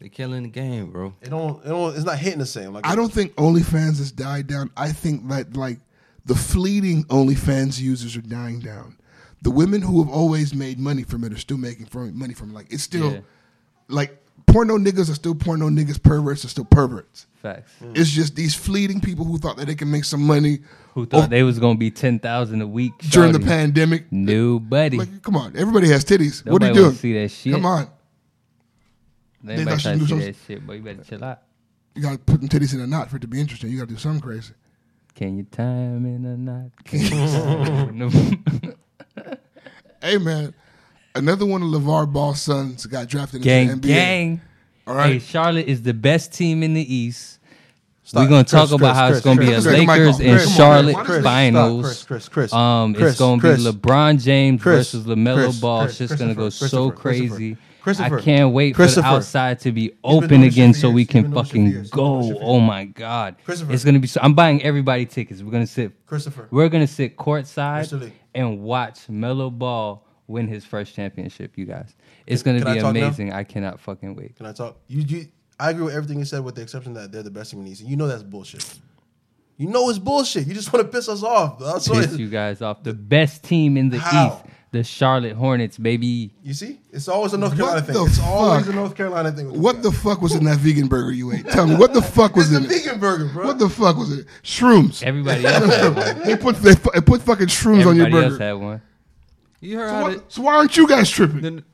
Speaker 4: They killing the game, bro.
Speaker 1: It don't. It don't. It's not hitting the same. Like
Speaker 3: I don't think OnlyFans has died down. I think that like the fleeting OnlyFans users are dying down. The women who have always made money from it are still making from money from it. like it's still
Speaker 2: Yeah.
Speaker 3: like porno niggas are still porno niggas, perverts are still perverts.
Speaker 2: Facts.
Speaker 3: It's just these fleeting people who thought that they could make some money
Speaker 2: Who thought they was gonna be ten thousand a week
Speaker 3: Oh. during the
Speaker 2: shawty.
Speaker 3: pandemic.
Speaker 2: Nobody.
Speaker 3: Like, come on, everybody has titties. what are
Speaker 2: Nobody
Speaker 3: you
Speaker 2: wanna
Speaker 3: doing?
Speaker 2: see that shit.
Speaker 3: Come on,
Speaker 2: Nobody
Speaker 3: thought she
Speaker 2: trying to
Speaker 3: knew
Speaker 2: see
Speaker 3: something.
Speaker 2: that shit, but you better chill out.
Speaker 3: you gotta put them titties in a knot for it to be interesting. You gotta do something crazy.
Speaker 2: Can you time in a knot? Can you time in a-
Speaker 3: Hey man, another one of LeVar Ball's sons got drafted into
Speaker 2: gang,
Speaker 3: the NBA.
Speaker 2: gang.
Speaker 3: All
Speaker 2: Hey,
Speaker 3: right.
Speaker 2: Charlotte is the best team in the East.
Speaker 1: Stop.
Speaker 2: We're gonna
Speaker 1: Chris,
Speaker 2: talk about
Speaker 1: Chris,
Speaker 2: how
Speaker 1: Chris,
Speaker 2: it's gonna be a
Speaker 1: Chris,
Speaker 3: Chris,
Speaker 2: Lakers
Speaker 3: Michael,
Speaker 2: and
Speaker 3: Chris, come on,
Speaker 2: Charlotte
Speaker 3: Chris, Chris,
Speaker 2: finals.
Speaker 1: stop. Chris, Chris, Chris,
Speaker 2: um,
Speaker 1: Chris,
Speaker 2: it's gonna
Speaker 1: Chris,
Speaker 2: be LeBron James
Speaker 1: Chris,
Speaker 2: versus Lamelo
Speaker 1: Chris,
Speaker 2: Ball.
Speaker 1: Chris,
Speaker 2: It's just gonna go
Speaker 1: Christopher,
Speaker 2: so
Speaker 1: Christopher,
Speaker 2: crazy.
Speaker 1: Christopher,
Speaker 2: I can't wait for the
Speaker 1: Christopher.
Speaker 2: outside to be
Speaker 1: doing
Speaker 2: open
Speaker 1: this
Speaker 2: again
Speaker 1: shit for
Speaker 2: so we
Speaker 1: years. He's
Speaker 2: can
Speaker 1: been doing this shit for years.
Speaker 2: fucking
Speaker 1: He's been doing this
Speaker 2: go.
Speaker 1: shit for
Speaker 2: Oh my god,
Speaker 1: Christopher.
Speaker 2: it's gonna be. so I'm buying everybody tickets. We're gonna sit.
Speaker 1: Christopher.
Speaker 2: We're gonna sit courtside
Speaker 1: Mr. Lee.
Speaker 2: and watch Melo Ball win his first championship. You guys, it's gonna
Speaker 1: can I
Speaker 2: be
Speaker 1: talk now?
Speaker 2: amazing. I cannot fucking wait.
Speaker 1: Can I talk? You, you, I agree with everything you said, with the exception that they're the best team in the East. And you know that's bullshit. You know it's bullshit. You just want to piss us off. That's what
Speaker 2: Piss you guys off. The best team in the
Speaker 1: How?
Speaker 2: East, the Charlotte Hornets, baby.
Speaker 1: You see, it's always a North
Speaker 3: What
Speaker 1: Carolina
Speaker 3: the
Speaker 1: thing. It's always
Speaker 3: fuck?
Speaker 1: a North Carolina thing. with these
Speaker 3: What
Speaker 1: guys.
Speaker 3: the fuck was in that vegan burger you ate? Tell me, what the fuck was
Speaker 1: It's a
Speaker 3: in it?
Speaker 1: vegan burger, bro.
Speaker 3: What the fuck was it? Shrooms.
Speaker 2: Everybody else had one.
Speaker 3: they put they, fu- they put fucking shrooms on your
Speaker 2: Everybody else
Speaker 3: burger.
Speaker 2: had one.
Speaker 4: You heard
Speaker 3: So,
Speaker 4: how
Speaker 3: what- so why aren't you guys tripping?
Speaker 4: the,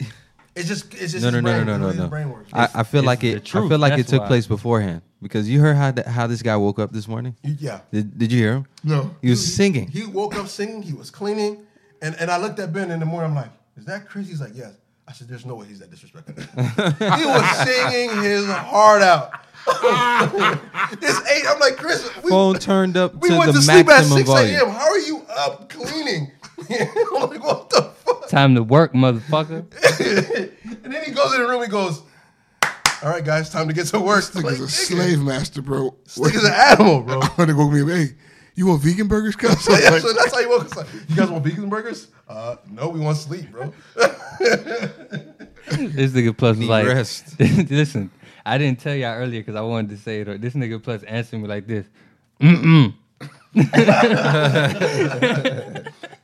Speaker 1: It's just. It's just.
Speaker 4: no,
Speaker 1: his
Speaker 4: no, no,
Speaker 1: brain.
Speaker 4: no, no,
Speaker 1: His
Speaker 4: no,
Speaker 1: brain
Speaker 4: no.
Speaker 1: works.
Speaker 4: I, I feel like
Speaker 2: the
Speaker 4: it. I
Speaker 2: truth.
Speaker 4: feel like it
Speaker 2: That's
Speaker 4: took
Speaker 2: why.
Speaker 4: place beforehand because you heard how th- how this guy woke up this morning.
Speaker 1: You- yeah.
Speaker 4: Did, did you hear him?
Speaker 3: No.
Speaker 4: He was singing.
Speaker 1: He woke up singing. He was cleaning, and and I looked at Ben in the morning. I'm like, "Is that Chris?" He's like, "Yes." I said, "There's no way he's that disrespectful." he was singing his heart out. it's eight. I'm like, Chris, we,
Speaker 4: Phone turned up
Speaker 1: we
Speaker 4: to
Speaker 1: went
Speaker 4: the
Speaker 1: to sleep at
Speaker 4: maximum
Speaker 1: six a.m.
Speaker 4: volume.
Speaker 1: How are you up cleaning? I'm like, what the fuck?
Speaker 2: Time to work, motherfucker.
Speaker 1: And then he goes in the room. He goes, "All right, guys, time to get to work."
Speaker 3: This nigga's a
Speaker 1: Like,
Speaker 3: slave master, bro.
Speaker 1: This nigga's an animal, bro.
Speaker 3: I'm gonna go with me. Hey, you want vegan burgers, cuz?
Speaker 1: So, yeah, so
Speaker 3: Like,
Speaker 1: that's how you woke us up. You guys want vegan burgers? Uh, no, we want sleep, bro.
Speaker 2: This nigga plus was
Speaker 4: Need
Speaker 2: like,
Speaker 4: rest.
Speaker 2: listen, I didn't tell y'all earlier because I wanted to say it. This nigga plus answered me like this. Mm-mm.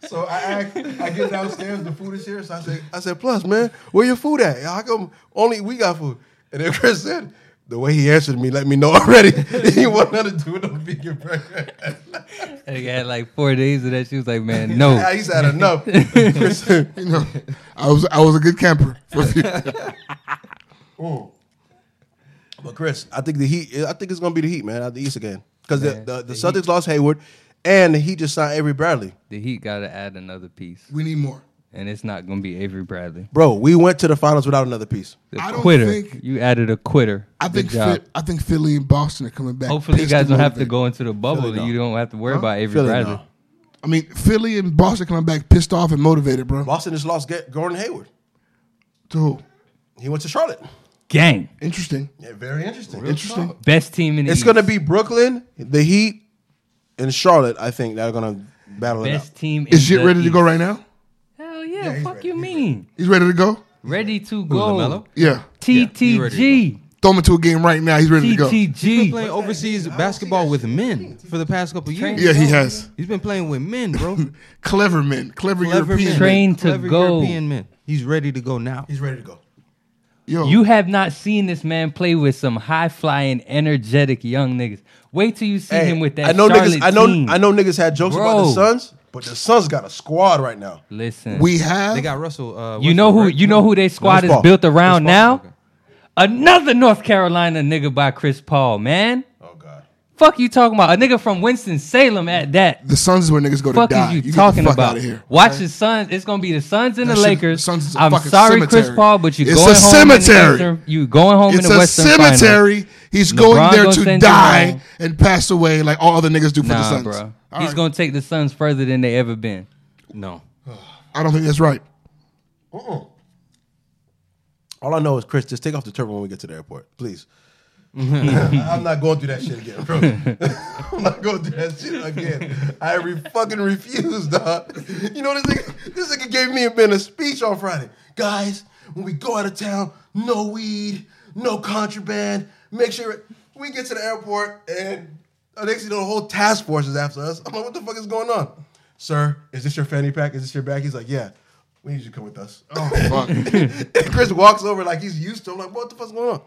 Speaker 1: So I act, I get downstairs, the food is here. So I say, I said, plus, man, where your food at? How come only we got food? And then Chris said, the way he answered me, let me know already. he wanted to do no vegan burger.
Speaker 2: I had like four days of that. She was like, man, no.
Speaker 1: He's had enough. Chris said,
Speaker 3: You know, I was I was a good camper. For a few-
Speaker 1: But Chris, I think the Heat. I think it's gonna be the Heat, man. Out the East again because the, the, the, Celtics lost Hayward, and the Heat just signed Avery Bradley.
Speaker 2: The Heat got to add another piece,
Speaker 3: we need more.
Speaker 2: and it's not going to be Avery Bradley.
Speaker 1: Bro, we went to the finals without another piece.
Speaker 2: The
Speaker 3: I don't
Speaker 2: quitter.
Speaker 3: think-
Speaker 2: you added a quitter.
Speaker 3: I
Speaker 2: Good
Speaker 3: think
Speaker 2: job.
Speaker 3: Phil, I think Philly and Boston are coming back.
Speaker 2: Hopefully, you
Speaker 3: pissed
Speaker 2: guys
Speaker 3: and
Speaker 2: don't have to
Speaker 3: motivated.
Speaker 2: go into the bubble.
Speaker 1: Philly, no.
Speaker 2: You don't have to worry about Avery
Speaker 1: Philly,
Speaker 2: Bradley.
Speaker 1: no.
Speaker 3: I mean, Philly and Boston coming back pissed off and motivated, bro.
Speaker 1: Boston just lost Ga- Gordon Hayward.
Speaker 3: To who?
Speaker 1: He went to Charlotte.
Speaker 2: Gang,
Speaker 3: Interesting.
Speaker 1: Yeah, very interesting.
Speaker 3: Interesting.
Speaker 2: best team in the
Speaker 1: It's
Speaker 2: East.
Speaker 1: gonna be Brooklyn, the Heat, and Charlotte. I think they're gonna battle it out.
Speaker 2: best team.
Speaker 3: Is
Speaker 2: in
Speaker 3: shit
Speaker 2: the
Speaker 3: ready to go
Speaker 2: East.
Speaker 3: right now?
Speaker 2: Hell yeah! fuck you mean
Speaker 3: He's ready to go.
Speaker 2: ready to
Speaker 4: LaMelo?
Speaker 2: go?
Speaker 3: Yeah,
Speaker 4: he ready to
Speaker 2: TTG
Speaker 3: throw him into a game right now. He's ready to go.
Speaker 4: He's been
Speaker 2: TTG.
Speaker 4: playing overseas basketball with men for the past couple years.
Speaker 3: Yeah, he has
Speaker 4: He's been playing with men, bro.
Speaker 3: clever men, clever,
Speaker 4: Clever
Speaker 3: European.
Speaker 4: men.
Speaker 3: Men.
Speaker 2: Trained to
Speaker 4: Clever
Speaker 2: go.
Speaker 4: European men. He's ready to go now.
Speaker 1: He's ready to go.
Speaker 3: Yo,
Speaker 2: You have not seen this man play with some high flying, energetic young niggas. Wait till you see
Speaker 1: Hey,
Speaker 2: him with that.
Speaker 1: I know
Speaker 2: Charlotte
Speaker 1: niggas. I know.
Speaker 2: team.
Speaker 1: I know niggas had jokes about the
Speaker 2: Bro.
Speaker 1: Suns, but the Suns got a squad right now.
Speaker 2: Listen,
Speaker 3: we have.
Speaker 4: They got Russell. Uh,
Speaker 2: you know who
Speaker 4: Westbrook,
Speaker 2: you
Speaker 4: right?
Speaker 2: know who they squad
Speaker 1: Paul.
Speaker 2: is built around
Speaker 4: Chris Paul.
Speaker 2: now. Another North Carolina nigga by Chris Paul, man.
Speaker 1: Oh God.
Speaker 2: Fuck you talking about a nigga from Winston Salem at that.
Speaker 3: the Suns is where niggas go to
Speaker 2: fuck
Speaker 3: die.
Speaker 2: is you,
Speaker 3: get the
Speaker 2: talking
Speaker 3: fuck
Speaker 2: about?
Speaker 3: outta here.
Speaker 2: Watch the Suns. It's gonna be the Suns and
Speaker 3: That
Speaker 2: the
Speaker 3: shit-
Speaker 2: Lakers.
Speaker 3: Suns is a
Speaker 2: I'm
Speaker 3: fucking
Speaker 2: sorry, Chris
Speaker 3: cemetery.
Speaker 2: Paul, but you
Speaker 3: It's
Speaker 2: going
Speaker 3: a
Speaker 2: home
Speaker 3: cemetery.
Speaker 2: in the Western, You going home
Speaker 3: It's
Speaker 2: in the
Speaker 3: a
Speaker 2: Western
Speaker 3: cemetery.
Speaker 2: Final.
Speaker 3: He's
Speaker 2: LeBron
Speaker 3: going there
Speaker 2: gonna
Speaker 3: to
Speaker 2: send you
Speaker 3: die
Speaker 2: home.
Speaker 3: and pass away like all other niggas do for the
Speaker 2: Nah,
Speaker 3: Suns.
Speaker 2: bro.
Speaker 3: All
Speaker 2: He's
Speaker 3: right.
Speaker 2: gonna take the Suns further than they ever been.
Speaker 4: No.
Speaker 3: I don't think that's right.
Speaker 1: All I know is Chris, just take off the turban when we get to the airport, please. I'm not going through that shit again, bro. I'm not going through that shit again. I re- fucking refuse, dog. You know this nigga, this nigga gave me a been a speech on Friday. Guys, when we go out of town, no weed, no contraband. Make sure we get to the airport and the next thing you know, the whole task force is after us. I'm like, what the fuck is going on? Sir, is this your fanny pack? Is this your bag? He's like, yeah. We need you to come with us.
Speaker 3: Fuck.
Speaker 1: And Chris walks over like he's used to. I'm like, what the fuck's going on?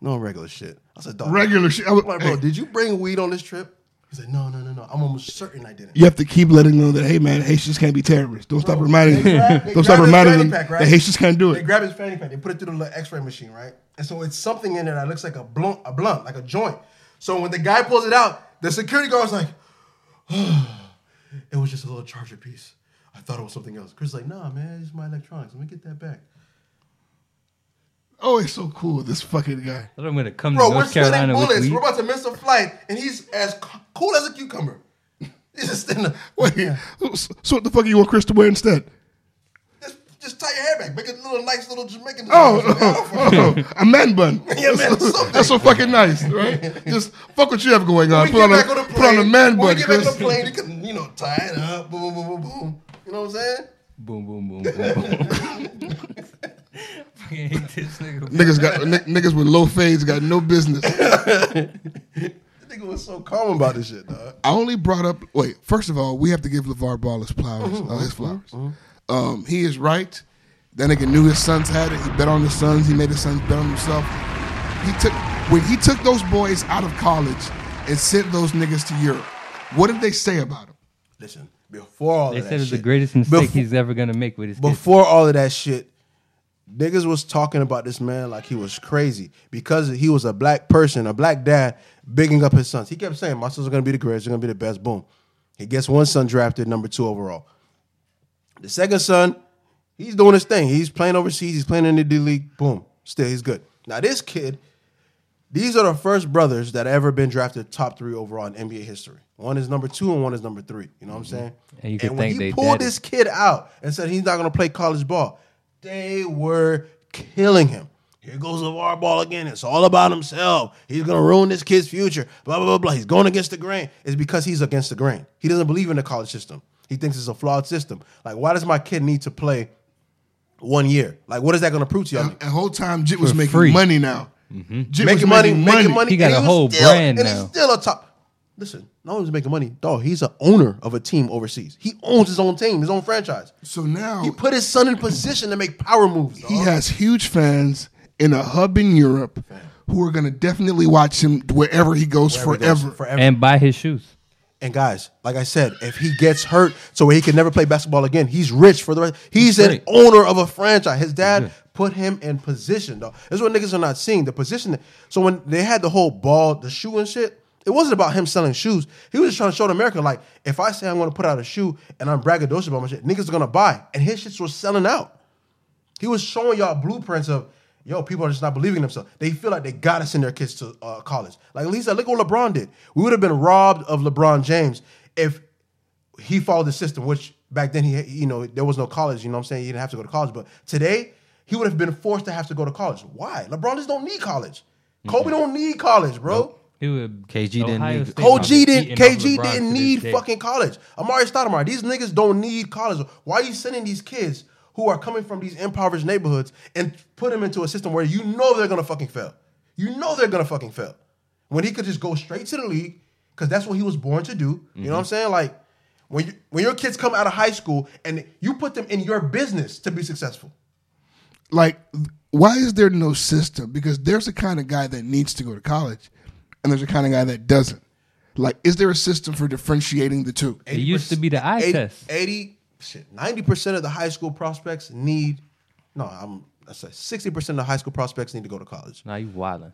Speaker 1: No regular shit. I said, dog.
Speaker 3: Regular shit. I
Speaker 1: I'm
Speaker 3: would-
Speaker 1: like, bro,
Speaker 3: hey.
Speaker 1: did you bring weed on this trip? He said, no, no, no, no. I'm almost certain I didn't.
Speaker 3: You have to keep letting them know that hey man, Haitians can't be terrorists. Don't stop reminding
Speaker 1: They
Speaker 3: them.
Speaker 1: grab- they
Speaker 3: Don't stop
Speaker 1: grab his
Speaker 3: reminding
Speaker 1: fanny
Speaker 3: them
Speaker 1: pack, right?
Speaker 3: that Haitians can't do
Speaker 1: They
Speaker 3: it.
Speaker 1: grab his fanny pack. They put it through the little X-ray machine, right? And so it's something in there that looks like a blunt, a blunt, like a joint. So when the guy pulls it out, the security guard's like, it was just a little charger piece. I thought it was something else. Chris is like, nah, man, it's my electronics. Let me get that back.
Speaker 3: Oh, it's so cool. This fucking guy.
Speaker 2: I thought I'm gonna come
Speaker 1: Bro,
Speaker 2: to
Speaker 1: we're
Speaker 2: North
Speaker 1: sweating
Speaker 2: Carolina with
Speaker 1: bullets.
Speaker 2: weed.
Speaker 1: We're about to miss a flight, and he's as c- cool as a cucumber. He's just in the
Speaker 3: Wait. So, so what the fuck you want Chris to wear instead?
Speaker 1: Just, just tie your hair back, make it a little nice little Jamaican.
Speaker 3: Oh, oh, oh, a man bun.
Speaker 1: Yeah, man,
Speaker 3: that's,
Speaker 1: something.
Speaker 3: that's so fucking nice, right? Just fuck what you have going
Speaker 1: When we
Speaker 3: on. Put
Speaker 1: get
Speaker 3: on, a,
Speaker 1: back on the plane,
Speaker 3: put on a
Speaker 1: when
Speaker 3: man bun,
Speaker 1: we get back on the
Speaker 3: Chris.
Speaker 1: plane, you can you know tie it up, boom, boom, boom, boom, boom. You know what I'm saying?
Speaker 2: Boom, boom, boom, boom. boom. Fucking hate this nigga.
Speaker 3: Niggas got ni- niggas with low fades got no business.
Speaker 1: That nigga was so calm about this shit, dog.
Speaker 3: I only brought up. Wait, first of all, we have to give LeVar Ball his flowers. uh, his flowers. Um, he is right. That nigga knew his sons had it. He bet on the sons. He made his sons bet on himself. He took when he took those boys out of college and sent those niggas to Europe. What did they say about him?
Speaker 1: Listen, before all
Speaker 2: They
Speaker 1: of that
Speaker 2: said it's the
Speaker 1: shit-
Speaker 2: greatest mistake
Speaker 1: befo-
Speaker 2: he's ever gonna make with his kids.
Speaker 1: before all of that shit, niggas was talking about this man like he was crazy because he was a black person, a black dad, bigging up his sons. He kept saying, "My sons are gonna be the greatest. They're gonna be the best." Boom. He gets one son drafted number two overall. The second son, he's doing his thing. He's playing overseas. He's playing in the D League. Boom. Still, he's good. Now this kid, these are the first brothers that ever been drafted top three overall in NBA history. One is number two and one is number three. You know what I'm saying?
Speaker 2: And you can
Speaker 1: when
Speaker 2: thank
Speaker 1: he
Speaker 2: they
Speaker 1: pulled
Speaker 2: daddy.
Speaker 1: this kid out and said he's not going to play college ball, they were killing him. Here goes LeVar Ball again. It's all about himself. He's going to ruin this kid's future. Blah, blah, blah, blah. He's going against the grain. It's because he's against the grain. He doesn't believe in the college system. He thinks it's a flawed system. Like, why does my kid need to play one year? Like, what is that going to prove to you?
Speaker 3: And, and whole time Jit was making
Speaker 2: free.
Speaker 3: money now. Jit
Speaker 1: making
Speaker 3: was
Speaker 1: money, making money.
Speaker 2: He got
Speaker 1: and
Speaker 2: a
Speaker 1: was
Speaker 2: whole
Speaker 1: still-
Speaker 2: brand
Speaker 1: and
Speaker 2: now.
Speaker 1: He's still a top. Listen, not only is he making money, dog. He's an owner of a team overseas. He owns his own team, his own franchise.
Speaker 3: So now uh,
Speaker 1: He put his son in position to make power moves.
Speaker 3: he
Speaker 1: dog.
Speaker 3: has huge fans and a hub in Europe who are going to definitely watch him wherever he goes forever.
Speaker 1: forever.
Speaker 2: and buy his shoes.
Speaker 1: And guys, like I said, if he gets hurt so he can never play basketball again, he's rich for the rest. He's, an
Speaker 4: great.
Speaker 1: owner of a franchise. His dad put him in position, though. That's what niggas are not seeing. The position. So when they had the whole ball, the shoe and shit, it wasn't about him selling shoes. He was just trying to show to America, like, if I say I'm gonna put out a shoe and I'm braggadocious about my shit, niggas are gonna buy. And his shits was selling out. He was showing y'all blueprints of, yo, people are just not believing themselves. They feel like they gotta send their kids to uh, college. Like Lisa, look what LeBron did. We would have been robbed of LeBron James if he followed the system, which back then he, you know, there was no college. You know what I'm saying? He didn't have to go to college, but today he would have been forced to have to go to college. Why? LeBron just don't need college. Kobe don't need college, bro.
Speaker 2: He would
Speaker 4: KG didn't need-
Speaker 2: State
Speaker 1: OG
Speaker 2: would be
Speaker 1: didn't.
Speaker 2: eating off
Speaker 1: KG
Speaker 2: LeBron to
Speaker 1: didn't
Speaker 2: this
Speaker 1: need
Speaker 2: day.
Speaker 1: fucking college. Amari Stoudemire. These niggas don't need college. Why are you sending these kids who are coming from these impoverished neighborhoods and put them into a system where you know they're gonna fucking fail? You know they're gonna fucking fail. When he could just go straight to the league because that's what he was born to do. You
Speaker 2: Mm-hmm.
Speaker 1: know what I'm saying? Like when you, when your kids come out of high school and you put them in your business to be successful.
Speaker 3: like why is there no system because there's a kind of guy that needs to go to college and there's a kind of guy that doesn't like is there a system for differentiating the two
Speaker 2: It used to be the eye
Speaker 1: 80,
Speaker 2: test.
Speaker 1: 80 shit, 90% of the high school prospects need no, I'm I said 60% of the high school prospects need to go to college.
Speaker 2: Now you wildin'.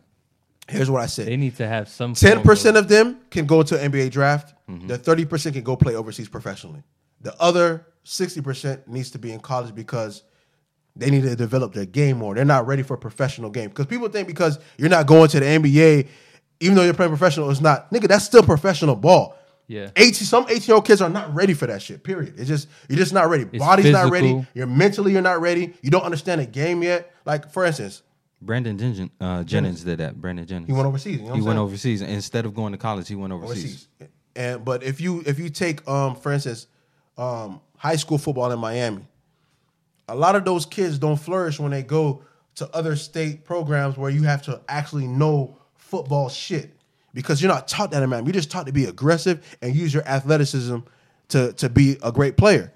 Speaker 1: Here's what I
Speaker 2: They
Speaker 1: said.
Speaker 2: need to have some. form
Speaker 1: Ten percent of them can go to NBA draft.
Speaker 2: Mm-hmm.
Speaker 1: The thirty percent can go play overseas professionally. The other sixty percent needs to be in college because they need to develop their game more. They're not ready for a professional game because people think because you're not going to the NBA, even though you're playing professional, it's not nigga. That's still professional ball.
Speaker 2: Yeah.
Speaker 1: 18, some 18 year old kids are not ready for that shit, period. It's just, you're just not ready.
Speaker 2: It's
Speaker 1: Body's not ready.
Speaker 2: physical.
Speaker 1: You're mentally, you're not ready. You don't understand the game yet. Like, for instance,
Speaker 4: Brandon Jennings, uh, Jennings did that. Brandon Jennings.
Speaker 1: He went overseas, you know what
Speaker 4: he
Speaker 1: I'm
Speaker 4: went
Speaker 1: saying?
Speaker 4: overseas instead of going to college. He went overseas.
Speaker 1: overseas. And but if you if you take um for instance um high school football in Miami, a lot of those kids don't flourish when they go to other state programs where you have to actually know football shit because you're not taught that in Miami. You're just taught to be aggressive and use your athleticism to to be a great player.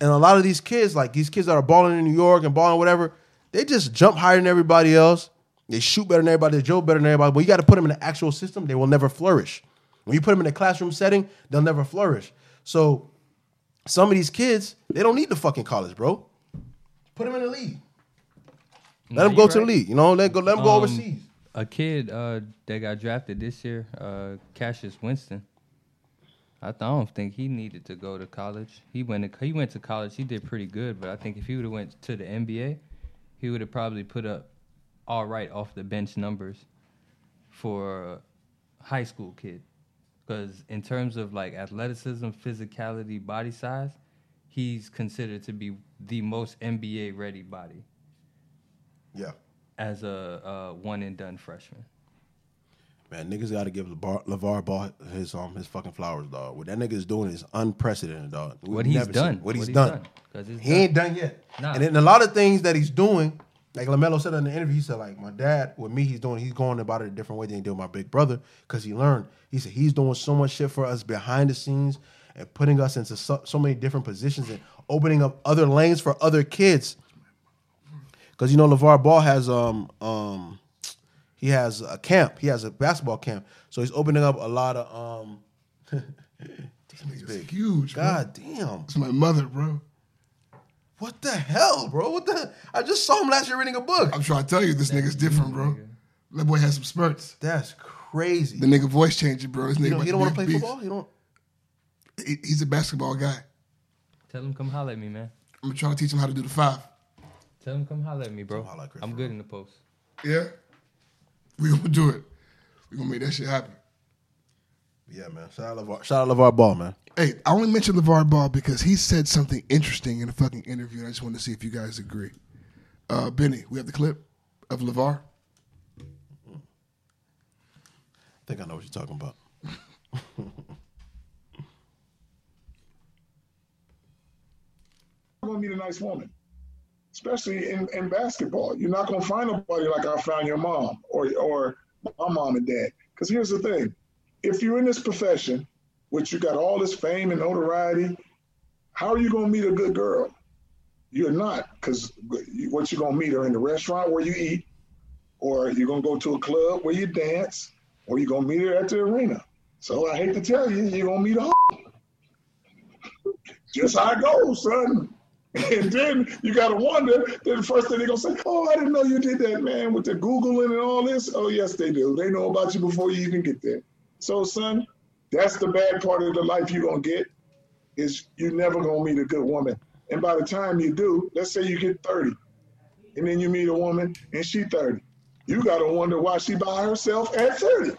Speaker 1: And a lot of these kids, like these kids that are balling in New York and balling whatever, they just jump higher than everybody else. They shoot better than everybody. They drill better than everybody. But you got to put them in an actual system. They will never flourish. When you put them in a classroom setting, they'll never flourish. So some of these kids, they don't need the fucking college, bro. Put them in the league. Let
Speaker 2: Nah,
Speaker 1: them go
Speaker 2: you
Speaker 1: to the
Speaker 2: right.
Speaker 1: league. You know, let go. Let them go
Speaker 2: Um,
Speaker 1: overseas.
Speaker 2: A kid uh, that got drafted this year, uh, Cassius Winston. I, th- I don't think he needed to go to college. He went to, he went to college. He did pretty good, but I think if he would have went to the NBA, he would have probably put up all right off the bench numbers for a high school kid. Because in terms of like athleticism, physicality, body size, he's considered to be the most NBA ready body
Speaker 1: Yeah,
Speaker 2: as a uh, one and done freshman.
Speaker 1: man, niggas got to give LeVar, LeVar Ball his um his fucking flowers, dog. What that nigga is doing is unprecedented, dog. We've
Speaker 2: What he's
Speaker 1: never seen-
Speaker 2: done.
Speaker 1: What he's,
Speaker 2: What he's
Speaker 1: done.
Speaker 2: done. 'Cause it's
Speaker 1: He ain't done yet.
Speaker 2: Nah.
Speaker 1: And then a lot of things that he's doing, like Lamelo said in the interview, he said like my dad with me, he's doing, he's going about it a different way than he did with my big brother because he learned. He said he's doing so much shit for us behind the scenes and putting us into so, so many different positions and opening up other lanes for other kids. Because you know LeVar Ball has um um he has a camp. He has a basketball camp. So he's opening up a lot of um
Speaker 3: it's huge bro.
Speaker 1: God damn.
Speaker 3: it's my mother bro
Speaker 1: What the hell, bro? What the I just saw him last year reading a book.
Speaker 3: i'm trying to tell you this nigga's different bro that boy has some spurts
Speaker 1: That's crazy.
Speaker 3: the nigga voice changing bro this nigga
Speaker 1: You don't, you don't
Speaker 3: about to be
Speaker 1: want
Speaker 3: a
Speaker 1: to play
Speaker 3: beast.
Speaker 1: football? You don't
Speaker 3: He- he's a basketball guy
Speaker 2: Tell him come holler at me, man.
Speaker 3: i'm trying to teach him how to do the five
Speaker 2: Tell him come holler at me, bro.
Speaker 1: Come holler at Chris
Speaker 2: I'm
Speaker 1: Rock.
Speaker 2: good in the post.
Speaker 3: yeah we gonna do it we gonna make that shit happen
Speaker 1: Yeah, man. Shout out LeVar. Shout out LeVar Ball, man.
Speaker 3: Hey, I only mentioned LeVar Ball because he said something interesting in a fucking interview, and I just wanted to see if you guys agree. Uh, Benny, we have the clip of LeVar.
Speaker 1: I think I know what you're talking about.
Speaker 9: gonna meet a nice woman, especially in, in basketball. You're not gonna find nobody like I found your mom or or my mom and dad. Because here's the thing: if you're in this profession, which you got all this fame and notoriety, how are you gonna meet a good girl? You're not, because what you're gonna meet are in the restaurant where you eat,
Speaker 10: or you're gonna go to a club where you dance, or you're gonna meet her at the arena. So I hate to tell you, you're gonna meet a just how it goes, son. And then you gotta wonder. Then the first thing they're gonna say, "Oh, I didn't know you did that, man." With the googling and all this. Oh, yes, they do. They know about you before you even get there. So, son, that's the bad part of the life you're gonna get is you're never gonna meet a good woman. And by the time you do, let's say you get 30, and then you meet a woman and she 30, you gotta wonder why she by herself at 30.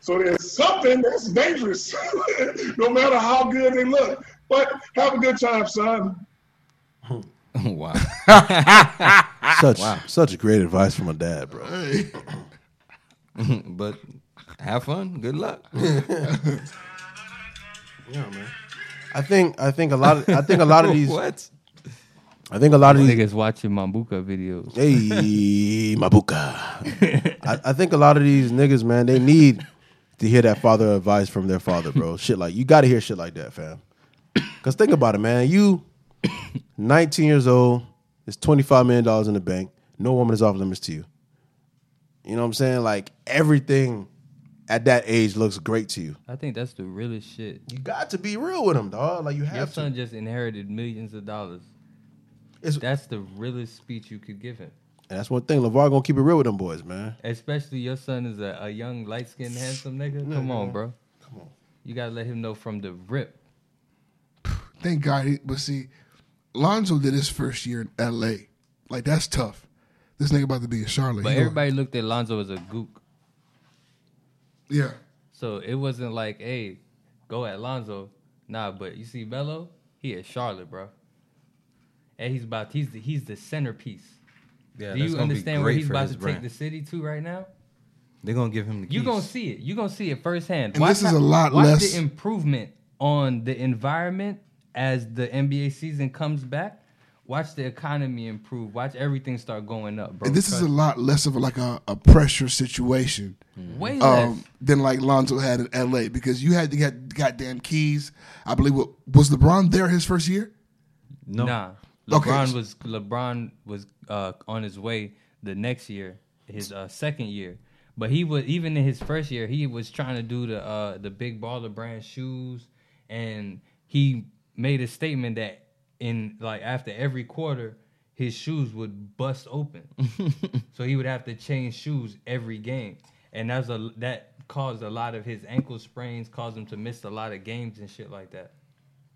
Speaker 10: So there's something that's dangerous, no matter how good they look. But have a good time, son.
Speaker 4: wow.
Speaker 3: Ah,
Speaker 1: Such such great advice from a dad, bro.
Speaker 4: but have fun. Good luck.
Speaker 1: I think I think a lot of I think a lot of these
Speaker 4: what?
Speaker 1: I think a lot of these
Speaker 2: Niggas watching Mambuka videos.
Speaker 1: Hey, Mabuka. I, I think a lot of these niggas, man, they need to hear that father advice from their father, bro. shit like you got to hear shit like that, fam. Cause think about it, man. You, 19 years old, there's 25 million dollars in the bank. No woman is off limits to you. You know what I'm saying? Like everything at that age looks great to you.
Speaker 2: I think that's the realest shit.
Speaker 1: You got to be real with them, dog. Like you
Speaker 2: Your
Speaker 1: have to.
Speaker 2: son just inherited millions of dollars.
Speaker 1: It's-
Speaker 2: That's the realest speech you could give him.
Speaker 1: And that's one thing. Levar gonna keep it real with them boys, man.
Speaker 2: Especially your son is a, a young, light skinned, handsome nigga. Come on, bro. Come on. You gotta let him know from the rip.
Speaker 3: Thank God. he- But see, Lonzo did his first year in L.A. Like that's tough. This nigga about to be in Charlotte.
Speaker 2: But
Speaker 3: He gonna-
Speaker 2: everybody looked at Lonzo as a gook.
Speaker 3: yeah.
Speaker 2: So it wasn't like, hey, go at Lonzo. Nah, but you see Melo, he at Charlotte, bro. And he's about he's the, he's the centerpiece.
Speaker 4: Yeah,
Speaker 2: Do you understand where he's about to take the city to right now?
Speaker 4: They're gonna give him the keys.
Speaker 2: You're gonna see it. You're gonna see it firsthand.
Speaker 3: And this is a lot
Speaker 2: watch
Speaker 3: less-
Speaker 2: the improvement on the environment as the NBA season comes back. Watch the economy improve. Watch everything start going up, bro.
Speaker 3: And this is a
Speaker 2: Trust-
Speaker 3: lot less of like a, a pressure situation
Speaker 2: way less.
Speaker 3: um, than like Lonzo had in L.A. Because you had to get goddamn keys. I believe what was LeBron there his first year.
Speaker 4: no.
Speaker 2: Nah,
Speaker 3: Okay.
Speaker 2: LeBron was LeBron was uh, on his way the next year, his uh, second year. But he was even in his first year, he was trying to do the uh, the big baller brand shoes, and he made a statement that in like after every quarter, his shoes would bust open, so he would have to change shoes every game, and that's a that caused a lot of his ankle sprains, caused him to miss a lot of games and shit like that.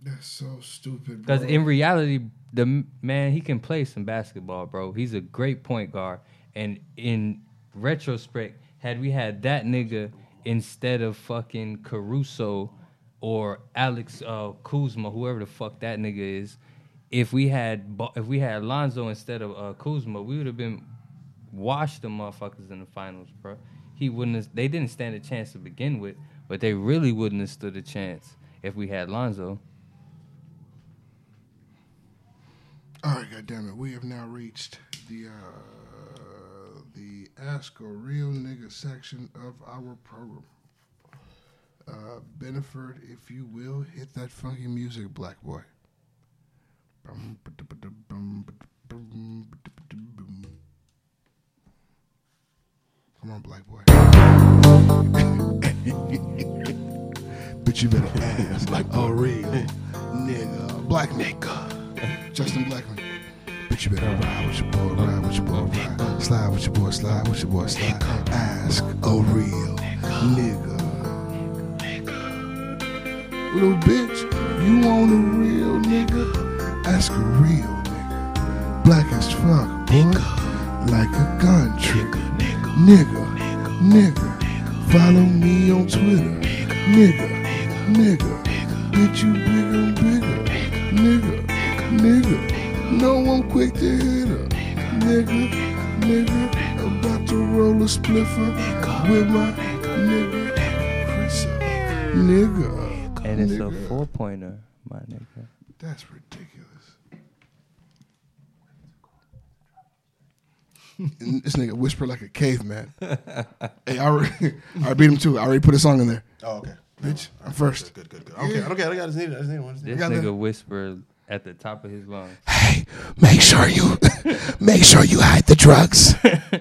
Speaker 3: That's so stupid.
Speaker 2: Because in reality, the m- man he can play some basketball, bro. He's a great point guard. And in retrospect, had we had that nigga instead of fucking Caruso or Alex uh, Kuzma, whoever the fuck that nigga is, if we had Ba- if we had Lonzo instead of uh, Kuzma, we would have been washed the motherfuckers in the finals, bro. He wouldn't. Have, they didn't stand a chance to begin with, but they really wouldn't have stood a chance if we had Lonzo.
Speaker 3: All right, goddamn it, we have now reached the uh, the Ask a Real Nigga section of our program. Uh, Beneford, if you will, hit that funky music, black boy. Come on, black boy. but you better ask like a real nigga, black nigga, Justin Blackman. But you better ride with your boy, ride with your boy, ride. slide with your boy, slide with your boy, slide. Ask a real nigga. Little bitch, you want a real nigga? Ask a real nigga. Black as fuck, boy. Like a gun trigger. Nigga, nigga. Follow me on Twitter. Nigga, nigga. Bitch, you bigger, bigger. Nigga, nigga. No, I'm quick to hit her. Nigga, nigga. About to roll a spliffer with my nigga. Chris. Nigga.
Speaker 2: And it's a
Speaker 3: Nigga.
Speaker 2: four pointer, my nigga.
Speaker 3: That's ridiculous. And this nigga whispered like a caveman. hey, I, already, I beat him too. I already put a song in there.
Speaker 1: Oh, okay.
Speaker 3: Bitch, I'm first.
Speaker 1: Good, good, good. Okay, yeah. okay. I just need it. I just need it. I just need it.
Speaker 2: This
Speaker 3: got
Speaker 2: nigga
Speaker 3: the-
Speaker 2: whispered at the top of his lungs.
Speaker 3: Hey, make sure you make sure you hide the drugs.
Speaker 2: That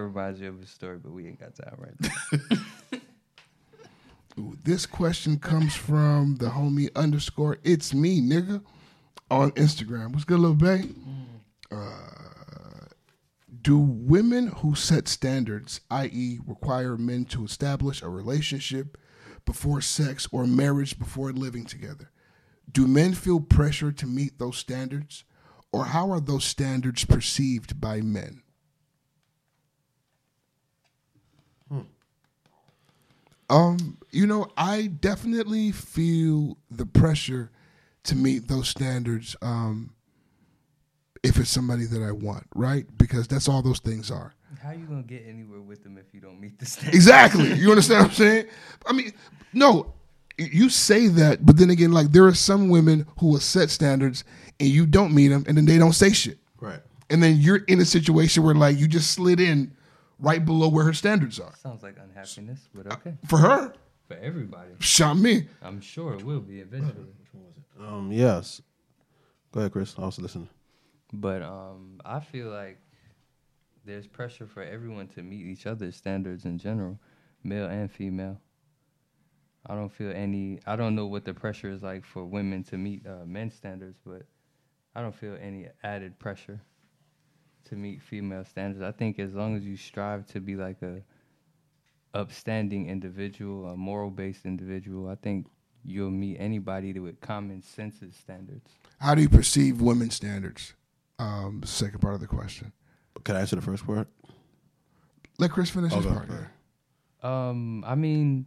Speaker 2: reminds me of a story, but we ain't got time right now.
Speaker 3: Ooh, This question comes from the homie underscore it's me nigga on Instagram. What's good, little bae? Uh, do women who set standards, i.e., require men to establish a relationship before sex or marriage before living together, do men feel pressure to meet those standards, or how are those standards perceived by men? Um, you know, I definitely feel the pressure to meet those standards. Um, if it's somebody that I want, right? Because that's all those things are.
Speaker 2: How you gonna get anywhere with them if you don't meet the standard?
Speaker 3: Exactly. You understand what I'm saying? I mean, no, you say that, but then again, like there are some women who will set standards and you don't meet them, and then they don't say shit.
Speaker 11: Right.
Speaker 3: And then you're in a situation where like you just slid in right below where her standards are
Speaker 2: Sounds like unhappiness, but okay.
Speaker 3: for her.
Speaker 2: For everybody,
Speaker 3: Shot me.
Speaker 2: I'm sure it will be eventually.
Speaker 1: Um, yes. Go ahead, Chris. I was listening.
Speaker 2: But um, I feel like there's pressure for everyone to meet each other's standards in general, male and female. I don't feel any. I don't know what the pressure is like for women to meet uh, men's standards, but I don't feel any added pressure to meet female standards. I think as long as you strive to be like a upstanding individual, a moral based individual, I think you'll meet anybody that with common senses standards.
Speaker 3: How do you perceive women's standards? Um, second part of the question.
Speaker 1: Can I answer the first part?
Speaker 3: Let Chris finish his part. yeah.
Speaker 2: Um, I mean,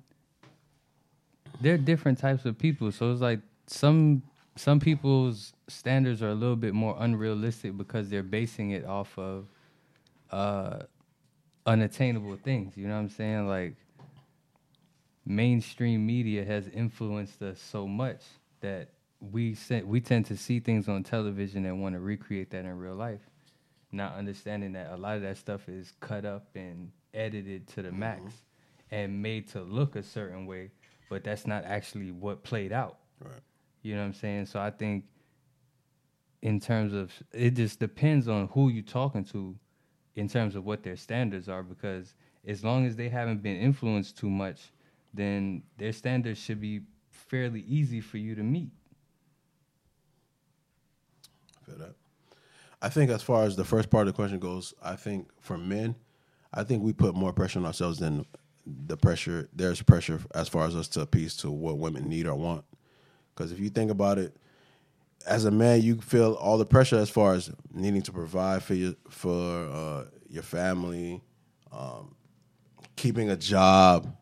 Speaker 2: they're different types of people, so it's like some some people's standards are a little bit more unrealistic because they're basing it off of uh unattainable things. You know what I'm saying? Like mainstream media has influenced us so much that we sen- we tend to see things on television and want to recreate that in real life, not understanding that a lot of that stuff is cut up and edited to the max and made to look a certain way, but that's not actually what played out. Right. You know what I'm saying? So I think in terms of it just depends on who you're talking to in terms of what their standards are because as long as they haven't been influenced too much then their standards should be fairly easy for you to meet
Speaker 1: I feel that. I think as far as the first part of the question goes, I think for men, I think we put more pressure on ourselves than the pressure. There's pressure as far as us to appease to what women need or want. Because if you think about it, as a man, you feel all the pressure as far as needing to provide for your for uh, your family, um, keeping a job,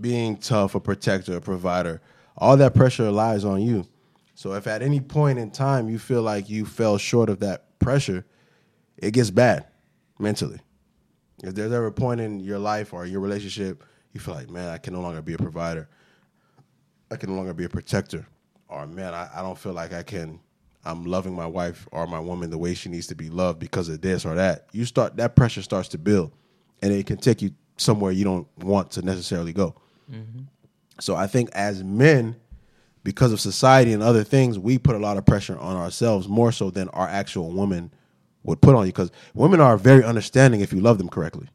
Speaker 1: being tough, a protector, a provider, all that pressure lies on you. So if at any point in time you feel like you fell short of that pressure, it gets bad mentally. If there's ever a point in your life or your relationship, you feel like, man, I can no longer be a provider. I can no longer be a protector. Or man, I, I don't feel like I can I'm loving my wife or my woman the way she needs to be loved because of this or that. You start that pressure starts to build and it can take you somewhere you don't want to necessarily go. So I think as men, because of society and other things, we put a lot of pressure on ourselves more so than our actual woman would put on you. Because women are very understanding if you love them correctly.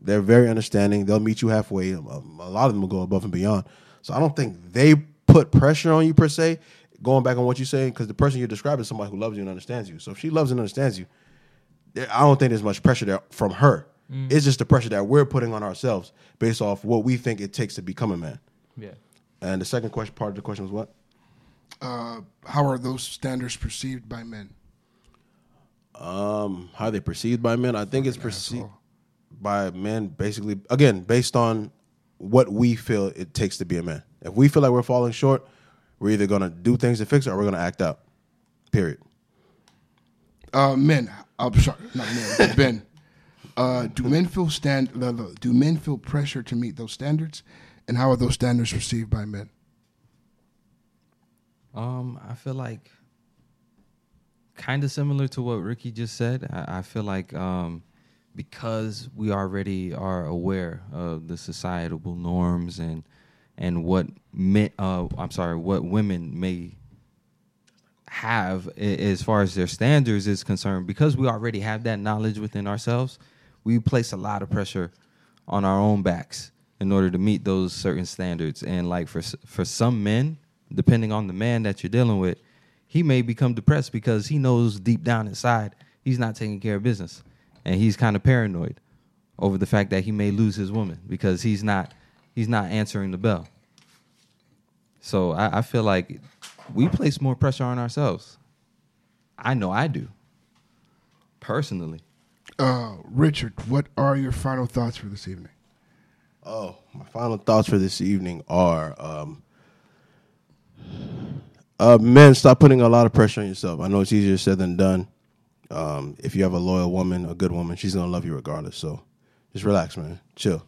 Speaker 1: They're very understanding. They'll meet you halfway. A a lot of them will go above and beyond. So I don't think they put pressure on you per se. Going back on what you're saying, because the person you're describing is somebody who loves you and understands you. So if she loves and understands you, there- I don't think there's much pressure there from her. It's just the pressure that we're putting on ourselves based off what we think it takes to become a man.
Speaker 2: yeah
Speaker 1: And the second question, part of the question was what?
Speaker 3: Uh, how are those standards perceived by men?
Speaker 1: Um, how they perceived by men? I think it's perceived by men basically again based on what we feel it takes to be a man. If we feel like we're falling short, we're either gonna do things to fix it or we're gonna act out. Period.
Speaker 3: Uh, men. I'm sorry, not men. but men. Uh, do men feel stand? no, no, Do men feel pressure to meet those standards, and how are those standards received by men?
Speaker 4: Um, I feel like kind of similar to what Ricky just said. I, I feel like um, because we already are aware of the societal norms and and what men, uh, I'm sorry, what women may have a- as far as their standards is concerned because we already have that knowledge within ourselves we place a lot of pressure on our own backs in order to meet those certain standards and like for s- for some men depending on the man that you're dealing with he may become depressed because he knows deep down inside he's not taking care of business and he's kind of paranoid over the fact that he may lose his woman because he's not he's not answering the bell so I, I feel like we place more pressure on ourselves. I know I do. Personally.
Speaker 3: Uh, Richard, what are your final thoughts for this evening?
Speaker 1: Oh, my final thoughts for this evening are: um, uh, men, stop putting a lot of pressure on yourself. I know it's easier said than done. Um, if you have a loyal woman, a good woman, she's gonna love you regardless. So, just relax, man. Chill.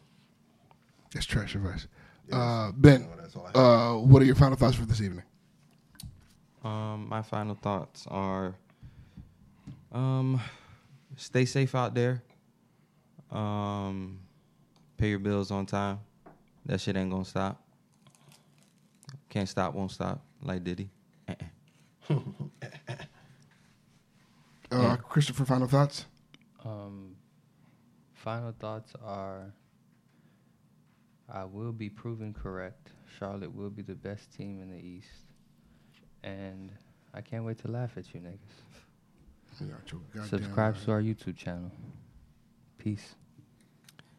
Speaker 3: That's trash advice. Uh, ben, uh, what are your final thoughts for this evening?
Speaker 4: Um, my final thoughts are um stay safe out there. Um pay your bills on time. That shit ain't gonna stop. Can't stop, won't stop, like Diddy. Uh-uh.
Speaker 3: Uh, Christopher, final thoughts?
Speaker 2: Um, final thoughts are: I will be proven correct. Charlotte will be the best team in the East, and I can't wait to laugh at you niggas.
Speaker 3: You got your goddamn
Speaker 2: Subscribe
Speaker 3: right.
Speaker 2: to our YouTube channel. Peace.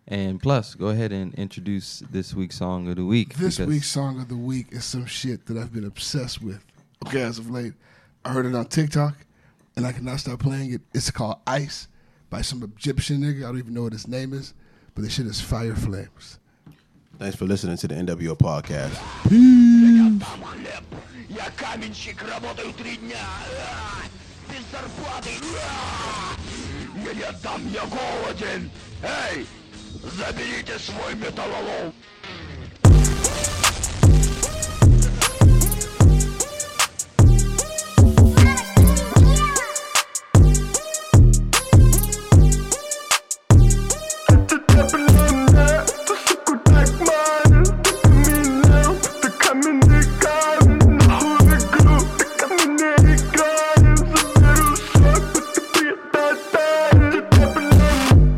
Speaker 4: And plus, go ahead and introduce this week's song of the week.
Speaker 3: This
Speaker 4: because-
Speaker 3: week's song of the week is some shit that I've been obsessed with. Okay, as of late, I heard it on TikTok, and I cannot stop playing it. It's called Ice by some Egyptian nigga. I don't even know what his name is, but the shit is Fire Flames.
Speaker 1: Thanks for listening to the NWO podcast.
Speaker 8: Я каменщик, работаю три дня. Без зарплаты. Я не отдам, я голоден. Эй, заберите свой металлолом.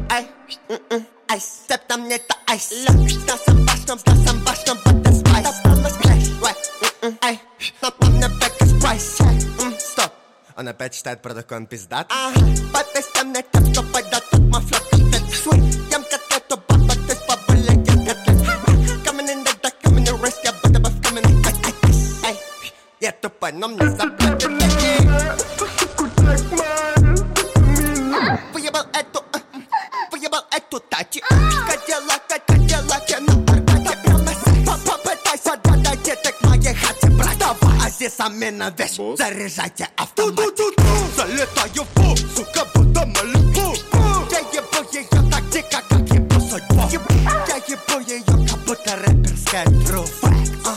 Speaker 12: Ай, м-м, ай, степ на мне это айс. На самбашном, на самбашном баттерспайс. Ай, м-м, ай, на там на бэка спайс. М, Стоп, он опять считает продакон пиздат. Ага, подпись мне тем, кто пойдет от мафла котлет. Свой, ем котлету, баба, ты поболее котлет. Coming in the dark, coming in the rest, я буду бы в каменный ай, ай, ай, ай. Я тупой, но мне заплатят деньги. Выебал эту, э, м, выебал эту тачи Кадиллак, э, кадиллак, я на арбате прямо сей. По- Попытайся подойти ты к моей хате, брат Давай, Азиз Амина вещь, заряжайте автомат Залетаю в пул, сука, будто Малибу Я ебу ее тактика, как ебу судьбу Я ебу ее, как будто рэперская true fact. А,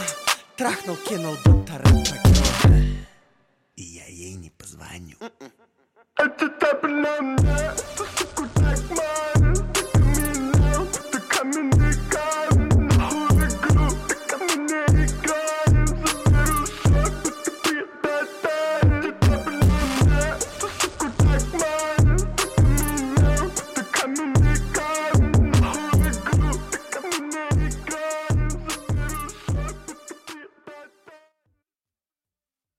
Speaker 12: Трахнул, кинул, будто рэп игру. И я ей не позвоню.
Speaker 8: Это